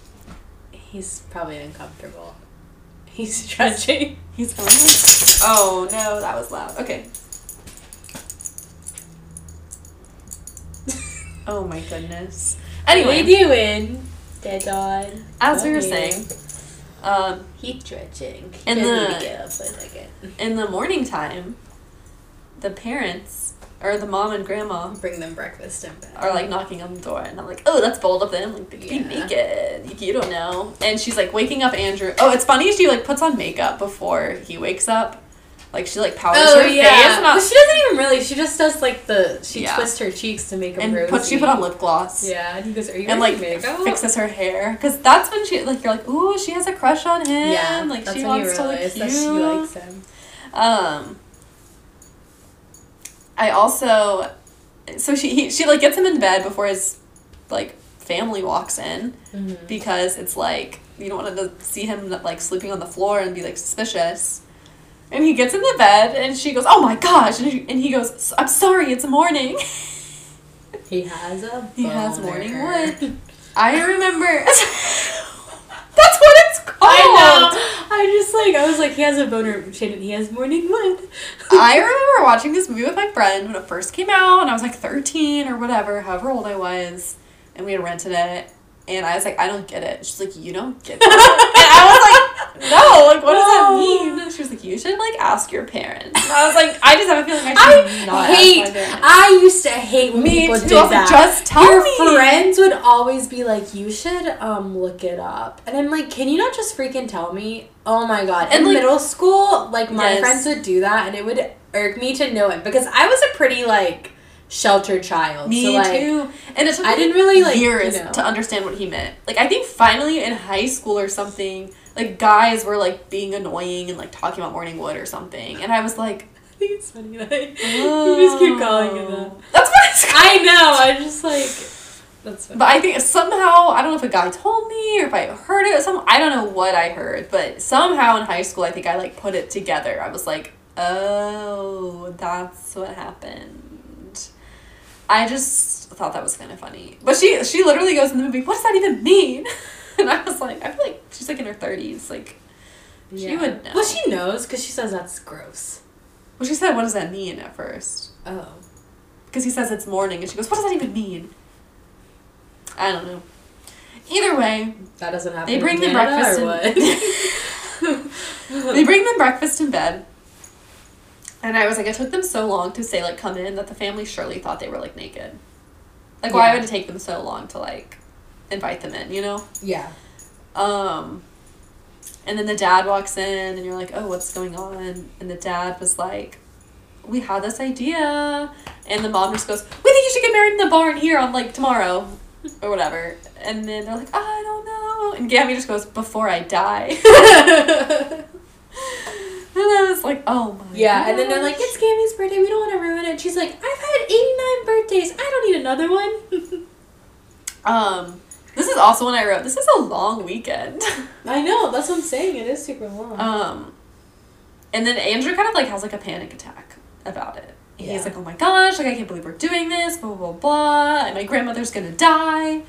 Speaker 5: he's probably uncomfortable. He's stretching.
Speaker 6: he's going oh no that was loud okay oh my goodness anyway
Speaker 5: What are you doing, dead dog?
Speaker 6: As we were
Speaker 5: Okay.
Speaker 6: saying, um,
Speaker 5: He's stretching. He
Speaker 6: And
Speaker 5: doesn't
Speaker 6: the-
Speaker 5: need to get up for a second.
Speaker 6: in the morning time, the parents or the mom and grandma
Speaker 5: Bring them breakfast in bed.
Speaker 6: are like knocking on the door, and I'm like, "Oh, that's bold of them. Like, they could
Speaker 5: Yeah.
Speaker 6: be naked. Like, you don't know." And she's like waking up Andrew. Oh, it's funny. She like puts on makeup before he wakes up. Like she like powders
Speaker 5: Oh
Speaker 6: her face
Speaker 5: yeah,
Speaker 6: and, I'll-
Speaker 5: but she doesn't even really. She just does like the she
Speaker 6: Yeah.
Speaker 5: twists her cheeks to make them
Speaker 6: and
Speaker 5: rosy.
Speaker 6: puts she put on lip gloss.
Speaker 5: Yeah, and he goes, "Are you
Speaker 6: And like
Speaker 5: wearing makeup?"
Speaker 6: fixes her hair, cause that's when she like you're like, ooh, she has a crush on him.
Speaker 5: yeah,
Speaker 6: like
Speaker 5: that's
Speaker 6: she
Speaker 5: when you
Speaker 6: wants to look
Speaker 5: realize
Speaker 6: cute.
Speaker 5: that she likes him.
Speaker 6: Um, I also, so she he, she like gets him in bed before his like family walks in
Speaker 5: Mm-hmm.
Speaker 6: because it's like you don't want to see him like sleeping on the floor and be like suspicious. And he gets in the bed and she goes, "Oh my gosh!" And he, and he goes, "S- "I'm sorry, it's morning."
Speaker 5: He has a
Speaker 6: He has morning
Speaker 5: boner.
Speaker 6: wood. I remember. That's what it's called.
Speaker 5: I know. I just like I was like he has a boner. Shannon, he has morning wood.
Speaker 6: I remember watching this movie with my friend when it first came out, and I was like 13 or whatever, however old I was, and we had rented it. And I was like, I don't get it. She's like, you don't get it. and I was like, no, like, what does that mean? And she was like, you should like ask your parents. And I was like, I just have a feeling I should not
Speaker 5: I hate.
Speaker 6: ask my parents.
Speaker 5: I used to hate when
Speaker 6: Me
Speaker 5: people
Speaker 6: too.
Speaker 5: did
Speaker 6: I was
Speaker 5: that.
Speaker 6: like, just tell
Speaker 5: Your
Speaker 6: me.
Speaker 5: friends would always be like, "You should um look it up," and I'm like, "Can you not just freaking tell me?" Oh my god!
Speaker 6: And,
Speaker 5: In
Speaker 6: like-
Speaker 5: middle school, like my
Speaker 6: Yes.
Speaker 5: friends would do that, and it would irk me to no end because I was a pretty like sheltered child.
Speaker 6: Me
Speaker 5: so, like,
Speaker 6: too. And it took
Speaker 5: I
Speaker 6: me
Speaker 5: didn't really, like, you
Speaker 6: years
Speaker 5: know.
Speaker 6: to understand what he meant. Like I think finally in high school or something, like guys were like being annoying and like talking about morning wood or something. And I was like,
Speaker 5: I think it's funny that I, you just keep calling it that.
Speaker 6: Oh. That's what it's called.
Speaker 5: I know. I just like that's funny.
Speaker 6: But I think somehow I don't know if a guy told me or if I heard it. Some I don't know what I heard, but somehow in high school I think I like put it together. I was like, oh, that's what happened. I just thought that was kind of funny. But she she literally goes in the movie. What does that even mean? And I was like, I feel like she's like in her thirties. Like she
Speaker 5: Yeah.
Speaker 6: would know.
Speaker 5: Well, she knows because she says that's gross.
Speaker 6: Well, she said, what does that mean at first?
Speaker 5: Oh.
Speaker 6: because he says it's morning, and she goes, "What does that even mean?" I don't know. Either way,
Speaker 5: That doesn't happen.
Speaker 6: they bring
Speaker 5: in
Speaker 6: them
Speaker 5: Canada,
Speaker 6: breakfast.
Speaker 5: or
Speaker 6: In, they bring them breakfast in bed. And I was like, it took them so long to say like come in that the family surely thought they were like naked. Like why
Speaker 5: Yeah.
Speaker 6: would it take them so long to like invite them in? You know.
Speaker 5: what? yeah.
Speaker 6: Um, and then the dad walks in, and you're like, oh, what's going on? And the dad was like, we had this idea. And the mom just goes, we think you should get married in the barn here on like tomorrow or whatever. And then they're like, I don't know. And Gammy just goes, before I die. And I was like, oh my
Speaker 5: Yeah, and then they're like,
Speaker 6: gosh.
Speaker 5: it's Cammy's birthday. We don't want to ruin it. And she's like, I've had 89 birthdays. I don't need another one.
Speaker 6: um, this is also when I wrote, this is a long weekend.
Speaker 5: I know. That's what I'm saying. It is super long.
Speaker 6: Um, and then Andrew kind of like has like a panic attack about it.
Speaker 5: Yeah.
Speaker 6: He's like, "Oh my gosh! Like I can't believe we're doing this!" Blah blah blah. blah. And my grandmother's gonna die.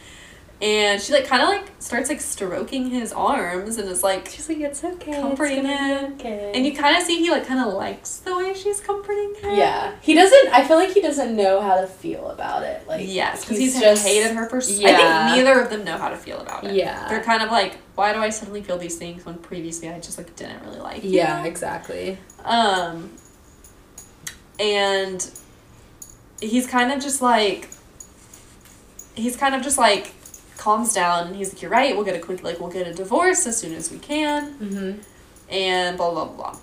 Speaker 6: And she like kind of like starts like stroking his arms and is like,
Speaker 5: she's like, it's okay.
Speaker 6: comforting him.
Speaker 5: okay.
Speaker 6: And you kind of see he like kind of likes the way she's comforting him.
Speaker 5: yeah, he doesn't. I feel like he doesn't know how to feel about it. Like
Speaker 6: Yes, because
Speaker 5: he's
Speaker 6: he's,
Speaker 5: just-
Speaker 6: hated her for. s-
Speaker 5: Yeah.
Speaker 6: I think neither of them know how to feel about it.
Speaker 5: Yeah.
Speaker 6: They're kind of like, why do I suddenly feel these things when previously I just like didn't really like? you?"
Speaker 5: Yeah, exactly.
Speaker 6: Um, and he's kind of just like, he's kind of just like calms down and he's like, you're right, we'll get a quick, like, we'll get a divorce as soon as we can,
Speaker 5: Mm-hmm.
Speaker 6: and blah, blah, blah.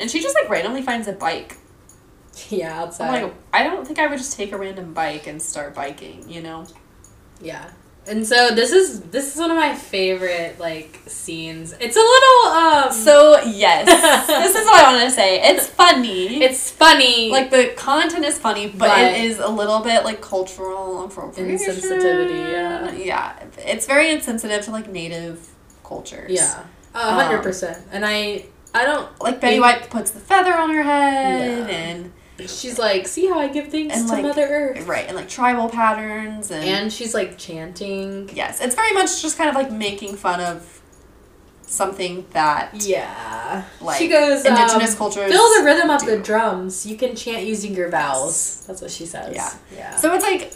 Speaker 6: And she just like randomly finds a bike.
Speaker 5: Yeah,
Speaker 6: I'm
Speaker 5: outside.
Speaker 6: like, I don't think I would just take a random bike and start biking, you know?
Speaker 5: Yeah. And so this is this is one of my favorite like scenes. It's a little um
Speaker 6: So, yes, this is what I wanted to say. It's funny.
Speaker 5: it's funny
Speaker 6: like the content is funny, but,
Speaker 5: But-
Speaker 6: it is a little bit like cultural appropriation.
Speaker 5: Insensitivity, yeah.
Speaker 6: Yeah, it's very insensitive to like native cultures.
Speaker 5: yeah. A hundred
Speaker 6: Um,
Speaker 5: percent. And I I don't
Speaker 6: like Betty White puts the feather on her head,
Speaker 5: Yeah.
Speaker 6: and
Speaker 5: she's like, see how I give thanks
Speaker 6: And,
Speaker 5: to
Speaker 6: like-
Speaker 5: Mother Earth.
Speaker 6: right, and like tribal patterns, and,
Speaker 5: And she's like chanting.
Speaker 6: yes, it's very much just kind of like making fun of something that
Speaker 5: Yeah.
Speaker 6: like
Speaker 5: she goes
Speaker 6: indigenous
Speaker 5: um,
Speaker 6: cultures
Speaker 5: Feel the rhythm of the
Speaker 6: do."
Speaker 5: drums. You can chant using your vowels. That's what she says.
Speaker 6: Yeah.
Speaker 5: Yeah.
Speaker 6: So it's like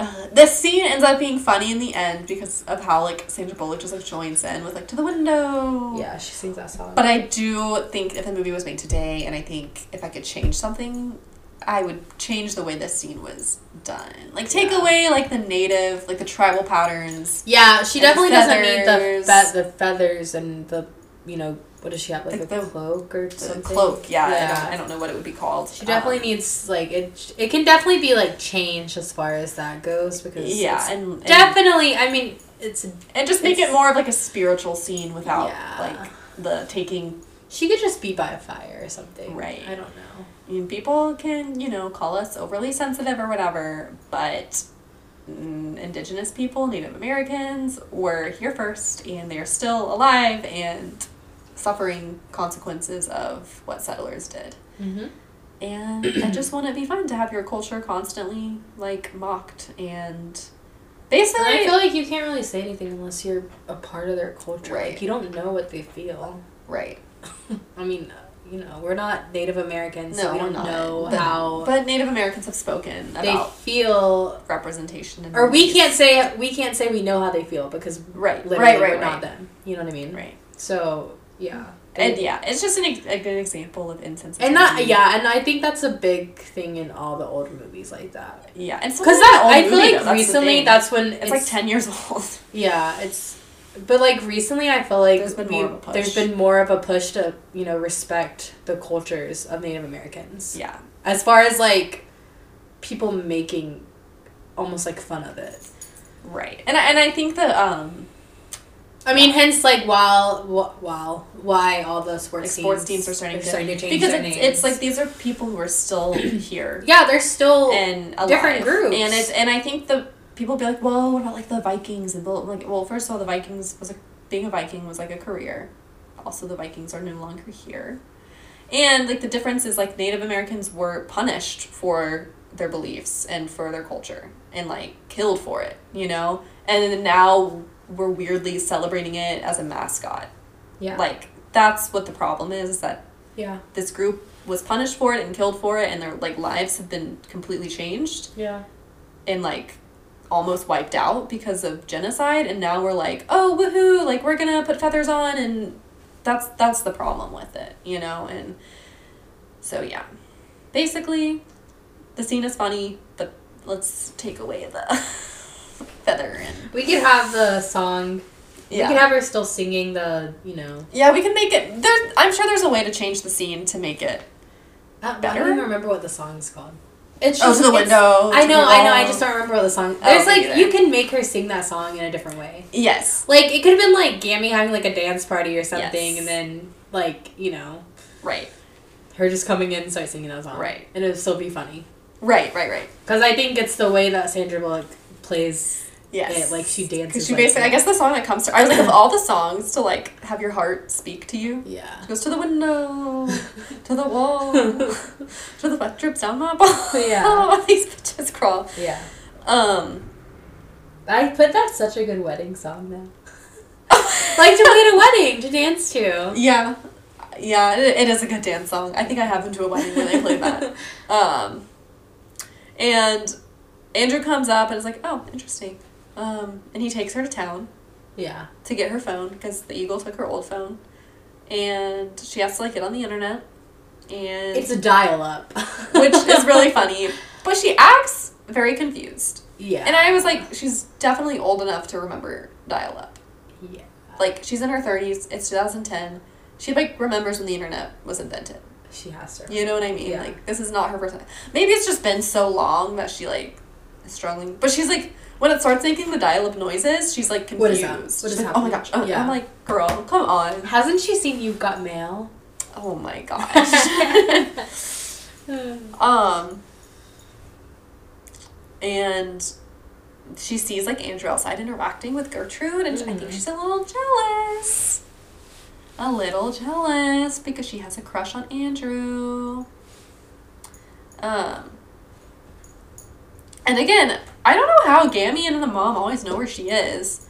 Speaker 6: uh, this scene ends up being funny in the end because of how like Sandra Bullock just like joins in with like to the window.
Speaker 5: yeah, she sings that song.
Speaker 6: But I do think if the movie was made today, and I think if I could change something, I would change the way this scene was done. Like take
Speaker 5: Yeah.
Speaker 6: away like the native, like the tribal patterns,
Speaker 5: Yeah, she
Speaker 6: And
Speaker 5: definitely doesn't need the
Speaker 6: feathers.
Speaker 5: fe- the feathers and the you know what does she have like,
Speaker 6: Like
Speaker 5: a
Speaker 6: the-
Speaker 5: cloak or
Speaker 6: the
Speaker 5: something?
Speaker 6: cloak. Yeah, I,
Speaker 5: Yeah.
Speaker 6: don't, I don't know what it would be called.
Speaker 5: She definitely
Speaker 6: Um,
Speaker 5: needs like it. It can definitely be like changed as far as that goes because
Speaker 6: yeah,
Speaker 5: it's
Speaker 6: and, and
Speaker 5: definitely. I mean, it's
Speaker 6: and just make it
Speaker 5: it's-
Speaker 6: more of like a spiritual scene without
Speaker 5: Yeah.
Speaker 6: like the taking.
Speaker 5: she could just be by a fire or something.
Speaker 6: Right.
Speaker 5: I don't know.
Speaker 6: I mean, people can you know call us overly sensitive or whatever, but. mm, Indigenous people, Native Americans, were here first, and they are still alive and suffering consequences of what settlers did.
Speaker 5: Mm-hmm.
Speaker 6: And I just want it to be fun to have your culture constantly like mocked and basically.
Speaker 5: I feel like you can't really say anything unless you're a part of their culture.
Speaker 6: Right.
Speaker 5: Like you don't know what they feel.
Speaker 6: right.
Speaker 5: I mean, you know, we're not Native Americans, so
Speaker 6: No,
Speaker 5: we
Speaker 6: we're
Speaker 5: don't
Speaker 6: not.
Speaker 5: know
Speaker 6: But-
Speaker 5: how
Speaker 6: But Native Americans have spoken
Speaker 5: they
Speaker 6: about
Speaker 5: feel
Speaker 6: representation. In
Speaker 5: or we
Speaker 6: movies.
Speaker 5: can't say we can't say we know how they feel because
Speaker 6: Right,
Speaker 5: literally
Speaker 6: right, right,
Speaker 5: we're not
Speaker 6: right.
Speaker 5: them. You know what I mean?
Speaker 6: Right.
Speaker 5: So yeah,
Speaker 6: And yeah, it's just an ex- a good example of insensitivity.
Speaker 5: and not yeah, and I think that's a big thing in all the older movies like that.
Speaker 6: Yeah. And
Speaker 5: Because that I feel like recently that's when
Speaker 6: It's, like 10 years old.
Speaker 5: Yeah, it's but like recently I feel like
Speaker 6: There's been more of a push.
Speaker 5: there's been more of a push to you know respect the cultures of Native Americans
Speaker 6: yeah.
Speaker 5: as far as like people making almost like fun of it.
Speaker 6: Right. And I, and I think that um,
Speaker 5: I mean, hence, like, while, wh- while, why all the sports
Speaker 6: like
Speaker 5: teams,
Speaker 6: sports teams are starting to,
Speaker 5: change
Speaker 6: because
Speaker 5: their
Speaker 6: it's,
Speaker 5: names.
Speaker 6: it's like these are people who are still here
Speaker 5: yeah, they're still
Speaker 6: and alive.
Speaker 5: Oh, different groups.
Speaker 6: and it's and I think the people be like, well, what about like the Vikings and the like? Well, first of all, the Vikings was like being a Viking was like a career. Also, the Vikings are no longer here, and like the difference is like Native Americans were punished for their beliefs and for their culture and like killed for it, you know, and then now we're weirdly celebrating it as a mascot.
Speaker 5: yeah,
Speaker 6: Like that's what the problem is, is that
Speaker 5: yeah,
Speaker 6: this group was punished for it and killed for it, and their like lives have been completely changed
Speaker 5: Yeah.
Speaker 6: and like almost wiped out because of genocide and now we're like oh woohoo like we're gonna put feathers on and that's that's the problem with it you know and so yeah basically the scene is funny but let's take away the feather and
Speaker 5: We could have the song.
Speaker 6: yeah
Speaker 5: We could have her still singing the, you know.
Speaker 6: yeah we can make it there's i'm sure there's a way to change the scene to make it
Speaker 5: Uh, I, I don't
Speaker 6: Better?
Speaker 5: even remember what the song's called. It's
Speaker 6: Oh, to the
Speaker 5: it's-
Speaker 6: window,
Speaker 5: I
Speaker 6: to
Speaker 5: know,
Speaker 6: the
Speaker 5: I know. I
Speaker 6: wall.
Speaker 5: just don't remember what the song.
Speaker 6: I
Speaker 5: There's
Speaker 6: don't
Speaker 5: like
Speaker 6: either.
Speaker 5: you can make her sing that song in a different way.
Speaker 6: yes
Speaker 5: Like it could have been like Gammy having like a dance party or something,
Speaker 6: Yes.
Speaker 5: and then like you know
Speaker 6: right
Speaker 5: her just coming in and start singing that song.
Speaker 6: Right.
Speaker 5: And it would still be funny
Speaker 6: right right right
Speaker 5: because I think it's the way that Sandra Bullock plays
Speaker 6: yes
Speaker 5: it. Like she dances.
Speaker 6: because she
Speaker 5: like
Speaker 6: basically i guess the song that comes to i was like of all the songs to like have your heart speak to you
Speaker 5: Yeah.
Speaker 6: goes to the window, to the wall, to the butt drips down my balls.
Speaker 5: Yeah.
Speaker 6: Oh, these bitches crawl.
Speaker 5: Yeah.
Speaker 6: Um,
Speaker 5: I put that's such a good wedding song though. like to wait a wedding to dance to.
Speaker 6: yeah, yeah, it, it is a good dance song. I think I have been to a wedding when they played that. Um, and Andrew comes up and is like, "Oh, interesting," um, and he takes her to town.
Speaker 5: Yeah.
Speaker 6: to get her phone because the eagle took her old phone, and she has to like get on the internet, and
Speaker 5: It's a dial up.
Speaker 6: which is really funny. But she acts very confused,
Speaker 5: Yeah.
Speaker 6: and I was like, she's definitely old enough to remember dial up.
Speaker 5: yeah.
Speaker 6: Like she's in her thirties. It's two thousand ten. She like remembers when the internet was invented.
Speaker 5: She has to.
Speaker 6: You know what I mean?
Speaker 5: Yeah.
Speaker 6: Like this is not her first time. Maybe it's just been so long that she like is struggling. But she's like when it starts making the dial up noises, she's like confused.
Speaker 5: What is that? What
Speaker 6: She's
Speaker 5: is
Speaker 6: like, oh my
Speaker 5: happening?
Speaker 6: gosh. Oh,
Speaker 5: Yeah.
Speaker 6: I'm like, girl, come on.
Speaker 5: Hasn't she seen You've Got Mail?
Speaker 6: Oh my gosh. um and she sees like Andrew outside interacting with Gertrude and I think she's a little jealous. A little jealous because she has a crush on Andrew. Um and again, I don't know how Gammy and the mom always know where she is.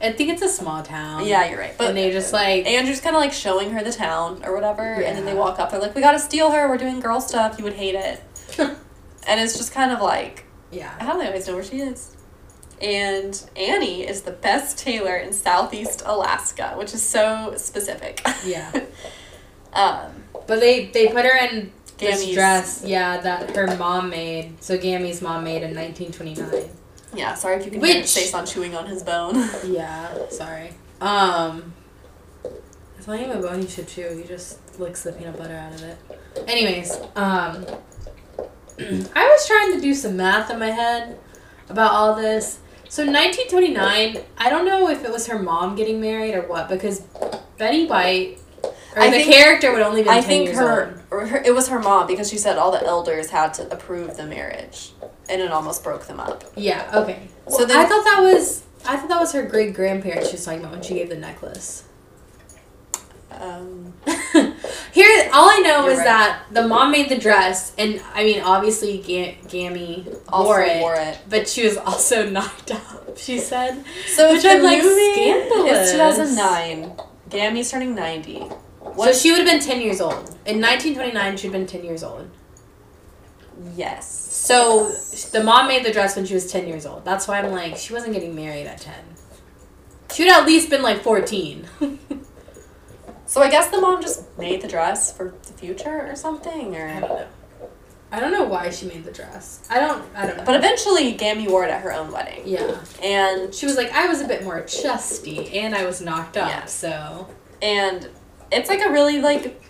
Speaker 5: I think it's a small town.
Speaker 6: Yeah, you're right.
Speaker 5: Um, and they just like
Speaker 6: Andrew's kind of like showing her the town or whatever, and then they
Speaker 5: Yeah.
Speaker 6: walk up. They're like, "We gotta steal her. We're doing girl stuff. You would hate it." and it's just kind of like,
Speaker 5: yeah.
Speaker 6: how do they always know where she is? And Annie is the best tailor in Southeast Alaska, which is so specific.
Speaker 5: Yeah.
Speaker 6: um,
Speaker 5: But they they put her in this
Speaker 6: Gammy's.
Speaker 5: dress, yeah, that her mom made. So Gammy's mom made in 1929.
Speaker 6: yeah, sorry if you can
Speaker 5: Which-
Speaker 6: hear Jason chewing on his bone.
Speaker 5: Yeah, sorry. Um, it's not even a bone you should chew. You just licks the peanut butter out of it. Anyways, um, I was trying to do some math in my head about all this. So 1929, I don't know if it was her mom getting married or what, because Betty White, or
Speaker 6: I
Speaker 5: the
Speaker 6: think-
Speaker 5: character would only be 10
Speaker 6: I think
Speaker 5: years old.
Speaker 6: her, or her, it was her mom because she said all the elders had to approve the marriage, and it almost broke them up.
Speaker 5: Yeah. Okay.
Speaker 6: So
Speaker 5: so
Speaker 6: then-
Speaker 5: I thought that was I thought that was her great grandparents she was talking about when she gave the necklace.
Speaker 6: Um,
Speaker 5: Here, all I know
Speaker 6: You're
Speaker 5: is
Speaker 6: right.
Speaker 5: that the mom made the dress, and I mean, obviously, Ga- Gammy
Speaker 6: also
Speaker 5: wore it,
Speaker 6: wore it.
Speaker 5: but she was also knocked up. She said,
Speaker 6: So
Speaker 5: Which
Speaker 6: if the
Speaker 5: I'm like,
Speaker 6: movie
Speaker 5: scandalous.
Speaker 6: is 2009. Gammy's turning 90. What?
Speaker 5: so she would have been ten years old in 1929. She'd been ten years old.
Speaker 6: yes.
Speaker 5: So the mom made the dress when she was ten years old. That's why I'm like, she wasn't getting married at ten. She would at least been like fourteen.
Speaker 6: So I guess the mom just made the dress for the future or something,
Speaker 5: I don't
Speaker 6: or.
Speaker 5: know. I don't know why she made the dress. I don't. I don't know.
Speaker 6: But eventually, Gammy wore it at her own wedding,
Speaker 5: yeah,
Speaker 6: and
Speaker 5: she was like, I was a bit more chesty, and I was knocked up,
Speaker 6: Yeah.
Speaker 5: so.
Speaker 6: and it's like a really like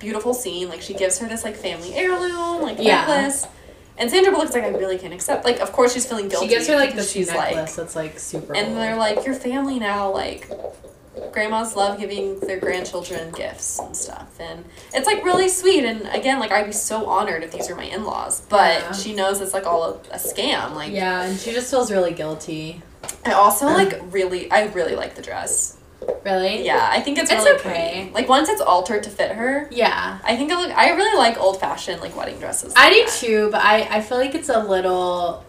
Speaker 6: beautiful scene. Like she gives her this like family heirloom, like
Speaker 5: Yeah.
Speaker 6: necklace, and Sandra Bullock's like, I really can't accept. Like, of course she's feeling guilty.
Speaker 5: She gives her like
Speaker 6: because
Speaker 5: this necklace that's like super.
Speaker 6: and
Speaker 5: old.
Speaker 6: they're like, your family now, like, grandmas love giving their grandchildren gifts and stuff, and it's like really sweet. And again, like, I'd be so honored if these were my in laws, but
Speaker 5: Yeah.
Speaker 6: she knows it's like all a, a scam. Like,
Speaker 5: yeah, and she just feels really guilty.
Speaker 6: I also like really, I really like the dress.
Speaker 5: Really?
Speaker 6: Yeah, I think it's,
Speaker 5: It's
Speaker 6: really
Speaker 5: okay.
Speaker 6: pretty. Like once it's altered to fit her,
Speaker 5: Yeah.
Speaker 6: I think I look. I really like old fashioned like wedding dresses.
Speaker 5: I
Speaker 6: like
Speaker 5: do
Speaker 6: that.
Speaker 5: too, but I I feel like it's a little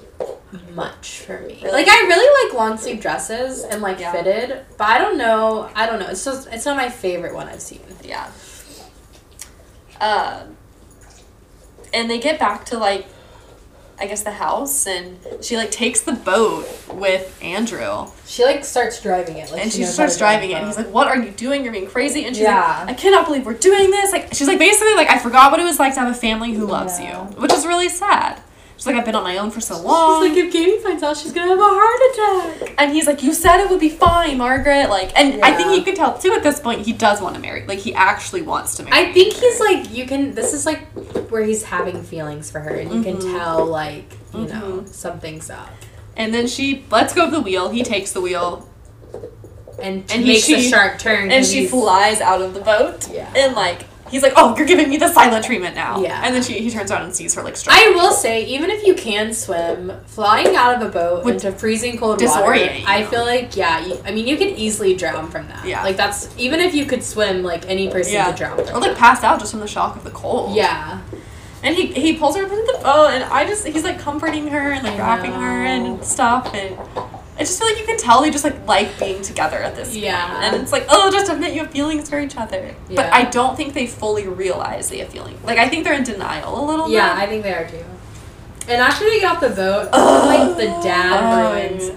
Speaker 5: much for me.
Speaker 6: Really?
Speaker 5: Like I really like long sleeve dresses and like
Speaker 6: Yeah.
Speaker 5: fitted, but I don't know. I don't know. It's just it's not my favorite one I've seen.
Speaker 6: Yeah. Um, and they get back to like I guess the house and she like takes the boat with Andrew
Speaker 5: She like starts driving it. Like,
Speaker 6: and she,
Speaker 5: knows how
Speaker 6: starts
Speaker 5: to drive
Speaker 6: driving it. And he's
Speaker 5: boat.
Speaker 6: like, "What are you doing? You're being crazy." And she's
Speaker 5: Yeah.
Speaker 6: like, "I cannot believe we're doing this." Like she's like basically like I forgot what it was like to have a family who loves
Speaker 5: Yeah.
Speaker 6: you, which is really sad. She's like, "I've been on my own for so long."
Speaker 5: She's like, if Katie finds out, she's gonna have a heart attack.
Speaker 6: and he's like, "You said it would be fine, Margaret." Like, and I think
Speaker 5: Yeah.
Speaker 6: you can tell too at this point he does want to marry. Like he actually wants to marry.
Speaker 5: I think he's like, you can. This is like where he's having feelings for her, and you can
Speaker 6: Mm-hmm.
Speaker 5: tell like you know something's up.
Speaker 6: And then she lets go of the wheel. He takes the wheel.
Speaker 5: And,
Speaker 6: And
Speaker 5: and
Speaker 6: he-
Speaker 5: makes a
Speaker 6: she-
Speaker 5: sharp turn,
Speaker 6: and
Speaker 5: 'cause
Speaker 6: she
Speaker 5: he's-
Speaker 6: flies out of the boat.
Speaker 5: Yeah.
Speaker 6: And like he's like, "Oh, you're giving me the silent treatment now."
Speaker 5: Yeah.
Speaker 6: And then she he turns around and sees her like struggling.
Speaker 5: I will say, even if you can swim, flying out of a boat
Speaker 6: Would
Speaker 5: into freezing cold water,
Speaker 6: disorient you.
Speaker 5: I feel like yeah. You, I mean, you could easily drown from that.
Speaker 6: Yeah.
Speaker 5: Like that's even if you could swim, like any person
Speaker 6: Yeah.
Speaker 5: could drown.
Speaker 6: or
Speaker 5: From
Speaker 6: like passed out just from the shock of the cold.
Speaker 5: yeah.
Speaker 6: And he he pulls her up into the boat, and I just he's like comforting her and like
Speaker 5: I
Speaker 6: wrapping her and stuff, and I just feel like you can tell they just like like being together at this. point.
Speaker 5: Yeah.
Speaker 6: And it's like oh, just admit you have feelings for each other. But
Speaker 5: Yeah.
Speaker 6: I don't think they fully realize they have feelings. Like I think they're in denial a little.
Speaker 5: Yeah,
Speaker 6: bit.
Speaker 5: I think they are too. And after they get off the boat,
Speaker 6: Ugh.
Speaker 5: like the dad
Speaker 6: Oh,
Speaker 5: ruins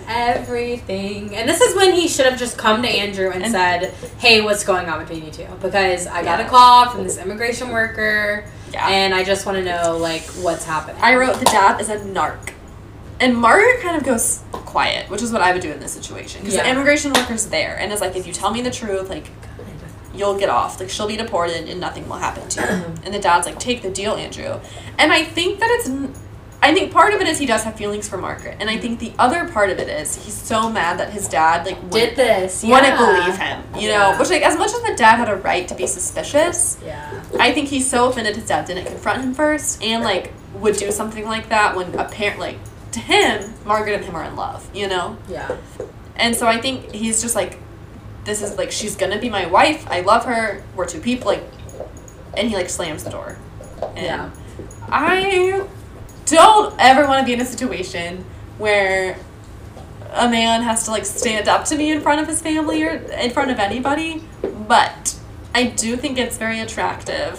Speaker 5: everything. And this is when he should have just come to Andrew and,
Speaker 6: And-
Speaker 5: said, "Hey, what's going on between you two? Because I got
Speaker 6: Yeah.
Speaker 5: a call from this immigration worker,
Speaker 6: Yeah.
Speaker 5: and I just want to know like what's happening."
Speaker 6: I wrote the dad is a narc. And Margaret kind of goes quiet, which is what I would do in this situation. Because the
Speaker 5: Yeah.
Speaker 6: immigration worker's there and is like, if you tell me the truth, like, you'll get off. Like, she'll be deported and nothing will happen to you. and the dad's like, take the deal, Andrew. And I think that it's. n- I think part of it is he does have feelings for Margaret. And I think the other part of it is he's so mad that his dad, like,
Speaker 5: did
Speaker 6: wouldn't-
Speaker 5: this. Yeah.
Speaker 6: wouldn't believe him. You know?
Speaker 5: Yeah.
Speaker 6: Which, like, as much as the dad had a right to be suspicious,
Speaker 5: Yeah.
Speaker 6: I think he's so offended his dad didn't confront him first and like would do something like that when a parent like to him, Margaret and him are in love, you know?
Speaker 5: Yeah.
Speaker 6: And so I think he's just like this is like she's gonna be my wife, I love her, we're two people like and he like slams the door. And
Speaker 5: Yeah.
Speaker 6: I don't ever wanna be in a situation where a man has to like stand up to me in front of his family or in front of anybody, but I do think it's very attractive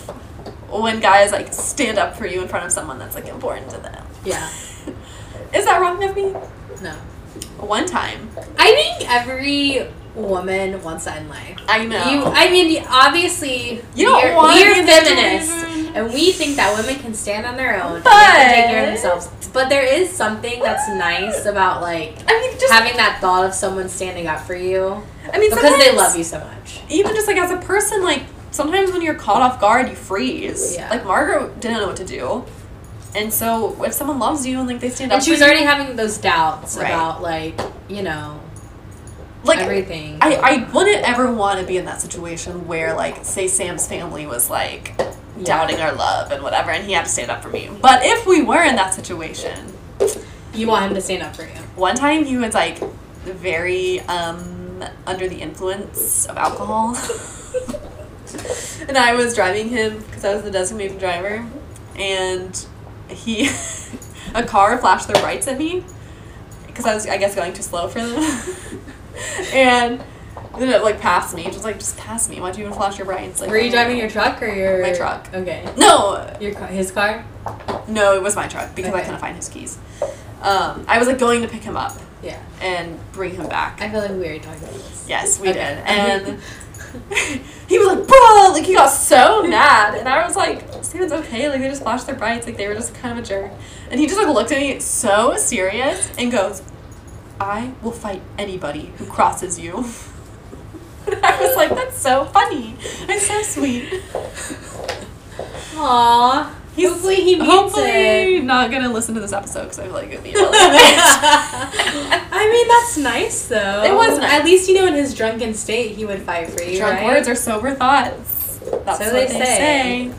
Speaker 6: when guys like stand up for you in front of someone that's like important to them.
Speaker 5: Yeah.
Speaker 6: Is that wrong of me?
Speaker 5: No.
Speaker 6: One time.
Speaker 5: I think every woman wants that in life.
Speaker 6: I know.
Speaker 5: You, I mean, obviously,
Speaker 6: You don't
Speaker 5: we're,
Speaker 6: want
Speaker 5: we're
Speaker 6: to be
Speaker 5: feminists,
Speaker 6: different.
Speaker 5: and we think that women can stand on their own, and they can take care of
Speaker 6: But-
Speaker 5: themselves. But there is something that's nice about like
Speaker 6: I mean, just
Speaker 5: having that thought of someone standing up for you
Speaker 6: I mean,
Speaker 5: because they
Speaker 6: sometimes-
Speaker 5: love you so much.
Speaker 6: Even just like as a person, like sometimes when you're caught off guard, you freeze.
Speaker 5: Yeah.
Speaker 6: Like Margaret didn't know what to do, and so if someone loves you and like they stand
Speaker 5: And
Speaker 6: up,
Speaker 5: she was
Speaker 6: for you-
Speaker 5: already having those doubts
Speaker 6: Right.
Speaker 5: about like you know
Speaker 6: like
Speaker 5: everything.
Speaker 6: I, I wouldn't ever want to be in that situation where like say Sam's family was like
Speaker 5: Yeah.
Speaker 6: doubting our love and whatever, and he had to stand up for me. But if we were in that situation,
Speaker 5: you want him to stand up for you.
Speaker 6: One time he was like very um under the influence of alcohol. and I was driving him because I was the designated driver and he a car flashed their lights at me because I was I guess going too slow for them. and then it like passed me. It was like just pass me. Why'd you even flash your brights? Like
Speaker 5: Were you driving your truck or your
Speaker 6: My truck.
Speaker 5: Okay,
Speaker 6: No,
Speaker 5: your car, his car.
Speaker 6: no, it was my truck because I
Speaker 5: Okay.
Speaker 6: couldn't find his keys. Um, I was like going to pick him up
Speaker 5: Yeah,
Speaker 6: and bring him back.
Speaker 5: I feel like we already talked about this.
Speaker 6: Yes, we
Speaker 5: Okay.
Speaker 6: did. And he was like, bro, like he got so mad. And I was like, Steven's okay. Like they just flashed their brights. Like they were just kind of a jerk. And he just like looked at me so serious and goes, I will fight anybody who crosses you. And I was like, that's so funny. It's so sweet.
Speaker 5: Aww.
Speaker 6: He's
Speaker 5: Hopefully he means
Speaker 6: hopefully
Speaker 5: it.
Speaker 6: not gonna listen to this episode because I feel like it'd be a little bit.
Speaker 5: I mean, that's nice though.
Speaker 6: It was nice.
Speaker 5: At least you know, in his drunken state, he would fight for you.
Speaker 6: Drunk
Speaker 5: right?
Speaker 6: words are sober thoughts. That's
Speaker 5: So
Speaker 6: what they,
Speaker 5: they
Speaker 6: say.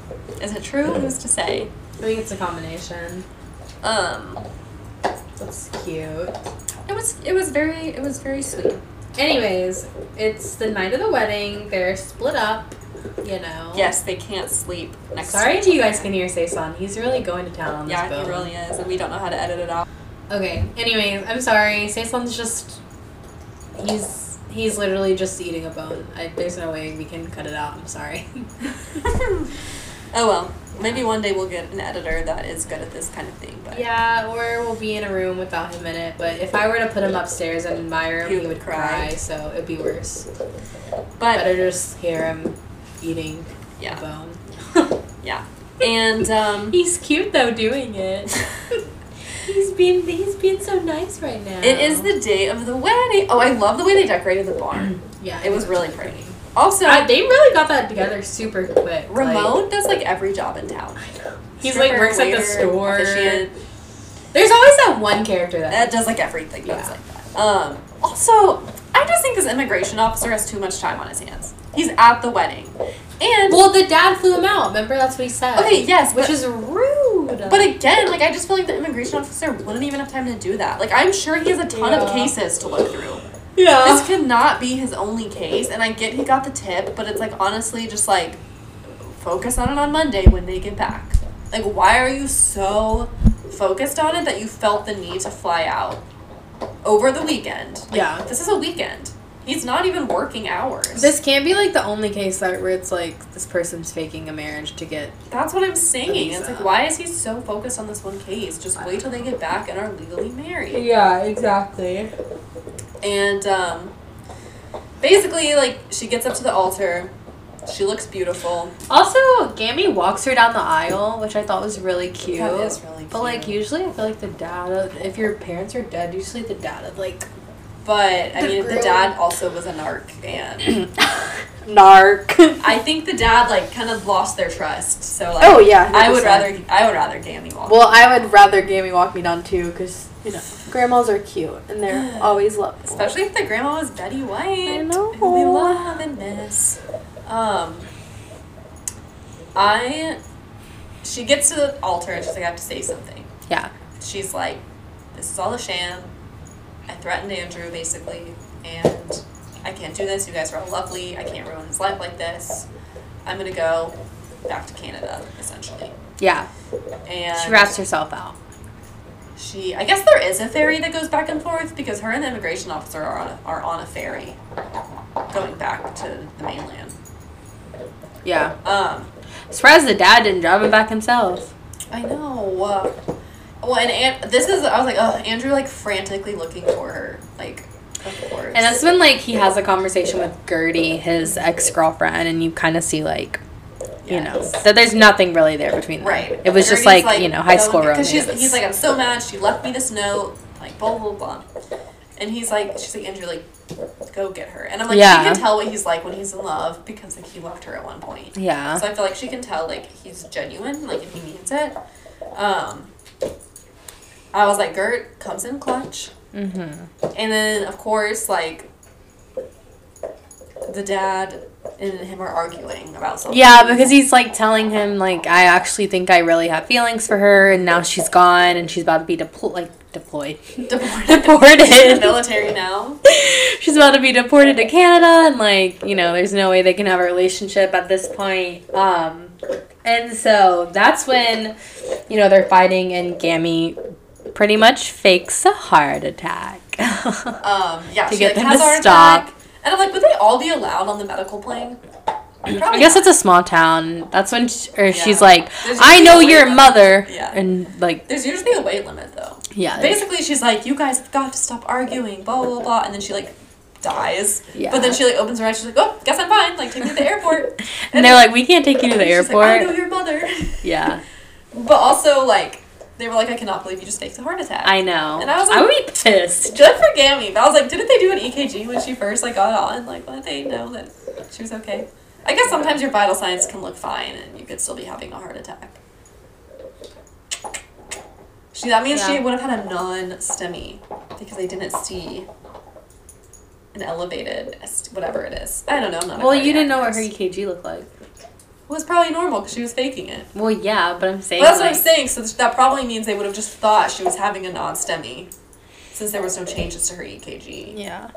Speaker 6: Is it true? Who's to say?
Speaker 5: I think it's a combination.
Speaker 6: Um,
Speaker 5: That's cute.
Speaker 6: it was it was very it was very sweet.
Speaker 5: Anyways, it's the night of the wedding. They're split up. You know.
Speaker 6: Yes, they can't sleep next.
Speaker 5: Sorry
Speaker 6: to
Speaker 5: to you guys can hear Saison. He's really going to town on this
Speaker 6: Yeah,
Speaker 5: boat.
Speaker 6: he really is, and we don't know how to edit it out.
Speaker 5: Okay. Anyways, I'm sorry. Saison's just. He's he's literally just eating a bone. I, there's no way we can cut it out. I'm sorry.
Speaker 6: Oh well, maybe one day we'll get an editor that is good at this kind of thing. But
Speaker 5: Yeah, or we'll be in a room without him in it. But if I were to put him upstairs and in my room, he, would cry. So it'd be worse.
Speaker 6: but
Speaker 5: Better just hear him eating
Speaker 6: Yeah.
Speaker 5: a bone.
Speaker 6: yeah, and um,
Speaker 5: he's cute though doing it. he's being he's being so nice right now.
Speaker 6: it is the day of the wedding. Oh, I love the way they decorated the barn.
Speaker 5: yeah.
Speaker 6: It was really pretty. Also,
Speaker 5: I- they really got that together super quick. like-
Speaker 6: Ramon does like every job in town.
Speaker 5: He's, like, works at the store.
Speaker 6: officiant.
Speaker 5: There's always that one character that
Speaker 6: That does like everything. That's
Speaker 5: Yeah.
Speaker 6: like that. Um, also, I just think this immigration officer has too much time on his hands. He's at the wedding, and
Speaker 5: Well, the dad flew him out. Remember, that's what he said.
Speaker 6: okay, yes,
Speaker 5: which
Speaker 6: but-
Speaker 5: is rude.
Speaker 6: But again, like I just feel like the immigration officer wouldn't even have time to do that. Like I'm sure he has a ton of
Speaker 5: Yeah. Uh.
Speaker 6: cases to look through. This
Speaker 5: yeah,
Speaker 6: could not be his only case, and I get he got the tip, but it's like honestly just like focus on it on Monday when they get back. Like why are you so focused on it that you felt the need to fly out over the weekend? Like,
Speaker 5: Yeah.
Speaker 6: This is a weekend. He's not even working hours.
Speaker 5: this can't be like the only case that where it's like this person's faking a marriage to get.
Speaker 6: That's what I'm saying. It's
Speaker 5: Lisa.
Speaker 6: like why is he so focused on this one case? Just wait till they get back and are legally married.
Speaker 5: Yeah, exactly.
Speaker 6: And um, basically, like, she gets up to the altar. She looks beautiful.
Speaker 5: Also, Gammy walks her down the aisle, which I thought was really cute.
Speaker 6: That is really
Speaker 5: But like
Speaker 6: cute.
Speaker 5: usually, I feel like the dad. If your parents are dead, usually the dad would like
Speaker 6: But, I
Speaker 5: The
Speaker 6: mean, the
Speaker 5: groom.
Speaker 6: dad also was a narc. And
Speaker 5: narc.
Speaker 6: I think the dad, like, kind of lost their trust. So, like,
Speaker 5: Oh, yeah,
Speaker 6: I would
Speaker 5: 100%.
Speaker 6: rather, I would rather Gammy walk.
Speaker 5: Well, I would rather Gammy walk me down too, because you know grandmas are cute and they're always loved.
Speaker 6: Especially if the grandma was Betty White.
Speaker 5: I know.
Speaker 6: who we love and miss. Um, I, she gets to the altar and she's like, I have to say something.
Speaker 5: Yeah.
Speaker 6: she's like, this is all a sham. I threatened Andrew basically, and I can't do this. You guys are all lovely. I can't ruin his life like this. I'm gonna go back to Canada essentially.
Speaker 5: Yeah.
Speaker 6: And
Speaker 5: She wraps herself out.
Speaker 6: she- I guess there is a ferry that goes back and forth because her and the immigration officer are on a, are on a ferry going back to the mainland.
Speaker 5: Yeah.
Speaker 6: Um,
Speaker 5: Surprised the dad didn't drive him back himself.
Speaker 6: I know. Uh, well, and An- this is I was like, oh, Andrew like frantically looking for her, like of course.
Speaker 5: And that's when like he has a conversation with Gertie, his ex girlfriend, and you kind of see like, you
Speaker 6: Yes.
Speaker 5: know, that there's nothing really there between them.
Speaker 6: Right.
Speaker 5: It was just like, you know high school romance.
Speaker 6: Because she's he's like I'm so mad. She left me this note. Like blah blah blah. And he's like she's like Andrew like go get her. And I'm like
Speaker 5: Yeah.
Speaker 6: she can tell what he's like when he's in love because like he left her at one point.
Speaker 5: yeah.
Speaker 6: So I feel like she can tell like he's genuine like if he needs it. Um, I was like Gert comes in clutch. Mm-hmm. And then of course like the dad and him are arguing about something.
Speaker 5: yeah, because he's like telling him like I actually think I really have feelings for her, and now she's gone, and she's about to be deplo- like deployed,
Speaker 6: deported. the
Speaker 5: deported.
Speaker 6: military now.
Speaker 5: she's about to be deported to Canada and like, you know, there's no way they can have a relationship at this point. Um and so that's when, you know, they're fighting and Gammy pretty much fakes a heart attack.
Speaker 6: Um, yeah,
Speaker 5: To
Speaker 6: she
Speaker 5: get
Speaker 6: like,
Speaker 5: them
Speaker 6: has
Speaker 5: to
Speaker 6: a heart
Speaker 5: stop.
Speaker 6: attack. And I'm like, would they all be allowed on the medical plane?
Speaker 5: I
Speaker 6: Probably
Speaker 5: guess
Speaker 6: not.
Speaker 5: it's a small town. That's when sh or she's
Speaker 6: Yeah.
Speaker 5: like,
Speaker 6: There's
Speaker 5: I
Speaker 6: usually
Speaker 5: know
Speaker 6: a
Speaker 5: you're a
Speaker 6: way-
Speaker 5: mother.
Speaker 6: Yeah.
Speaker 5: And like,
Speaker 6: There's usually a weight limit though.
Speaker 5: yeah. there's-
Speaker 6: Basically, she's like, you guys got to stop arguing, blah blah blah, and then she like dies.
Speaker 5: Yeah.
Speaker 6: But then she like opens her eyes, she's like, oh, guess I'm fine. Like, take me to the airport.
Speaker 5: And they're like, we can't take you to the
Speaker 6: she's
Speaker 5: airport.
Speaker 6: Like, I know your mother.
Speaker 5: yeah.
Speaker 6: But also like, they were like, I cannot believe you just faked a heart attack.
Speaker 5: I know.
Speaker 6: And I was
Speaker 5: I
Speaker 6: like-
Speaker 5: would be pissed.
Speaker 6: Good for Gammy. But I was like, didn't they do an EKG when she first like got on? Like, let they know that she was okay. I guess sometimes your vital signs can look fine and you could still be having a heart attack. She that means she
Speaker 5: Yeah.
Speaker 6: would have had a non-STEMI because they didn't see an elevated est- whatever it is. I don't know. E I'm not. a
Speaker 5: Well, you didn't know what
Speaker 6: cardiac
Speaker 5: her
Speaker 6: nurse.
Speaker 5: EKG looked like.
Speaker 6: It was probably normal because she was faking it.
Speaker 5: Well, yeah, but I'm saying.
Speaker 6: Well, that's what
Speaker 5: like-
Speaker 6: I'm saying. So th- that probably means they would have just thought she was having a non-STEMI since there was no changes to her E EKG.
Speaker 5: Yeah.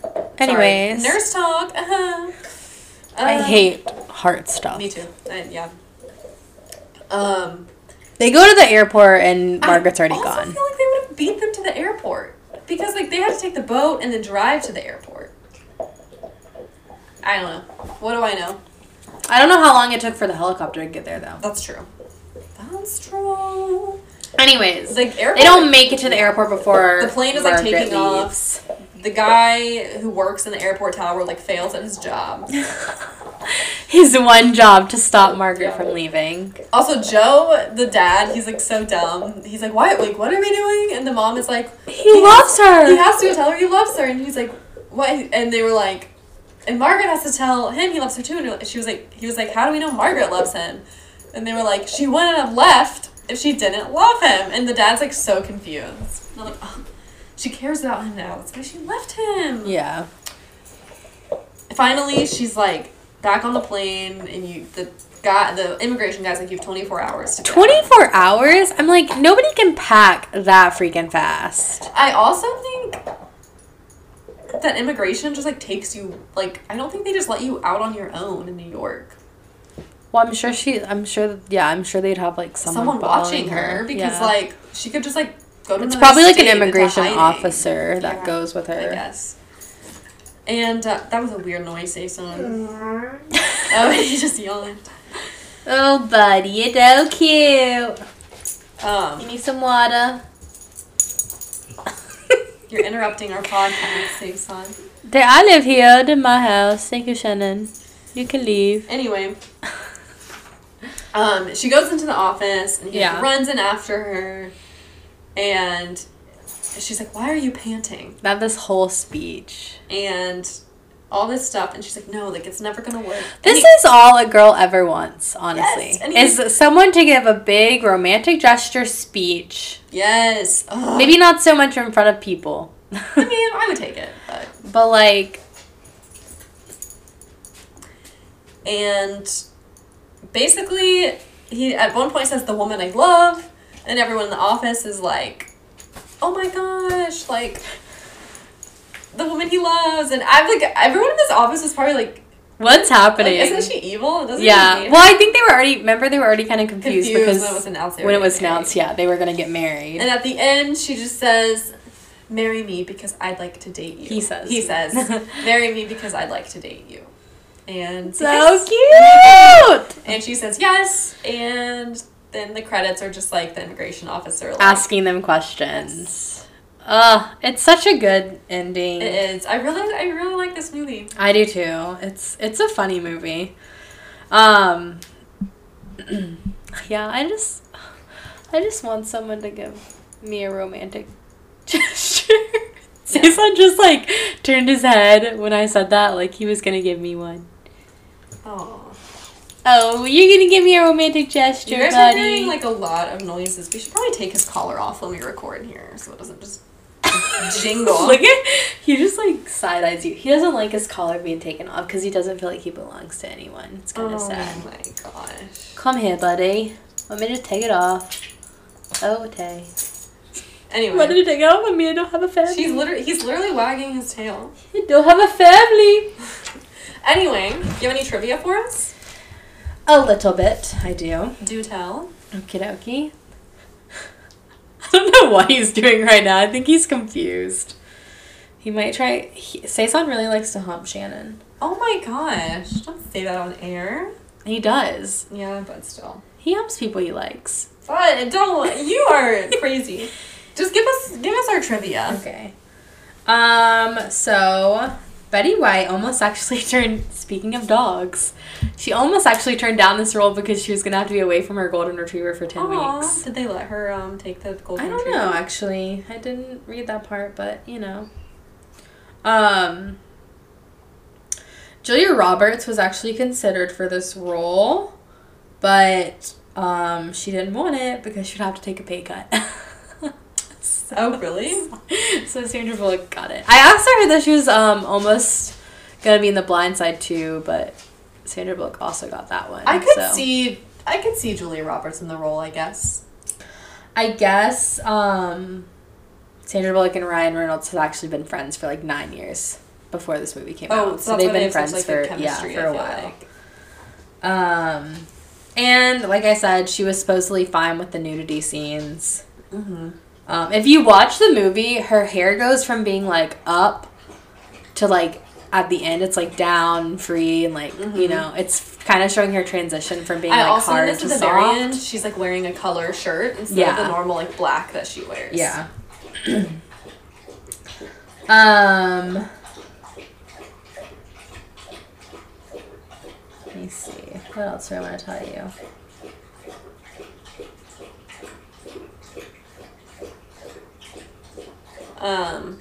Speaker 6: Sorry.
Speaker 5: Anyways,
Speaker 6: nurse talk. Uh-huh.
Speaker 5: I
Speaker 6: Um,
Speaker 5: hate heart stuff.
Speaker 6: Me too. I, yeah. Um,
Speaker 5: They go to the airport and
Speaker 6: I
Speaker 5: Margaret's already
Speaker 6: also
Speaker 5: gone.
Speaker 6: feel like they would have beat them to the airport because like they had to take the boat and then drive to the airport. I don't know. What do I know?
Speaker 5: I don't know how long it took for the helicopter to get there though.
Speaker 6: That's true. That's true.
Speaker 5: Anyways,
Speaker 6: The airport,
Speaker 5: they don't make it to the airport before
Speaker 6: The plane is like
Speaker 5: Margaret
Speaker 6: taking
Speaker 5: leaves.
Speaker 6: off. The guy who works in the airport tower like fails at his job.
Speaker 5: His one job to stop Margaret from leaving.
Speaker 6: Also, Joe, the dad, he's like so dumb. He's like, "Why? Like, what are we doing?" And the mom is like,
Speaker 5: He loves her.
Speaker 6: "He has to tell her he loves her." And he's like, "What?" And they were like, "And Margaret has to tell him he loves her too." And she was like, "He was like, how do we know Margaret loves him?" And they were like, "She wouldn't have left if she didn't love him." And the dad's like so confused. And I'm like, oh, "She cares about him now. That's why she left him."
Speaker 5: yeah.
Speaker 6: finally she's like back on the plane and you the guy the immigration guy's like you have 24 hours to
Speaker 5: 24 hours? I'm like, nobody can pack that freaking fast.
Speaker 6: i also think that immigration just like takes you like i don't think they just let you out on your own in new york
Speaker 5: Well, I'm sure she, I'm sure, yeah, I'm sure they'd have like someone,
Speaker 6: someone,
Speaker 5: following
Speaker 6: watching her, because
Speaker 5: Yeah.
Speaker 6: like she could just like go to
Speaker 5: it's
Speaker 6: another
Speaker 5: probably like
Speaker 6: state
Speaker 5: an
Speaker 6: into
Speaker 5: immigration
Speaker 6: hiding,
Speaker 5: officer that
Speaker 6: Yeah.
Speaker 5: goes with
Speaker 6: i
Speaker 5: her.
Speaker 6: guess and uh, that was a weird noise jason oh he just yawned
Speaker 5: Oh, buddy, you're so cute.
Speaker 6: um
Speaker 5: need some water.
Speaker 6: you're interrupting our podcast jason
Speaker 5: There, I live here in my house. Thank you, Shannon. You can leave.
Speaker 6: Anyway, um, she goes into the office and he
Speaker 5: Yeah.
Speaker 6: runs in after her, and she's like, "Why are you panting?"
Speaker 5: Not this whole speech.
Speaker 6: And all this stuff, and she's like, "No, like it's never gonna work." And
Speaker 5: This
Speaker 6: he-
Speaker 5: is all a girl ever wants, honestly.
Speaker 6: Yes, and he-
Speaker 5: is someone to give a big romantic gesture speech.
Speaker 6: yes. Ugh.
Speaker 5: Maybe not so much in front of people,
Speaker 6: I mean, I would take it, but
Speaker 5: but like,
Speaker 6: and basically he at one point says the woman i love and everyone in the office is like oh my gosh like the woman he loves and i'm like everyone in this office was probably like,
Speaker 5: what's
Speaker 6: like,
Speaker 5: happening?
Speaker 6: isn't she evil doesn't
Speaker 5: yeah.
Speaker 6: she
Speaker 5: Well, I think they were already. Remember, they were already kind of confused,
Speaker 6: confused,
Speaker 5: because
Speaker 6: when it was announced they were
Speaker 5: when it
Speaker 6: getting
Speaker 5: was announced,
Speaker 6: married.
Speaker 5: yeah, they were gonna get married.
Speaker 6: and at the end she just says marry me because i'd like to date you
Speaker 5: He says.
Speaker 6: he says marry me because i'd like to date you and
Speaker 5: so cute.
Speaker 6: and she says yes and then the credits are just like the immigration officer like,
Speaker 5: Asking them questions. Ugh, it's such a good ending.
Speaker 6: it is i really i really like this movie
Speaker 5: I do too. It's it's a funny movie. Um Yeah, I just I just want someone to give me a romantic gesture. Jason just like turned his head when I said that, like he was gonna give me one.
Speaker 6: oh
Speaker 5: Oh, you're gonna give me a romantic gesture,
Speaker 6: you guys are
Speaker 5: buddy.
Speaker 6: hearing like a lot of noises we should probably take his collar off when we record here so it doesn't just jingle
Speaker 5: Look at he just like side eyes you. He doesn't like his collar being taken off because he doesn't feel like he belongs to anyone. It's
Speaker 6: oh
Speaker 5: kind of sad.
Speaker 6: my gosh
Speaker 5: Come here, buddy. Want me to take it off? Okay.
Speaker 6: anyway
Speaker 5: Want me to take it off? I mean, I don't have a family.
Speaker 6: she's literally he's literally wagging his tail
Speaker 5: I don't have a family.
Speaker 6: anyway do you have any trivia for us
Speaker 5: A little bit, I do.
Speaker 6: do tell
Speaker 5: Okie dokie. I don't know what he's doing right now. I think he's confused. He might try. He, Saison really likes to hump Shannon.
Speaker 6: oh my gosh don't say that on air
Speaker 5: He does.
Speaker 6: yeah but still
Speaker 5: He humps people he likes.
Speaker 6: But don't you are crazy. Just give us give us our trivia.
Speaker 5: Okay. Um, so Betty White almost actually turned speaking of dogs, she almost actually turned down this role because she was gonna have to be away from her golden retriever for ten
Speaker 6: Aw,
Speaker 5: weeks.
Speaker 6: Did they let her um take the golden
Speaker 5: I don't
Speaker 6: retriever?
Speaker 5: know actually. I didn't read that part, but you know. Um Julia Roberts was actually considered for this role, but um she didn't want it because she'd have to take a pay cut. So-
Speaker 6: Oh really?
Speaker 5: so Sandra Bullock got it. I asked her that she was um almost gonna be in the blind side too, but Sandra Bullock also got that one.
Speaker 6: I could
Speaker 5: so.
Speaker 6: see I could see Julia Roberts in the role. I guess.
Speaker 5: I guess um Sandra Bullock and Ryan Reynolds have actually been friends for like nine years before this movie
Speaker 6: Oh,
Speaker 5: came out. So, they've
Speaker 6: why
Speaker 5: been
Speaker 6: have such,
Speaker 5: friends
Speaker 6: like,
Speaker 5: for
Speaker 6: good
Speaker 5: yeah
Speaker 6: chemistry,
Speaker 5: for
Speaker 6: I
Speaker 5: a
Speaker 6: feel
Speaker 5: while.
Speaker 6: like.
Speaker 5: Um, and like I said, she was supposedly fine with the nudity scenes.
Speaker 6: Mm-hmm.
Speaker 5: Um, if you watch the movie, her hair goes from being like up to like at the end it's like down, free, and like you know, it's kind of showing her transition from being
Speaker 6: Mm-hmm. I
Speaker 5: like
Speaker 6: also
Speaker 5: hard
Speaker 6: noticed
Speaker 5: to
Speaker 6: at the very
Speaker 5: soft.
Speaker 6: end, she's like wearing a color shirt instead of
Speaker 5: Yeah.
Speaker 6: the normal like black that she wears.
Speaker 5: Yeah. um. Let me see. What else do I want to tell you?
Speaker 6: Um,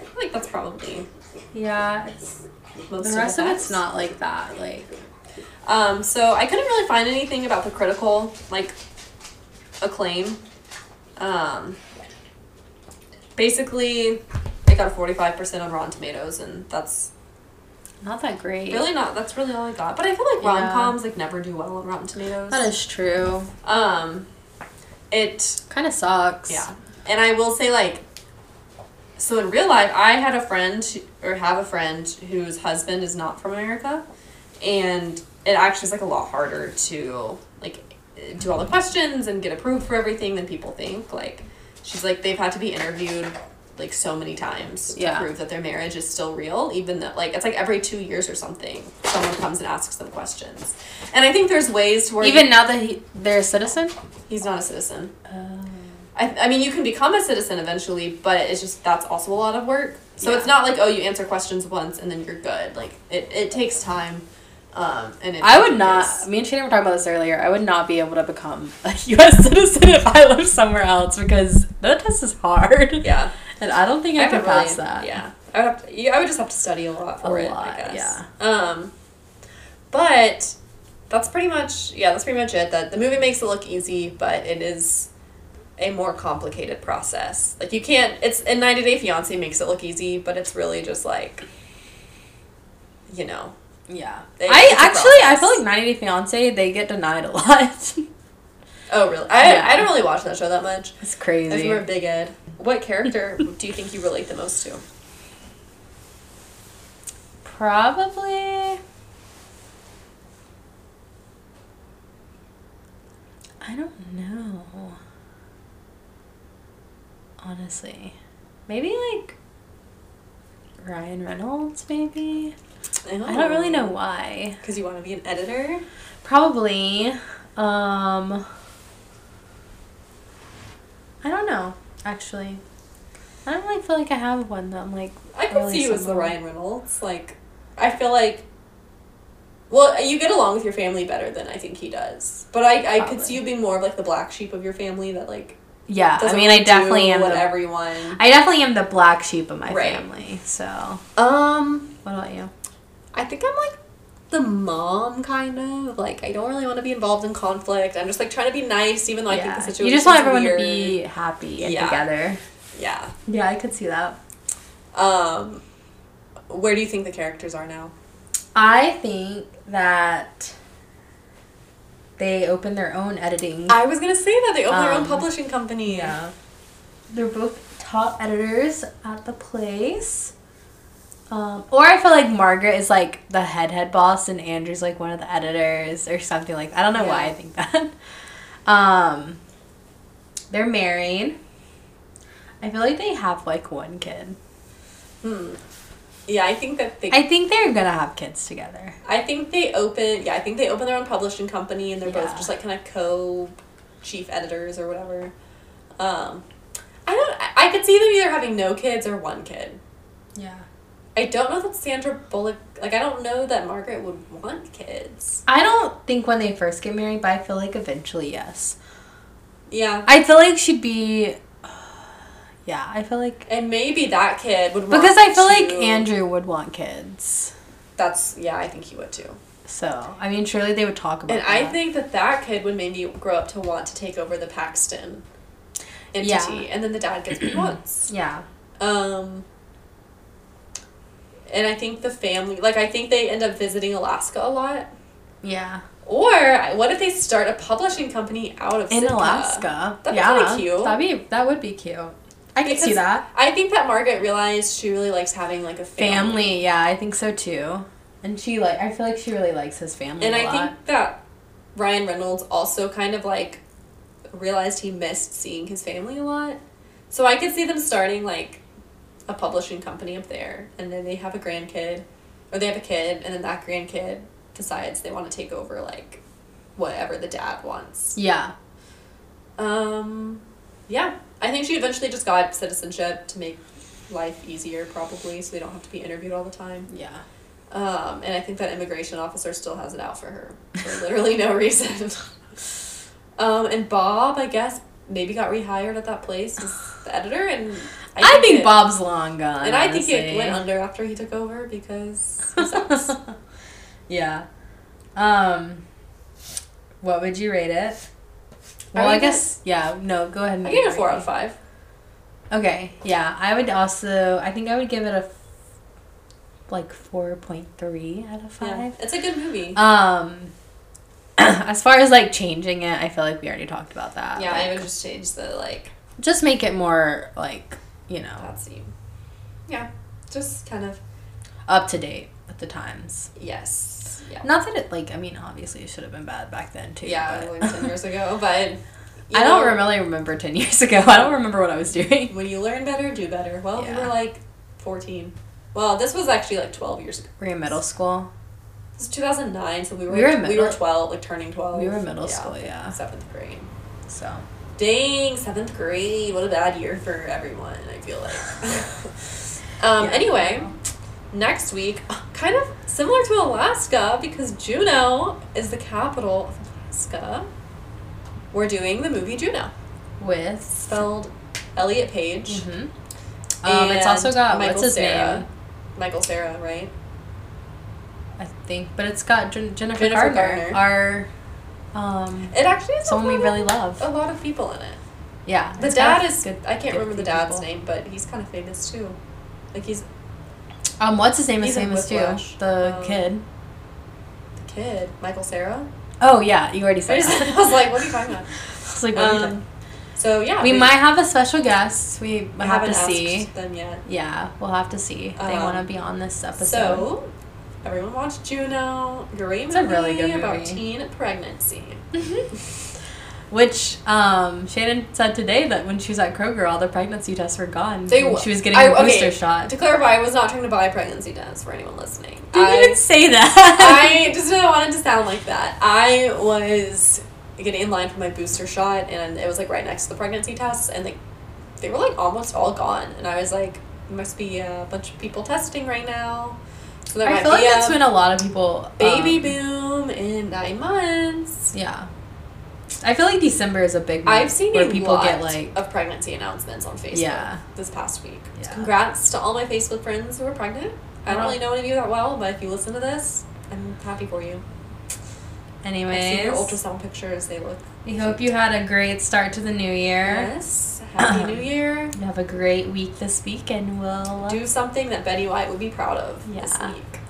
Speaker 6: I think that's probably
Speaker 5: Yeah, it's
Speaker 6: most
Speaker 5: the rest of
Speaker 6: that.
Speaker 5: it's not like that. Like
Speaker 6: Um, so I couldn't really find anything about the critical like acclaim. Um, basically, it got a forty five percent on Rotten Tomatoes, and that's
Speaker 5: not that great.
Speaker 6: really not. That's really all I got. But I feel like
Speaker 5: Yeah.
Speaker 6: rom coms like never do well on Rotten Tomatoes.
Speaker 5: That is true.
Speaker 6: um, it
Speaker 5: Kind of sucks.
Speaker 6: Yeah. And I will say, like, so in real life, I had a friend, or have a friend, whose husband is not from America. And it actually is, like, a lot harder to, like, do all the questions and get approved for everything than people think. Like, she's like, they've had to be interviewed, like, so many times to
Speaker 5: Yeah.
Speaker 6: prove that their marriage is still real, even though, like, it's like every two years or something, someone comes and asks them questions. And I think there's ways to where.
Speaker 5: Even now that he, they're a citizen.
Speaker 6: He's not a citizen. I, I mean, you can become a citizen eventually, but it's just that's also a lot of work. So it's not like oh, you answer questions once and then you're good. Like it, it takes time. Um, and it
Speaker 5: I would not.
Speaker 6: is-
Speaker 5: Me and Shannon were talking about this earlier. I would not be able to become a U.S. citizen if I lived somewhere else because that test is hard.
Speaker 6: Yeah,
Speaker 5: And I don't think I,
Speaker 6: haven't
Speaker 5: could pass
Speaker 6: really-
Speaker 5: that.
Speaker 6: Yeah, I would have to, yeah, I would just have to study a lot for
Speaker 5: A
Speaker 6: it.
Speaker 5: lot,
Speaker 6: I guess.
Speaker 5: yeah.
Speaker 6: Um, but that's pretty much yeah. That's pretty much it. That the movie makes it look easy, but it is a more complicated process. Like you can't. It's and ninety day fiance makes it look easy, but it's really just like you know
Speaker 5: Yeah.
Speaker 6: It-
Speaker 5: I
Speaker 6: it's a
Speaker 5: actually, I
Speaker 6: process.
Speaker 5: feel like 90 Day Fiance, they get denied a lot.
Speaker 6: Oh really? I
Speaker 5: Yeah.
Speaker 6: I don't really watch that show that much.
Speaker 5: it's
Speaker 6: I was
Speaker 5: crazy.
Speaker 6: more big Ed. What character do you think you relate the most to?
Speaker 5: Probably. I don't know. Honestly. Maybe like Ryan Reynolds, maybe? I don't
Speaker 6: Oh.
Speaker 5: really know why.
Speaker 6: Because you want to be an editor.
Speaker 5: Probably. Um I don't know, actually. I don't really feel like I have one that I'm like
Speaker 6: I could
Speaker 5: really
Speaker 6: see you as the
Speaker 5: someone.
Speaker 6: Ryan Reynolds. Like, I feel like, well, you get along with your family better than I think he does. But I, I could see you being more of like the black sheep of your family that like
Speaker 5: Yeah, I
Speaker 6: doesn't
Speaker 5: mean I
Speaker 6: do
Speaker 5: definitely am
Speaker 6: what
Speaker 5: the,
Speaker 6: everyone.
Speaker 5: I definitely am the black sheep of my
Speaker 6: Right.
Speaker 5: family. So
Speaker 6: Um,
Speaker 5: what about you?
Speaker 6: I think I'm like the mom kind of like I don't really want to be involved in conflict. I'm just like trying to be nice, even though I think the situation.
Speaker 5: you just want everyone to be happy and
Speaker 6: Yeah.
Speaker 5: together.
Speaker 6: yeah.
Speaker 5: Yeah, I could see that.
Speaker 6: Um, where do you think the characters are now?
Speaker 5: I think that they open their own editing.
Speaker 6: I was gonna say that they own their own
Speaker 5: Um,
Speaker 6: publishing company.
Speaker 5: Yeah. They're both top editors at the place. Um, or I feel like Margaret is like the head head boss and Andrew's like one of the editors or something like that. I don't know why
Speaker 6: Yeah.
Speaker 5: I think that. Um, they're married. I feel like they have like one kid.
Speaker 6: Yeah, I think that they.
Speaker 5: I think they're gonna have kids together.
Speaker 6: I think they open. Yeah, I think they open their own publishing company, and they're both
Speaker 5: Yeah.
Speaker 6: just like kind of co chief editors or whatever. Um, I don't. I, I could see them either having no kids or one kid.
Speaker 5: Yeah.
Speaker 6: I don't know that Sandra Bullock. Like, I don't know that Margaret would want kids.
Speaker 5: I don't think when they first get married, but I feel like eventually, yes.
Speaker 6: Yeah,
Speaker 5: I feel like she'd be. Yeah, I feel like
Speaker 6: and maybe that kid would. Want
Speaker 5: Because I feel like
Speaker 6: to-
Speaker 5: Andrew would want kids.
Speaker 6: That's yeah. I think he would too.
Speaker 5: So, I mean, surely they would talk about
Speaker 6: And I
Speaker 5: that.
Speaker 6: think that that kid would maybe grow up to want to take over the Paxton entity,
Speaker 5: Yeah.
Speaker 6: and then the dad gets what he wants.
Speaker 5: Yeah.
Speaker 6: Um, and I think the family, like, I think they end up visiting Alaska a lot.
Speaker 5: Yeah.
Speaker 6: Or what if they start a publishing company out of
Speaker 5: In
Speaker 6: Sitka?
Speaker 5: Alaska.
Speaker 6: That'd be
Speaker 5: yeah.
Speaker 6: kinda cute.
Speaker 5: That'd be, that would be cute. I could see
Speaker 6: Because
Speaker 5: that.
Speaker 6: I think that Margaret realized she really likes having like a family,
Speaker 5: Family, yeah, I think so too. And she like I feel like she really likes his family
Speaker 6: and
Speaker 5: a
Speaker 6: I
Speaker 5: lot.
Speaker 6: think that Ryan Reynolds also kind of like realized he missed seeing his family a lot. So I could see them starting like a publishing company up there, and then they have a grandkid, or they have a kid, and then that grandkid decides they want to take over like whatever the dad wants.
Speaker 5: Yeah.
Speaker 6: Um, yeah, I think she eventually just got citizenship to make life easier, probably, so they don't have to be interviewed all the time.
Speaker 5: Yeah.
Speaker 6: Um, and I think that immigration officer still has it out for her for literally no reason. um, and Bob, I guess, maybe got rehired at that place as the editor, and
Speaker 5: I think,
Speaker 6: it-
Speaker 5: Bob's long gone.
Speaker 6: And I think it
Speaker 5: honestly.
Speaker 6: went under after he took over because he sucks.
Speaker 5: yeah. Um, what would you rate it?
Speaker 6: I
Speaker 5: Well, I,
Speaker 6: would
Speaker 5: guess yeah. No, go ahead. And
Speaker 6: I gave it a
Speaker 5: rate
Speaker 6: four out of five.
Speaker 5: Okay. Yeah, I would also. I think I would give it a f- like four point three out of
Speaker 6: Yeah,
Speaker 5: five.
Speaker 6: it's a good movie.
Speaker 5: Um, as far as like changing it, I feel like we already talked about that.
Speaker 6: yeah,
Speaker 5: Like,
Speaker 6: I would just change the like
Speaker 5: just make it more like you know
Speaker 6: Patsy. Yeah, just kind of
Speaker 5: up to date with the times.
Speaker 6: yes. Yeah.
Speaker 5: Not that it like I mean obviously it should have been bad back then too.
Speaker 6: Yeah,
Speaker 5: but-
Speaker 6: it was ten years ago, but you
Speaker 5: I don't
Speaker 6: know,
Speaker 5: really remember ten years ago. I don't remember what I was doing.
Speaker 6: When you learn better, do better. Well, we
Speaker 5: Yeah.
Speaker 6: were like fourteen. Well, this was actually like twelve years ago.
Speaker 5: We were in middle school.
Speaker 6: This is two thousand nine, so we were
Speaker 5: We were in
Speaker 6: we were
Speaker 5: middle-
Speaker 6: twelve, like turning twelve.
Speaker 5: We were in middle school, yeah.
Speaker 6: Seventh grade.
Speaker 5: So
Speaker 6: Dang, seventh grade. What a bad year for everyone, I feel like. um, anyway, next week, kind of similar to Alaska, because Juneau is the capital of Alaska, we're doing the movie Juno,
Speaker 5: with
Speaker 6: spelled Elliot Page.
Speaker 5: hmm um, it's also
Speaker 6: and
Speaker 5: got what's his
Speaker 6: Cera.
Speaker 5: name?
Speaker 6: Michael Sarah, right?
Speaker 5: I think, but it's got Jen- Jennifer,
Speaker 6: Jennifer
Speaker 5: Garner,
Speaker 6: Garner.
Speaker 5: our um,
Speaker 6: It actually is
Speaker 5: someone we
Speaker 6: a lot
Speaker 5: really
Speaker 6: of,
Speaker 5: love.
Speaker 6: A lot of people in it.
Speaker 5: Yeah,
Speaker 6: Oh. The
Speaker 5: it's
Speaker 6: dad
Speaker 5: got
Speaker 6: is.
Speaker 5: good-
Speaker 6: I can't
Speaker 5: good
Speaker 6: remember the
Speaker 5: few
Speaker 6: dad's
Speaker 5: people.
Speaker 6: name, but he's kind of famous too. Like he's
Speaker 5: Um, what's his name is
Speaker 6: He's in
Speaker 5: famous too?
Speaker 6: Whiplash.
Speaker 5: The
Speaker 6: Um,
Speaker 5: kid.
Speaker 6: the kid, Michael Sarah.
Speaker 5: Oh yeah, you already
Speaker 6: I
Speaker 5: said.
Speaker 6: just-
Speaker 5: that.
Speaker 6: I was like, what are you talking about?
Speaker 5: It's like, what are you
Speaker 6: Um,
Speaker 5: talking-
Speaker 6: so yeah,
Speaker 5: we might have a special guest. We
Speaker 6: I
Speaker 5: have
Speaker 6: haven't
Speaker 5: to
Speaker 6: asked
Speaker 5: see.
Speaker 6: them yet.
Speaker 5: Yeah, we'll have to see. They
Speaker 6: Um,
Speaker 5: want to be on this episode.
Speaker 6: So everyone watch Juno. Great
Speaker 5: It's a
Speaker 6: movie
Speaker 5: really good
Speaker 6: about
Speaker 5: movie.
Speaker 6: teen pregnancy.
Speaker 5: Which um, Shannon said today that when she was at Kroger, all the pregnancy tests were gone.
Speaker 6: They
Speaker 5: and
Speaker 6: wa-
Speaker 5: she was getting
Speaker 6: I-
Speaker 5: her booster
Speaker 6: okay,
Speaker 5: shot.
Speaker 6: To clarify, I was not trying to buy pregnancy tests for anyone listening.
Speaker 5: Didn't
Speaker 6: I-
Speaker 5: even say that.
Speaker 6: I just didn't want it to sound like that. I was getting in line for my booster shot, and it was like right next to the pregnancy tests, and like they were like almost all gone, and I was like, there must be a bunch of people testing right now, so there
Speaker 5: I
Speaker 6: might
Speaker 5: feel like
Speaker 6: be
Speaker 5: that's
Speaker 6: a
Speaker 5: when a lot of people
Speaker 6: baby
Speaker 5: um,
Speaker 6: boom in nine months.
Speaker 5: Yeah, I feel like December is a big. month
Speaker 6: I've seen
Speaker 5: where
Speaker 6: a
Speaker 5: people
Speaker 6: lot
Speaker 5: get like
Speaker 6: of pregnancy announcements on Facebook
Speaker 5: Yeah.
Speaker 6: this past week.
Speaker 5: Yeah.
Speaker 6: Congrats to all my Facebook friends who are pregnant. I don't
Speaker 5: Wow.
Speaker 6: really know any of you that well, but if you listen to this, I'm happy for you. I've seen your
Speaker 5: anyways.
Speaker 6: ultrasound pictures. They look
Speaker 5: We hope you had a great start to the new year.
Speaker 6: Yes. Happy New Year.
Speaker 5: You Have a great week this week, and we'll
Speaker 6: Do something that Betty White would be proud of this
Speaker 5: Yeah.
Speaker 6: week.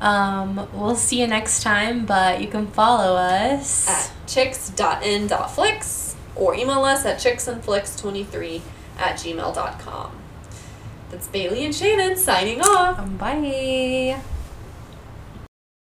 Speaker 5: um we'll see you next time. But you can follow us.
Speaker 6: At chicks.in.flicks or email us at chicksandflicks23 at gmail.com. That's Bailey and Shannon signing off.
Speaker 5: Um, bye.